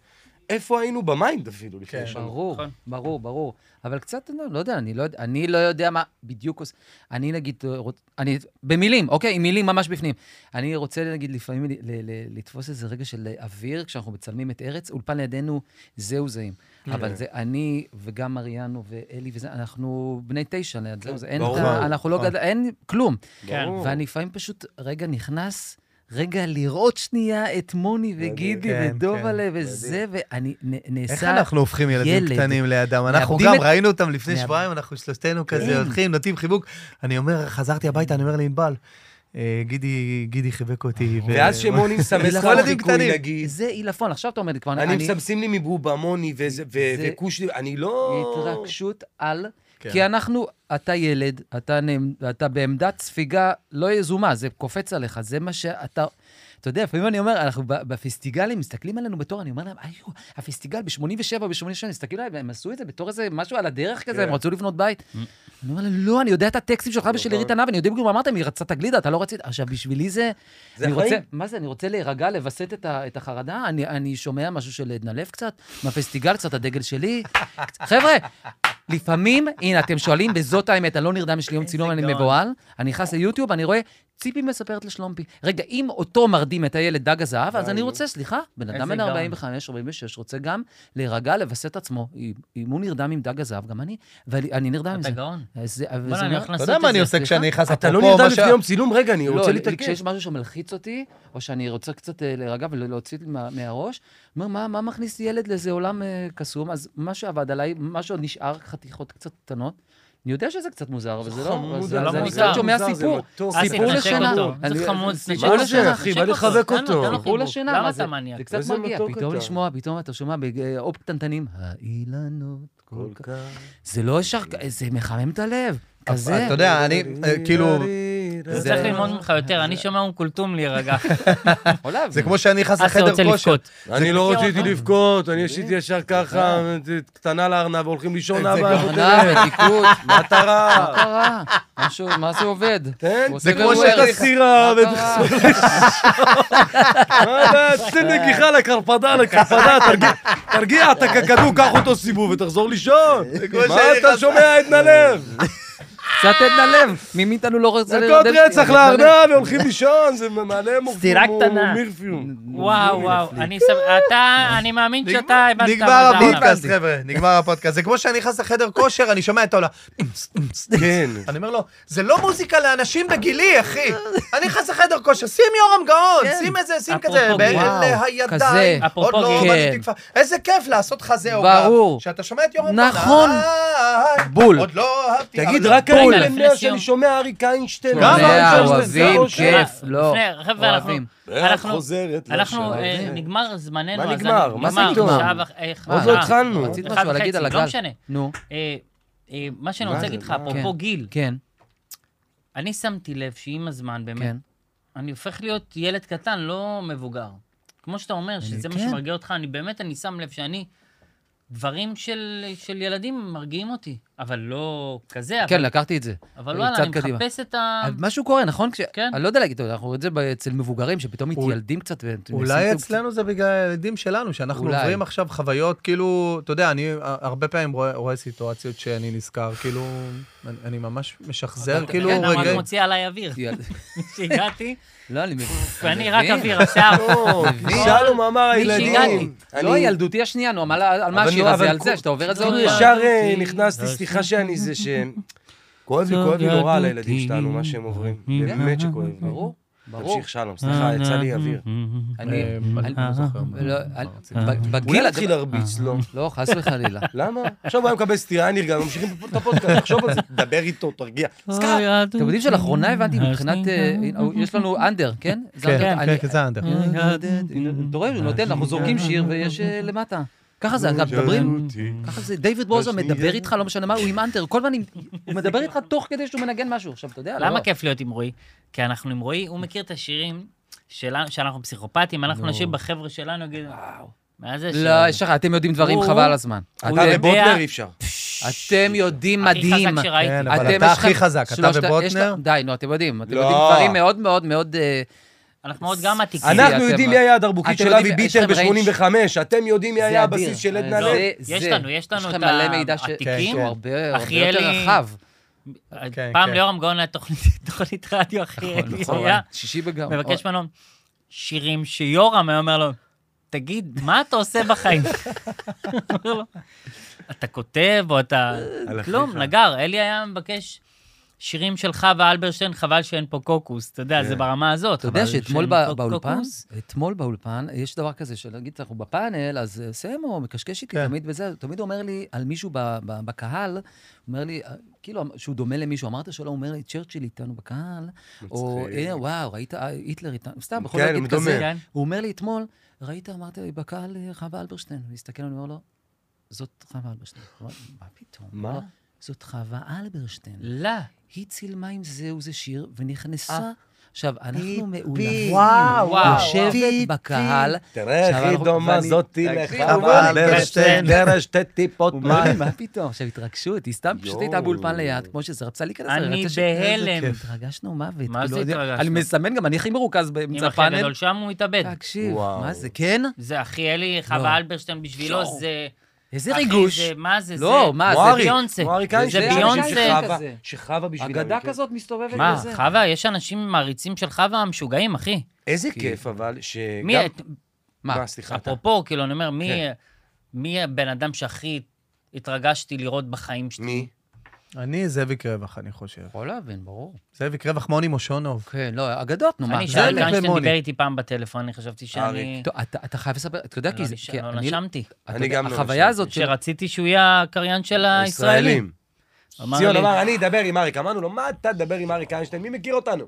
Speaker 1: איפה היינו במיינד אפילו
Speaker 3: כן.
Speaker 1: לפני שנה?
Speaker 2: ברור,
Speaker 4: נכון.
Speaker 2: ברור, ברור. אבל קצת, לא, לא יודע, אני לא, יודע- אני לא יודע מה בדיוק עושה. אני נגיד, אה, רוצ- אני, במילים, אוקיי? עם מילים ממש בפנים. אני רוצה, נגיד, לפעמים ל, ל, ל, לתפוס איזה רגע של אוויר, כשאנחנו מצלמים את ארץ, אולפן לידינו, זהו זהים. אבל זה אני וגם מריאנו ואלי וזה, אנחנו בני תשע ליד זהו זה. אין,
Speaker 1: ברור.
Speaker 2: את ה- אנחנו לא
Speaker 3: ברור.
Speaker 2: גדל, אין כלום.
Speaker 4: כן.
Speaker 1: ברור.
Speaker 2: ואני לפעמים פשוט רגע נכנס, רגע לראות שנייה את מוני וגידי
Speaker 3: כן,
Speaker 2: ודובלה וזה, ואני נ- נעשה...
Speaker 3: איך אנחנו הופכים ילדים
Speaker 2: ילד.
Speaker 3: קטנים לידם? אנחנו
Speaker 2: מאבדים
Speaker 3: גם
Speaker 2: את-
Speaker 3: ראינו אותם לפני
Speaker 2: מאבד-
Speaker 3: שבועיים, אנחנו שלושתנו כזה
Speaker 2: כן.
Speaker 3: הולכים, נותנים חיבוק. אני אומר, חזרתי הביתה, אני אומר לענבל, אה, גידי, גידי חיבק אותי. ו-
Speaker 1: ואז שמוני מסמס לך
Speaker 3: ילדים
Speaker 1: חיקוי,
Speaker 3: קטנים.
Speaker 1: נגיד.
Speaker 2: זה עילפון, עכשיו אתה אומר לי כבר,
Speaker 1: אני מסמסים לי מבובה, מוני וזה- ו-
Speaker 2: זה-
Speaker 1: וקושניר, אני לא...
Speaker 2: התרגשות על,
Speaker 3: כן.
Speaker 2: כי אנחנו, אתה ילד, אתה, נעמ- אתה בעמדת ספיגה לא יזומה, זה קופץ עליך, זה מה שאתה... אתה יודע, לפעמים אני אומר, אנחנו ב- בפסטיגלים מסתכלים עלינו בתור, אני אומר להם, היו, הפסטיגל ב-87, ב-87, מסתכלים עליהם, הם עשו את זה בתור איזה משהו על הדרך כזה,
Speaker 1: כן.
Speaker 2: הם רצו לבנות בית. אני אומר להם, לא, אני יודע את הטקסטים שלך ושל עירית ענב, אני יודע בדיוק מה אמרתם, היא רצתה תגלידה, אתה לא רצית. עכשיו, בשבילי זה...
Speaker 1: זה
Speaker 2: אני רוצה-
Speaker 1: החיים.
Speaker 2: מה זה, אני רוצה להירגע, לווסת את, ה, את החרדה? אני, אני שומע משהו של עדנה לב קצת, מהפסטיגל קצת, הדגל שלי. קצת- חבר'ה, לפעמים, הנה, אתם שואלים, וזאת האמת, אני לא נרדם, יש לי יום צילום, אני
Speaker 4: גאון.
Speaker 2: מבוהל, אני נכנס ליוטיוב, אני רואה, ציפי מספרת לשלומפי. רגע, אם אותו מרדים את הילד דג הזהב, אז אני רוצה, סליחה, בן
Speaker 4: איזה
Speaker 2: אדם בן
Speaker 4: גאון.
Speaker 2: 45, 46, רוצה גם להירגע, לווסת עצמו. אם- אם הוא נרדם עם דג הזהב, גם אני, ואני נרדם עם
Speaker 4: אתה
Speaker 2: אה, זה.
Speaker 4: גאון.
Speaker 2: אז זה- אבל
Speaker 4: בוא'נה,
Speaker 2: זה
Speaker 4: אני
Speaker 2: מאוד-
Speaker 4: הולך
Speaker 3: אתה
Speaker 4: לעשות
Speaker 3: יודע מה
Speaker 4: את
Speaker 3: אני
Speaker 4: זה.
Speaker 3: עושה
Speaker 2: סליחה?
Speaker 3: כשאני נכנס
Speaker 1: אתה לא
Speaker 3: אפרופו
Speaker 1: נרדם
Speaker 3: מה
Speaker 1: לפני
Speaker 3: שה-
Speaker 1: יום צילום? רגע, אני רוצה להתעקש.
Speaker 2: לא, כשיש משהו שמלחיץ אותי, או שאני רוצה קצת אה, להירגע ולהוציא מה- מהראש, אני אומר, מה, מה מכניס ילד לאיזה עולם אה, קסום? אז מה שעבד עליי, מה שעוד נשאר, חתיכות קצת קטנות, אני יודע שזה קצת מוזר, אבל זה לא...
Speaker 1: חמוד,
Speaker 2: אז-
Speaker 1: זה
Speaker 2: אז
Speaker 4: לא
Speaker 2: אני
Speaker 4: מוזר.
Speaker 2: קצת שומע
Speaker 1: זה לא-
Speaker 2: סיפור.
Speaker 1: מתוק.
Speaker 4: אסי,
Speaker 2: סיפור
Speaker 4: תנשק
Speaker 2: לשינה.
Speaker 4: אה, אותו.
Speaker 2: אני-
Speaker 4: זה חמוד,
Speaker 2: סיפור
Speaker 4: תנשק אותו,
Speaker 1: לשינה, אחי,
Speaker 4: תנשק
Speaker 1: בא לי
Speaker 4: אותו,
Speaker 1: לחבק
Speaker 4: תן לו,
Speaker 1: אותו.
Speaker 4: תן לו
Speaker 2: סיפור
Speaker 4: חיבוק.
Speaker 2: לשינה.
Speaker 4: למה
Speaker 2: מה
Speaker 4: אתה
Speaker 2: זה-
Speaker 4: מניאק?
Speaker 2: זה קצת
Speaker 1: איזה
Speaker 2: מרגיע,
Speaker 1: לא מתוק
Speaker 2: פתאום
Speaker 1: אתה.
Speaker 2: לשמוע, פתאום אתה שומע באופ קטנטנים, האילנות כל
Speaker 1: כל
Speaker 2: כך...
Speaker 1: כך.
Speaker 3: אה,
Speaker 2: זה לא ישר, זה מחמם את הלב, כזה.
Speaker 3: אתה יודע, אני, אה, כאילו,
Speaker 4: הוא
Speaker 2: זה-
Speaker 4: צריך ללמוד ממך יותר, אני שומע אום כולתום להירגע.
Speaker 2: עולה,
Speaker 3: זה כמו שאני נכנס
Speaker 4: אסי
Speaker 3: לחדר
Speaker 4: רוצה
Speaker 3: כושר.
Speaker 4: לבכות.
Speaker 1: אני לא
Speaker 4: מכיר
Speaker 1: רציתי
Speaker 4: אותך?
Speaker 1: לבכות, אני עשיתי ישר ככה, קטנה לארנב, הולכים לישון
Speaker 3: זה
Speaker 1: אבא.
Speaker 3: גאון.
Speaker 2: עונה ותיקות,
Speaker 1: מה אתה רע?
Speaker 2: מה קרה? משהו, מה זה עובד?
Speaker 1: כן,
Speaker 2: הוא
Speaker 1: זה
Speaker 2: עושה
Speaker 1: כמו
Speaker 2: רעועות.
Speaker 1: שאתה סירה,
Speaker 2: מה קרה?
Speaker 1: אה, תן נגיחה לקרפדה, לקרפדה, תרגיע- תרגיע את הכדור, קח אותו סיבוב ותחזור לישון.
Speaker 3: כמו
Speaker 1: מה
Speaker 3: שאני
Speaker 1: אתה
Speaker 3: נכנס-
Speaker 1: שומע עדנה לב?
Speaker 2: קצת עדנה לב, מי מאיתנו לא רוצה
Speaker 1: דקות
Speaker 2: לרדף-
Speaker 1: רצח
Speaker 2: עדנה
Speaker 1: לארנב, הולכים לישון, זה מעלה מור-
Speaker 4: סטירה
Speaker 1: מור-
Speaker 4: קטנה.
Speaker 1: מירפיום.
Speaker 4: וואו, וואו, אני סב- אתה, אני מאמין שאתה הבנת
Speaker 3: נגמר
Speaker 4: מה זה עולם.
Speaker 3: הפודקאסט, חבר'ה, נגמר הפודקאסט. זה כמו שאני נכנס לחדר כושר, אני שומע את העולם.
Speaker 1: כן.
Speaker 3: אני אומר לו, זה לא מוזיקה לאנשים בגילי, אחי. אני נכנס לחדר כושר, שים יורם גאון, שים איזה, שים
Speaker 4: אפרופו
Speaker 3: כזה,
Speaker 4: גיל.
Speaker 3: באלה
Speaker 2: וואו,
Speaker 3: הידיים.
Speaker 2: כן. כזה.
Speaker 3: עוד
Speaker 4: אפרופו
Speaker 3: לא,
Speaker 4: גיל.
Speaker 3: באתי תקפה. איזה כיף לעשות חזה או גב.
Speaker 2: ברור.
Speaker 3: שאתה שומע את יורם גאון.
Speaker 2: נכון.
Speaker 3: איי,
Speaker 2: בול.
Speaker 3: עוד לא אהבתי.
Speaker 1: תגיד,
Speaker 3: אבל-
Speaker 1: רק אני
Speaker 4: רגע,
Speaker 1: בן
Speaker 4: לפני
Speaker 1: 100
Speaker 4: סיום.
Speaker 1: שאני שומע אריק איינשטיין.
Speaker 3: גם
Speaker 1: אריק
Speaker 3: אה,
Speaker 1: איינשטיין,
Speaker 2: אוהבים,
Speaker 1: זה
Speaker 2: כיף.
Speaker 1: ראש.
Speaker 2: לא,
Speaker 4: לפני, חבר'ה, אנחנו-
Speaker 2: אוהבים.
Speaker 4: אנחנו-
Speaker 1: אה, חוזרת
Speaker 4: אנחנו,
Speaker 1: לשם.
Speaker 4: אה, נגמר זמננו.
Speaker 1: מה
Speaker 4: אז אני-
Speaker 1: נגמר? מה זה
Speaker 2: נגמר?
Speaker 4: שעה וח- אה,
Speaker 1: עוד לא
Speaker 4: שעה.
Speaker 1: התחלנו.
Speaker 2: רצית
Speaker 4: אחד
Speaker 2: משהו
Speaker 4: וחצי,
Speaker 2: להגיד על
Speaker 4: לא
Speaker 2: הגל?
Speaker 4: משנה.
Speaker 2: נו,
Speaker 4: אה, אה, מה שאני
Speaker 1: מה
Speaker 4: רוצה
Speaker 1: זה?
Speaker 4: להגיד לך,
Speaker 1: מה?
Speaker 4: אפרופו
Speaker 2: כן.
Speaker 4: גיל,
Speaker 2: כן,
Speaker 4: אני שמתי לב שעם הזמן, באמת,
Speaker 2: כן.
Speaker 4: אני הופך להיות ילד קטן, לא מבוגר. כמו שאתה אומר, שזה מה
Speaker 2: כן.
Speaker 4: שמרגיע אותך, אני באמת, אני שם לב שאני... דברים של, של ילדים מרגיעים אותי, אבל לא כזה,
Speaker 2: כן,
Speaker 4: אבל,
Speaker 2: לקחתי את זה.
Speaker 4: אבל וואלה, אני
Speaker 2: צעד קדימה.
Speaker 4: מחפש את ה...
Speaker 2: אבל משהו קורה, נכון? כש-
Speaker 4: כן.
Speaker 2: אני לא יודע להגיד, אנחנו רואים את זה ב- אצל מבוגרים, שפתאום מתיילדים קצת. ו-
Speaker 3: אולי
Speaker 2: ונעשים
Speaker 3: אצלנו זה בגלל הילדים שלנו, שאנחנו
Speaker 2: אולי.
Speaker 3: עוברים עכשיו חוויות, כאילו, אתה יודע, אני אה, הרבה פעמים רואה- רואה סיטואציות שאני נזכר, כאילו, אני- אני ממש משחזר, כאילו,
Speaker 4: כן, למה את
Speaker 3: רגע...
Speaker 4: מוציאה עליי אוויר?
Speaker 2: קצת יל-
Speaker 4: שהגעתי,
Speaker 2: לא, אני מבין.
Speaker 4: ואני
Speaker 2: אני
Speaker 4: רק
Speaker 2: מבין.
Speaker 4: אוויר עכשיו.
Speaker 1: לא, שלום אמר
Speaker 4: מי שהגעתי.
Speaker 1: הילדים.
Speaker 2: לא,
Speaker 1: אני-
Speaker 2: ילדותי השנייה, נו, על ה- על מה
Speaker 1: אבל
Speaker 2: השיר
Speaker 1: נו,
Speaker 2: הזה,
Speaker 1: אבל
Speaker 2: על
Speaker 1: כל-
Speaker 2: זה, שאתה עובר את זה לא, עוד
Speaker 1: כאילו
Speaker 4: ילדותי.
Speaker 1: ישר
Speaker 2: אוקיי.
Speaker 1: אה,
Speaker 4: ילדותי.
Speaker 1: נכנסתי, סליחה שאני זה ש... כואב לי,
Speaker 4: טוב,
Speaker 1: כואב לי נורא על
Speaker 4: ילדותי.
Speaker 1: הילדים שלנו, מה שהם עוברים.
Speaker 4: כן.
Speaker 1: באמת שכואב לי.
Speaker 2: אה, ברור, ברור.
Speaker 1: תמשיך שלום,
Speaker 2: אה,
Speaker 1: סליחה, יצא לי אוויר.
Speaker 2: כן, אני...
Speaker 3: אה,
Speaker 2: אני-
Speaker 3: לא זוכר.
Speaker 2: לא, אני- ב-
Speaker 1: אה. אולי
Speaker 2: בגיל...
Speaker 1: נתחיל להרביץ לו.
Speaker 2: לא, חס וחלילה.
Speaker 1: למה? עכשיו הוא היה מקבל סטירה, אני נרגע, ממשיכים את הפודקאסט, תחשוב על זה, דבר איתו, תרגיע. סקאפ.
Speaker 2: אתם יודעים שלאחרונה הבנתי מבחינת... אה, יש לנו אנדר, כן? זה
Speaker 3: כן,
Speaker 2: אנדר, אה,
Speaker 3: כן,
Speaker 2: אני-
Speaker 3: כן, זה אנדר.
Speaker 2: אה, אתה רואה, הוא נותן, אנחנו זורקים שיר ויש אה, למטה. ככה זה, אגב, מדברים, ככה זה, דיוויד בוזו מדבר איתך, לא משנה מה, הוא עם אנטר, כל הזמן עם- הוא מדבר איתך תוך כדי שהוא מנגן משהו. עכשיו, אתה יודע,
Speaker 4: למה כן?
Speaker 2: לא-
Speaker 4: כיף להיות עם רועי? כי אנחנו עם רועי, הוא מכיר את השירים שלנו, שאנחנו פסיכופטים, אנחנו נשאיר בחבר'ה שלנו, יגידו, מה זה השיר?
Speaker 2: לא, יש לך, אתם יודעים דברים,
Speaker 4: הוא-
Speaker 2: חבל הזמן.
Speaker 1: אתה
Speaker 4: הוא יודע-
Speaker 1: ובוטנר אי אפשר.
Speaker 2: אתם יודעים
Speaker 4: הכי
Speaker 2: מדהים.
Speaker 4: חזק
Speaker 3: כן,
Speaker 4: שראיתי.
Speaker 3: אבל
Speaker 2: אתם,
Speaker 3: אתה
Speaker 2: יש לכם
Speaker 3: הכי חזק, אתה
Speaker 2: שלושת-
Speaker 3: ובוטנר?
Speaker 2: יש לה- די, נו, אתם יודעים. אתם
Speaker 1: לא.
Speaker 2: יודעים דברים מאוד מאוד מאוד... אה,
Speaker 4: אנחנו מאוד גם עתיקים.
Speaker 2: אני-
Speaker 1: אנחנו
Speaker 2: אה, אתם-
Speaker 1: יודעים מי היה הדרבוקית
Speaker 2: אתם
Speaker 1: של
Speaker 2: יודעים,
Speaker 1: אבי
Speaker 2: יש לכם
Speaker 1: ביטר
Speaker 2: ריינג'.
Speaker 1: ב-85, אתם יודעים מי
Speaker 2: זה
Speaker 1: היה
Speaker 2: אדיר. אה,
Speaker 1: הבסיס של עדנה
Speaker 4: לא,
Speaker 1: לב.
Speaker 2: זה-
Speaker 4: יש
Speaker 2: זה-
Speaker 4: לנו, יש לנו
Speaker 2: יש לכם
Speaker 4: את
Speaker 2: מלא מידע ש-
Speaker 4: העתיקים.
Speaker 3: כן.
Speaker 2: שהוא הרבה הרבה יותר
Speaker 4: אחיאלי.
Speaker 2: רחב.
Speaker 3: כן,
Speaker 4: פעם
Speaker 3: כן.
Speaker 4: ליאורם גאון היה תוכנית תוכנית רדיו הכי
Speaker 2: נכון,
Speaker 4: היה,
Speaker 2: שישי בגרם.
Speaker 4: מבקש ממנו שירים שיורם היה אומר לו, תגיד, מה אתה עושה בחיים? אומר לו, אתה כותב או אתה...
Speaker 1: על
Speaker 4: כלום,
Speaker 1: אחיך.
Speaker 4: נגר. אלי היה מבקש שירים של חווה אלברשטיין, חבל שאין פה קוקוס, אתה יודע, זה ברמה הזאת.
Speaker 2: כן. אתה יודע
Speaker 4: אבל
Speaker 2: שאתמול
Speaker 4: שאין
Speaker 2: בא-
Speaker 4: פה
Speaker 2: באולפן,
Speaker 4: קוקוס?
Speaker 2: אתמול באולפן, יש דבר כזה של, נגיד, אנחנו בפאנל, אז אה, סמו מקשקש איתי
Speaker 3: כן.
Speaker 2: תמיד בזה, תמיד אומר לי על מישהו ב- ב- בקהל, אומר לי, אה, כאילו, שהוא דומה למישהו, אמרת שלא, הוא אומר לי, צ'רצ'יל איתנו בקהל, או,
Speaker 1: מצחיק.
Speaker 2: "אה, וואו, ראית אה, היטלר איתנו, סתם, בכל
Speaker 1: כן,
Speaker 2: להגיד
Speaker 1: הוא
Speaker 2: כזה.
Speaker 1: דומה.
Speaker 4: כן.
Speaker 2: הוא אומר לי אתמול, ראית, אמרת לי, בקהל אה, חווה אלברשטיין, הוא הסתכל, אני אומר לו, זאת חווה אלברשטיין. הוא אמר, מה פתאום?
Speaker 1: מה?
Speaker 2: הוא אמר, זאת חווה אלברשטיין.
Speaker 4: לא.
Speaker 2: היא צילמה עם זהו זה שיר, ונכנסה. עכשיו, אנחנו
Speaker 1: פי.
Speaker 2: מעולמים.
Speaker 1: וואו,
Speaker 4: וואו,
Speaker 1: פי,
Speaker 2: יושבת בקהל.
Speaker 1: תראה
Speaker 2: עכשיו
Speaker 1: איך היא
Speaker 2: אנחנו-
Speaker 1: דומה
Speaker 2: ואני-
Speaker 1: זאתי
Speaker 2: תקשיב,
Speaker 1: לחווה
Speaker 2: הוא אומר לי,
Speaker 1: אלברשטיין, דרש שתי טיפות
Speaker 2: הוא אומר לי,
Speaker 1: מים.
Speaker 2: מה פתאום? עכשיו, התרגשות, היא סתם פשוט
Speaker 1: יואו.
Speaker 2: הייתה באולפן ליד, כמו שזה, רצה להיכנס.
Speaker 4: אני
Speaker 2: רצה ש-
Speaker 4: בהלם.
Speaker 2: איזה כיף. התרגשנו מוות.
Speaker 4: מה זה
Speaker 2: כאילו, אני-
Speaker 4: התרגשנו?
Speaker 2: אני מסמן גם, אני הכי מרוכז
Speaker 4: אם
Speaker 2: באמצע
Speaker 4: אחי
Speaker 2: הפאנל.
Speaker 4: הגדול שם, הוא התאבד.
Speaker 2: תקשיב,
Speaker 1: וואו.
Speaker 2: מה זה, כן?
Speaker 4: זה אחי אלי,
Speaker 2: לא.
Speaker 4: חווה אלברשטיין בשבילו,
Speaker 2: יואו.
Speaker 4: זה...
Speaker 2: איזה
Speaker 4: אחי,
Speaker 2: ריגוש.
Speaker 4: זה- מה זה?
Speaker 2: לא,
Speaker 4: זה-
Speaker 2: מה, זה
Speaker 4: זה
Speaker 1: מוארי,
Speaker 4: ביונסה.
Speaker 1: מוארי קיין,
Speaker 4: זה
Speaker 1: שיש אנשים
Speaker 2: ביונסה
Speaker 1: שחווה-
Speaker 2: כזה.
Speaker 1: שחווה בשבילם.
Speaker 2: אגדה
Speaker 1: כן.
Speaker 2: כזאת מסתובבת
Speaker 4: מה,
Speaker 2: בזה.
Speaker 4: חווה, יש אנשים מעריצים של חווה המשוגעים, אחי.
Speaker 1: איזה כיף אבל, שגם...
Speaker 4: מי,
Speaker 2: מה?
Speaker 1: מה, סליחה, אתה.
Speaker 4: אפרופו, כאילו, אני אומר, מי-
Speaker 1: כן.
Speaker 4: מי הבן אדם שהכי התרגשתי לראות בחיים שלי?
Speaker 1: מי?
Speaker 3: אני זאביק רווח, אני חושב.
Speaker 2: יכול להבין, ברור.
Speaker 3: זאביק רווח מוני מושונוב.
Speaker 2: כן, לא, אגדות, נו, מה?
Speaker 4: אני,
Speaker 3: זה
Speaker 4: שאריק
Speaker 3: אלף
Speaker 4: איינשטיין
Speaker 3: ומוני.
Speaker 4: דיבר איתי פעם בטלפון, אני חשבתי שאני...
Speaker 2: טוב, אתה אתה חייב לספר, אתה יודע,
Speaker 4: לא
Speaker 2: כי זה...
Speaker 4: נש-
Speaker 2: כי
Speaker 4: לא
Speaker 2: אני-
Speaker 4: נשמתי.
Speaker 2: אתה
Speaker 1: אני
Speaker 2: יודע,
Speaker 1: גם לא
Speaker 2: החוויה
Speaker 1: נשמתי.
Speaker 2: הזאת של...
Speaker 4: שרציתי שהוא יהיה הקריין של הישראלים. אמר
Speaker 1: ציון
Speaker 4: לי,
Speaker 1: אמר, "אה, אני אדבר עם אריק. אמרנו לו, מה אתה תדבר עם אריק איינשטיין? מי מכיר אותנו?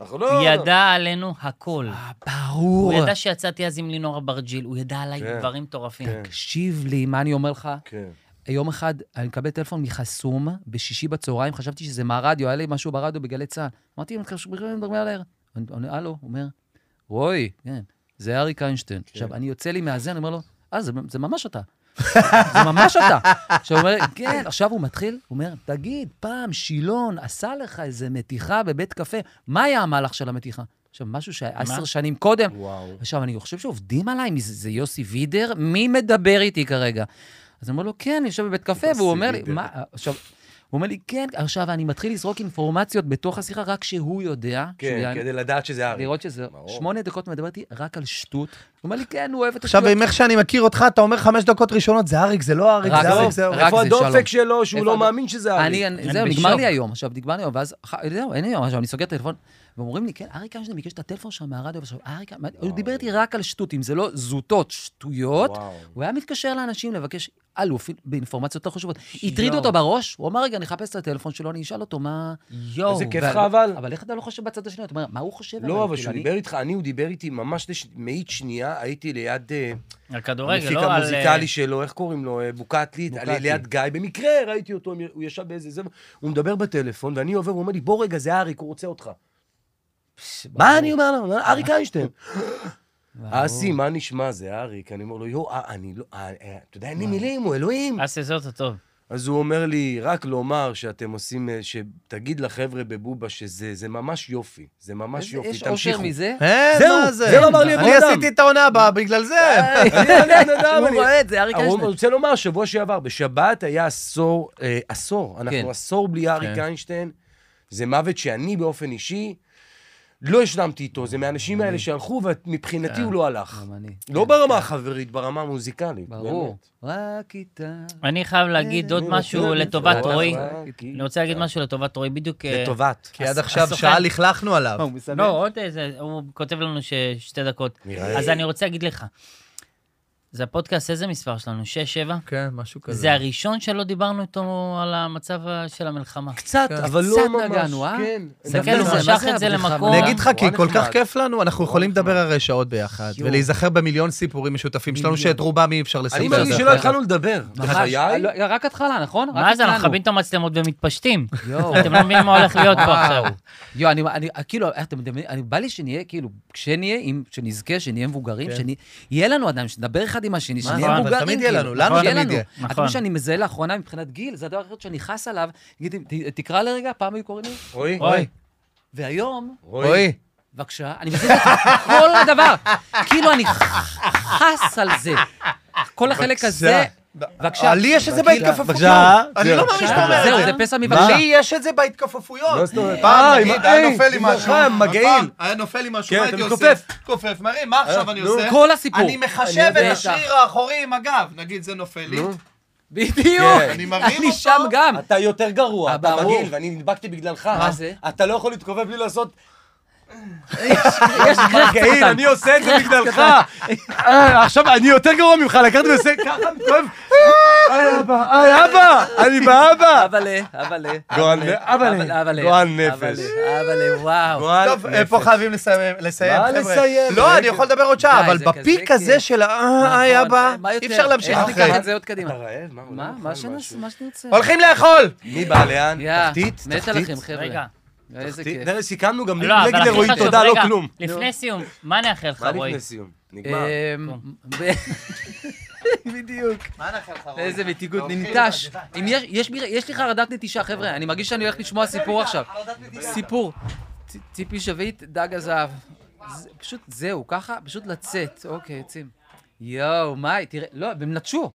Speaker 1: אנחנו לא...
Speaker 4: הוא ידע עלינו הכל.
Speaker 2: אה, ברור.
Speaker 4: הוא ידע שיצאתי אז עם לינור אברג'יל, הוא ידע עליי
Speaker 1: כן.
Speaker 4: דברים מטורפים.
Speaker 1: כן.
Speaker 2: תקשיב לי, מה אני אומר לך?
Speaker 1: כן.
Speaker 2: יום אחד אני מקבל טלפון מחסום, בשישי בצהריים, חשבתי שזה מהרדיו, היה לי משהו ברדיו בגלי צה"ל. אמרתי, הם מדברים על העיר. אני עונה, הלו, הוא אומר, רועי, כן, זה אריק איינשטיין.
Speaker 1: כן.
Speaker 2: עכשיו, אני יוצא לי מהזה, אני אומר לו, אה, זה- זה ממש אתה. זה ממש אתה. עכשיו הוא אומר, לי, כן, עכשיו הוא מתחיל, הוא אומר, תגיד, פעם שילון עשה לך איזה מתיחה בבית קפה, מה היה המהלך של המתיחה? עכשיו, משהו שהיה עשר שנים קודם.
Speaker 1: וואו.
Speaker 2: עכשיו, אני חושב שעובדים עליי, מי זה, זה יוסי וידר? מי מדבר איתי כרגע? אז אני אומר לו, כן, אני יושב בבית קפה,
Speaker 1: יוסי
Speaker 2: והוא אומר לי,
Speaker 1: וידר.
Speaker 2: מה, עכשיו, הוא אומר לי, כן, עכשיו אני מתחיל לזרוק אינפורמציות בתוך השיחה, רק שהוא יודע, שהוא
Speaker 1: כן,
Speaker 2: יענה-
Speaker 1: כדי לדעת שזה אריק.
Speaker 2: לראות שזה,
Speaker 1: ברור.
Speaker 2: שמונה דקות מדבר איתי רק על שטות. הוא אומר לי, כן, הוא אוהב את
Speaker 3: עכשיו, עם איך שאני מכיר אותך, אתה אומר חמש דקות ראשונות, זה אריק, זה לא אריק,
Speaker 2: רק
Speaker 3: זה
Speaker 2: זה,
Speaker 3: אריק, זה
Speaker 2: רק
Speaker 3: אריק.
Speaker 1: איפה
Speaker 2: זה, שלום.
Speaker 1: הדופק שלו, שהוא
Speaker 2: איפה
Speaker 1: לא
Speaker 2: הדופק?
Speaker 1: מאמין שזה
Speaker 2: אני,
Speaker 1: אריק?
Speaker 2: אני- זהו,
Speaker 4: בשוק.
Speaker 2: נגמר לי היום. עכשיו, נגמר לי היום, ואז, ח- זהו, אין לי היום. עכשיו, אני סוגר את הטלפון, ואומרים לי, כן, אריק איינשטיין ביקש את הטלפון שם מהרדיו, ועכשיו, אריק, מה- הוא דיבר איתי רק על שטות, אם זה לא זוטות, שטויות,
Speaker 1: וואו.
Speaker 2: הוא היה מתקשר לאנשים לבקש אלוף באינפורמציות יותר חשובות. הטריד אותו בראש, הוא אמר, רגע, אני אחפש את הטלפון שלו, אני אשאל אותו מה...
Speaker 4: יואו.
Speaker 1: איזה לא, כיף
Speaker 2: ו-
Speaker 1: לך אבל.
Speaker 2: אבל איך אתה לא חושב בצד השני? אתה אומר, מה הוא חושב?
Speaker 1: לא, אבל
Speaker 2: כאילו,
Speaker 1: כשהוא
Speaker 2: אני-
Speaker 1: דיבר איתך, אני, הוא דיבר איתי ממש לש- מאית שנייה, הייתי ליד... אה,
Speaker 4: על כדורגל,
Speaker 1: המפיק
Speaker 4: לא על...
Speaker 2: אה,
Speaker 1: המוזיקלי שלו, איך קוראים לו? אה, בוקטלי,
Speaker 2: בוקטלי.
Speaker 1: ליד גיא, במקרה ראיתי אותו, הוא ישב באיזה זה, הוא מדבר בטלפון, ואני עובר, הוא אומר לי, בוא רגע, זה אריק, הוא רוצה אותך. מה אני אומר לו? הוא אומר, אריק איינשטיין.
Speaker 2: אה. ברור.
Speaker 1: אסי, מה נשמע? זה אריק. אני אומר לו, יואו, אה, אני לא... אה, אה, אתה יודע, אין לי מילים, הוא אלוהים.
Speaker 4: אה, עשה זאת טוב.
Speaker 1: אז הוא אומר לי, רק לומר שאתם עושים, אה, שתגיד לחבר'ה בבובה שזה זה ממש יופי. זה ממש
Speaker 2: איזה-
Speaker 1: יופי,
Speaker 2: יש אושר
Speaker 1: תמשיכו.
Speaker 2: מזה?
Speaker 3: אין,
Speaker 1: זהו,
Speaker 3: מה זה?
Speaker 1: זה לא אמר לי
Speaker 3: אני
Speaker 1: הבן אדם.
Speaker 3: עשיתי את העונה הבאה בגלל זה.
Speaker 1: אני הבן אדם,
Speaker 2: הוא
Speaker 1: אני-
Speaker 2: רואה את זה, אריק
Speaker 1: אבל אני
Speaker 2: איינשטיין.
Speaker 1: רוצה לומר, שבוע שעבר, בשבת היה עשור, אה, עשור,
Speaker 2: כן.
Speaker 1: אנחנו עשור בלי אריק
Speaker 3: כן.
Speaker 1: איינשטיין. זה מוות שאני באופן אישי לא השלמתי איתו, זה מהאנשים האלה שהלכו, ומבחינתי הוא לא הלך.
Speaker 2: גם אני.
Speaker 1: לא ברמה החברית, ברמה המוזיקלית.
Speaker 2: ברור.
Speaker 1: באמת.
Speaker 2: רק איתה. לא,
Speaker 4: אני חייב להגיד עוד
Speaker 1: אני
Speaker 4: משהו
Speaker 1: רוצה
Speaker 4: לטובת
Speaker 1: לראות
Speaker 4: רועי.
Speaker 1: אותך, כי-
Speaker 4: אני רוצה להגיד משהו לטובת רועי, בדיוק... אה,
Speaker 1: כן. לטובת.
Speaker 3: כי עד עכשיו
Speaker 4: הסוכן-
Speaker 3: שעה לכלכנו עליו.
Speaker 4: לא, עוד איזה, הוא כותב לנו ששתי דקות.
Speaker 1: נראה
Speaker 4: אז
Speaker 1: לי.
Speaker 4: אני רוצה להגיד לך, זה הפודקאסט, איזה מספר שלנו? 6-7?
Speaker 3: כן, משהו כזה.
Speaker 4: זה הראשון שלא דיברנו איתו על המצב אה, של המלחמה.
Speaker 1: קצת,
Speaker 3: כן.
Speaker 1: אבל
Speaker 2: קצת
Speaker 1: לא ממש.
Speaker 2: נגענו, אה?
Speaker 1: כן.
Speaker 4: תסתכל,
Speaker 1: דווקא
Speaker 4: הוא
Speaker 1: זה-
Speaker 4: משך
Speaker 2: מה זה
Speaker 4: את זה
Speaker 2: הבדיחה?
Speaker 4: למקום.
Speaker 3: אני אגיד לך, כי
Speaker 1: וואי,
Speaker 3: כל כך
Speaker 1: נחמד.
Speaker 3: כיף לנו, אנחנו יכולים
Speaker 1: נחמד.
Speaker 3: לדבר הרי שעות ביחד,
Speaker 2: יואו.
Speaker 3: ולהיזכר במיליון סיפורים משותפים שלנו, שאת רובם אי אפשר לספר.
Speaker 1: אני מרגיש
Speaker 3: דרך
Speaker 1: שלא
Speaker 3: אגב.
Speaker 1: התחלנו לדבר.
Speaker 2: ממש.
Speaker 1: בחיי?
Speaker 2: לא, רק התחלה, נכון?
Speaker 4: מה
Speaker 2: רק
Speaker 4: זה, אנחנו
Speaker 2: התחלנו.
Speaker 4: מכבים את המצלמות ומתפשטים.
Speaker 2: יואו.
Speaker 4: אתם לא מבינים מה הולך להיות פה עכשיו.
Speaker 2: יואו, אני, אני, כאילו, אתם מדמיינים, אני- בא לי שנהיה, כאילו, כשנהיה, אם, שנזכה, שנהיה מבוגרים,
Speaker 3: כן.
Speaker 2: שיהיה לנו אדם, שנדבר אחד עם השני,
Speaker 3: נכון,
Speaker 2: שנהיה
Speaker 3: אבל
Speaker 2: מבוגרים.
Speaker 3: תמיד יהיה
Speaker 2: כאילו.
Speaker 3: לנו, לנו
Speaker 2: נכון,
Speaker 3: תמיד יהיה.
Speaker 2: אתה
Speaker 4: נכון.
Speaker 2: חושב שאני מזהה לאחרונה מבחינת גיל, זה הדבר האחד שאני חס עליו, תגיד, ת- תקרא לרגע, פעם היו קוראים לי,
Speaker 1: רועי?
Speaker 4: אוי,
Speaker 2: והיום,
Speaker 1: רועי.
Speaker 3: רועי,
Speaker 2: בבקשה, אני מזהה את כל הדבר, כאילו אני חס על זה. כל החלק הזה, בבקשה.
Speaker 3: אה, לי יש את זה בהתכופפויות.
Speaker 1: בבקשה.
Speaker 3: אני לא מאמין שאתה אומר
Speaker 2: זהו,
Speaker 3: את
Speaker 2: זה
Speaker 3: זה.
Speaker 2: פסע מבקשה.
Speaker 3: לי יש את זה
Speaker 1: לא
Speaker 3: בהתכופפויות.
Speaker 1: זאת אומרת.
Speaker 3: פעם,
Speaker 1: אה,
Speaker 3: נגיד,
Speaker 1: עם-
Speaker 3: היה
Speaker 1: אה,
Speaker 3: נופל לי
Speaker 1: עם
Speaker 3: משהו.
Speaker 1: הרחם, מגעיל.
Speaker 3: פעם נכון, היה נופל לי משהו,
Speaker 1: כן,
Speaker 3: מה
Speaker 1: אתה
Speaker 3: הייתי עושה?
Speaker 1: מתכופף.
Speaker 3: מתכופף, מרים, מה עכשיו אה? אני עושה?
Speaker 2: כל הסיפור.
Speaker 3: אני מחשב את
Speaker 2: בטח.
Speaker 3: השריר האחורי עם הגב. נגיד, זה נופל לי.
Speaker 2: בדיוק.
Speaker 1: כן.
Speaker 3: אני מרים
Speaker 2: אני
Speaker 3: אותו.
Speaker 2: שם גם.
Speaker 1: אתה יותר גרוע, אתה
Speaker 2: ברור.
Speaker 1: מגעיל, ואני נדבקתי בגללך.
Speaker 2: מה זה?
Speaker 1: אתה לא יכול להתכופף בלי לעשות...
Speaker 2: יש גרח
Speaker 1: מגעיל,
Speaker 2: קטן.
Speaker 1: אני עושה את זה בגללך. אה, עכשיו, אני יותר גרוע ממך, לקחתי ועושה ככה, מתכופף. היי אבא, היי אבא, אני באבא.
Speaker 2: אבל אה, אבל אה,
Speaker 1: גועל
Speaker 2: אבל,
Speaker 1: נ- אבל, אה,
Speaker 2: אבל אה,
Speaker 1: גועל
Speaker 2: אבל, אה,
Speaker 1: נפש.
Speaker 2: אבל אה, וואו.
Speaker 1: גועל
Speaker 3: טוב,
Speaker 1: נפש.
Speaker 3: פה חייבים לסיים, לסיים,
Speaker 1: מה
Speaker 3: חבר'ה.
Speaker 1: לסיים?
Speaker 3: לא,
Speaker 1: רגע.
Speaker 3: אני יכול לדבר עוד שעה,
Speaker 2: די,
Speaker 3: אבל
Speaker 2: זה
Speaker 3: בפיק
Speaker 2: כזה
Speaker 3: הזה
Speaker 2: כיף.
Speaker 3: של
Speaker 1: אה,
Speaker 3: ה...
Speaker 2: נכון,
Speaker 3: היי אבא,
Speaker 2: מה
Speaker 3: אי
Speaker 2: יותר?
Speaker 3: אפשר להמשיך
Speaker 2: איך
Speaker 3: אחרי.
Speaker 2: ניקח את זה עוד קדימה?
Speaker 1: אתה רעב? מה, אולי
Speaker 2: מה?
Speaker 1: נאכל
Speaker 2: מה שנעשה,
Speaker 1: משהו?
Speaker 2: מה שנרצה.
Speaker 3: הולכים לאכול!
Speaker 1: מי בא לאן?
Speaker 2: יא,
Speaker 1: תחתית?
Speaker 2: מת
Speaker 1: תחתית?
Speaker 2: עליכם, חבר'ה.
Speaker 4: רגע.
Speaker 2: איזה
Speaker 1: תחתית?
Speaker 2: כיף.
Speaker 1: נראה, סיכמנו גם
Speaker 4: לא, אבל
Speaker 1: נגד
Speaker 4: הכי
Speaker 1: אירועים
Speaker 4: חשוב,
Speaker 1: תודה, לא
Speaker 4: רגע,
Speaker 1: כלום.
Speaker 4: לפני סיום, מה נאחל לך,
Speaker 1: מה אה,
Speaker 4: רועי?
Speaker 1: לפני סיום? נגמר.
Speaker 2: אמ, ב- בדיוק. איזה מתיגות, ננטש. אם יש- יש לי- יש לי חרדת נטישה, חבר'ה, אני מרגיש שאני הולך לשמוע סיפור עכשיו. סיפור. צ- ציפי שביט, דג הזהב. זה- פשוט זהו, ככה, פשוט לצאת. אוקיי, יוצאים. יואו, מאי, תראה, לא, הם נטשו.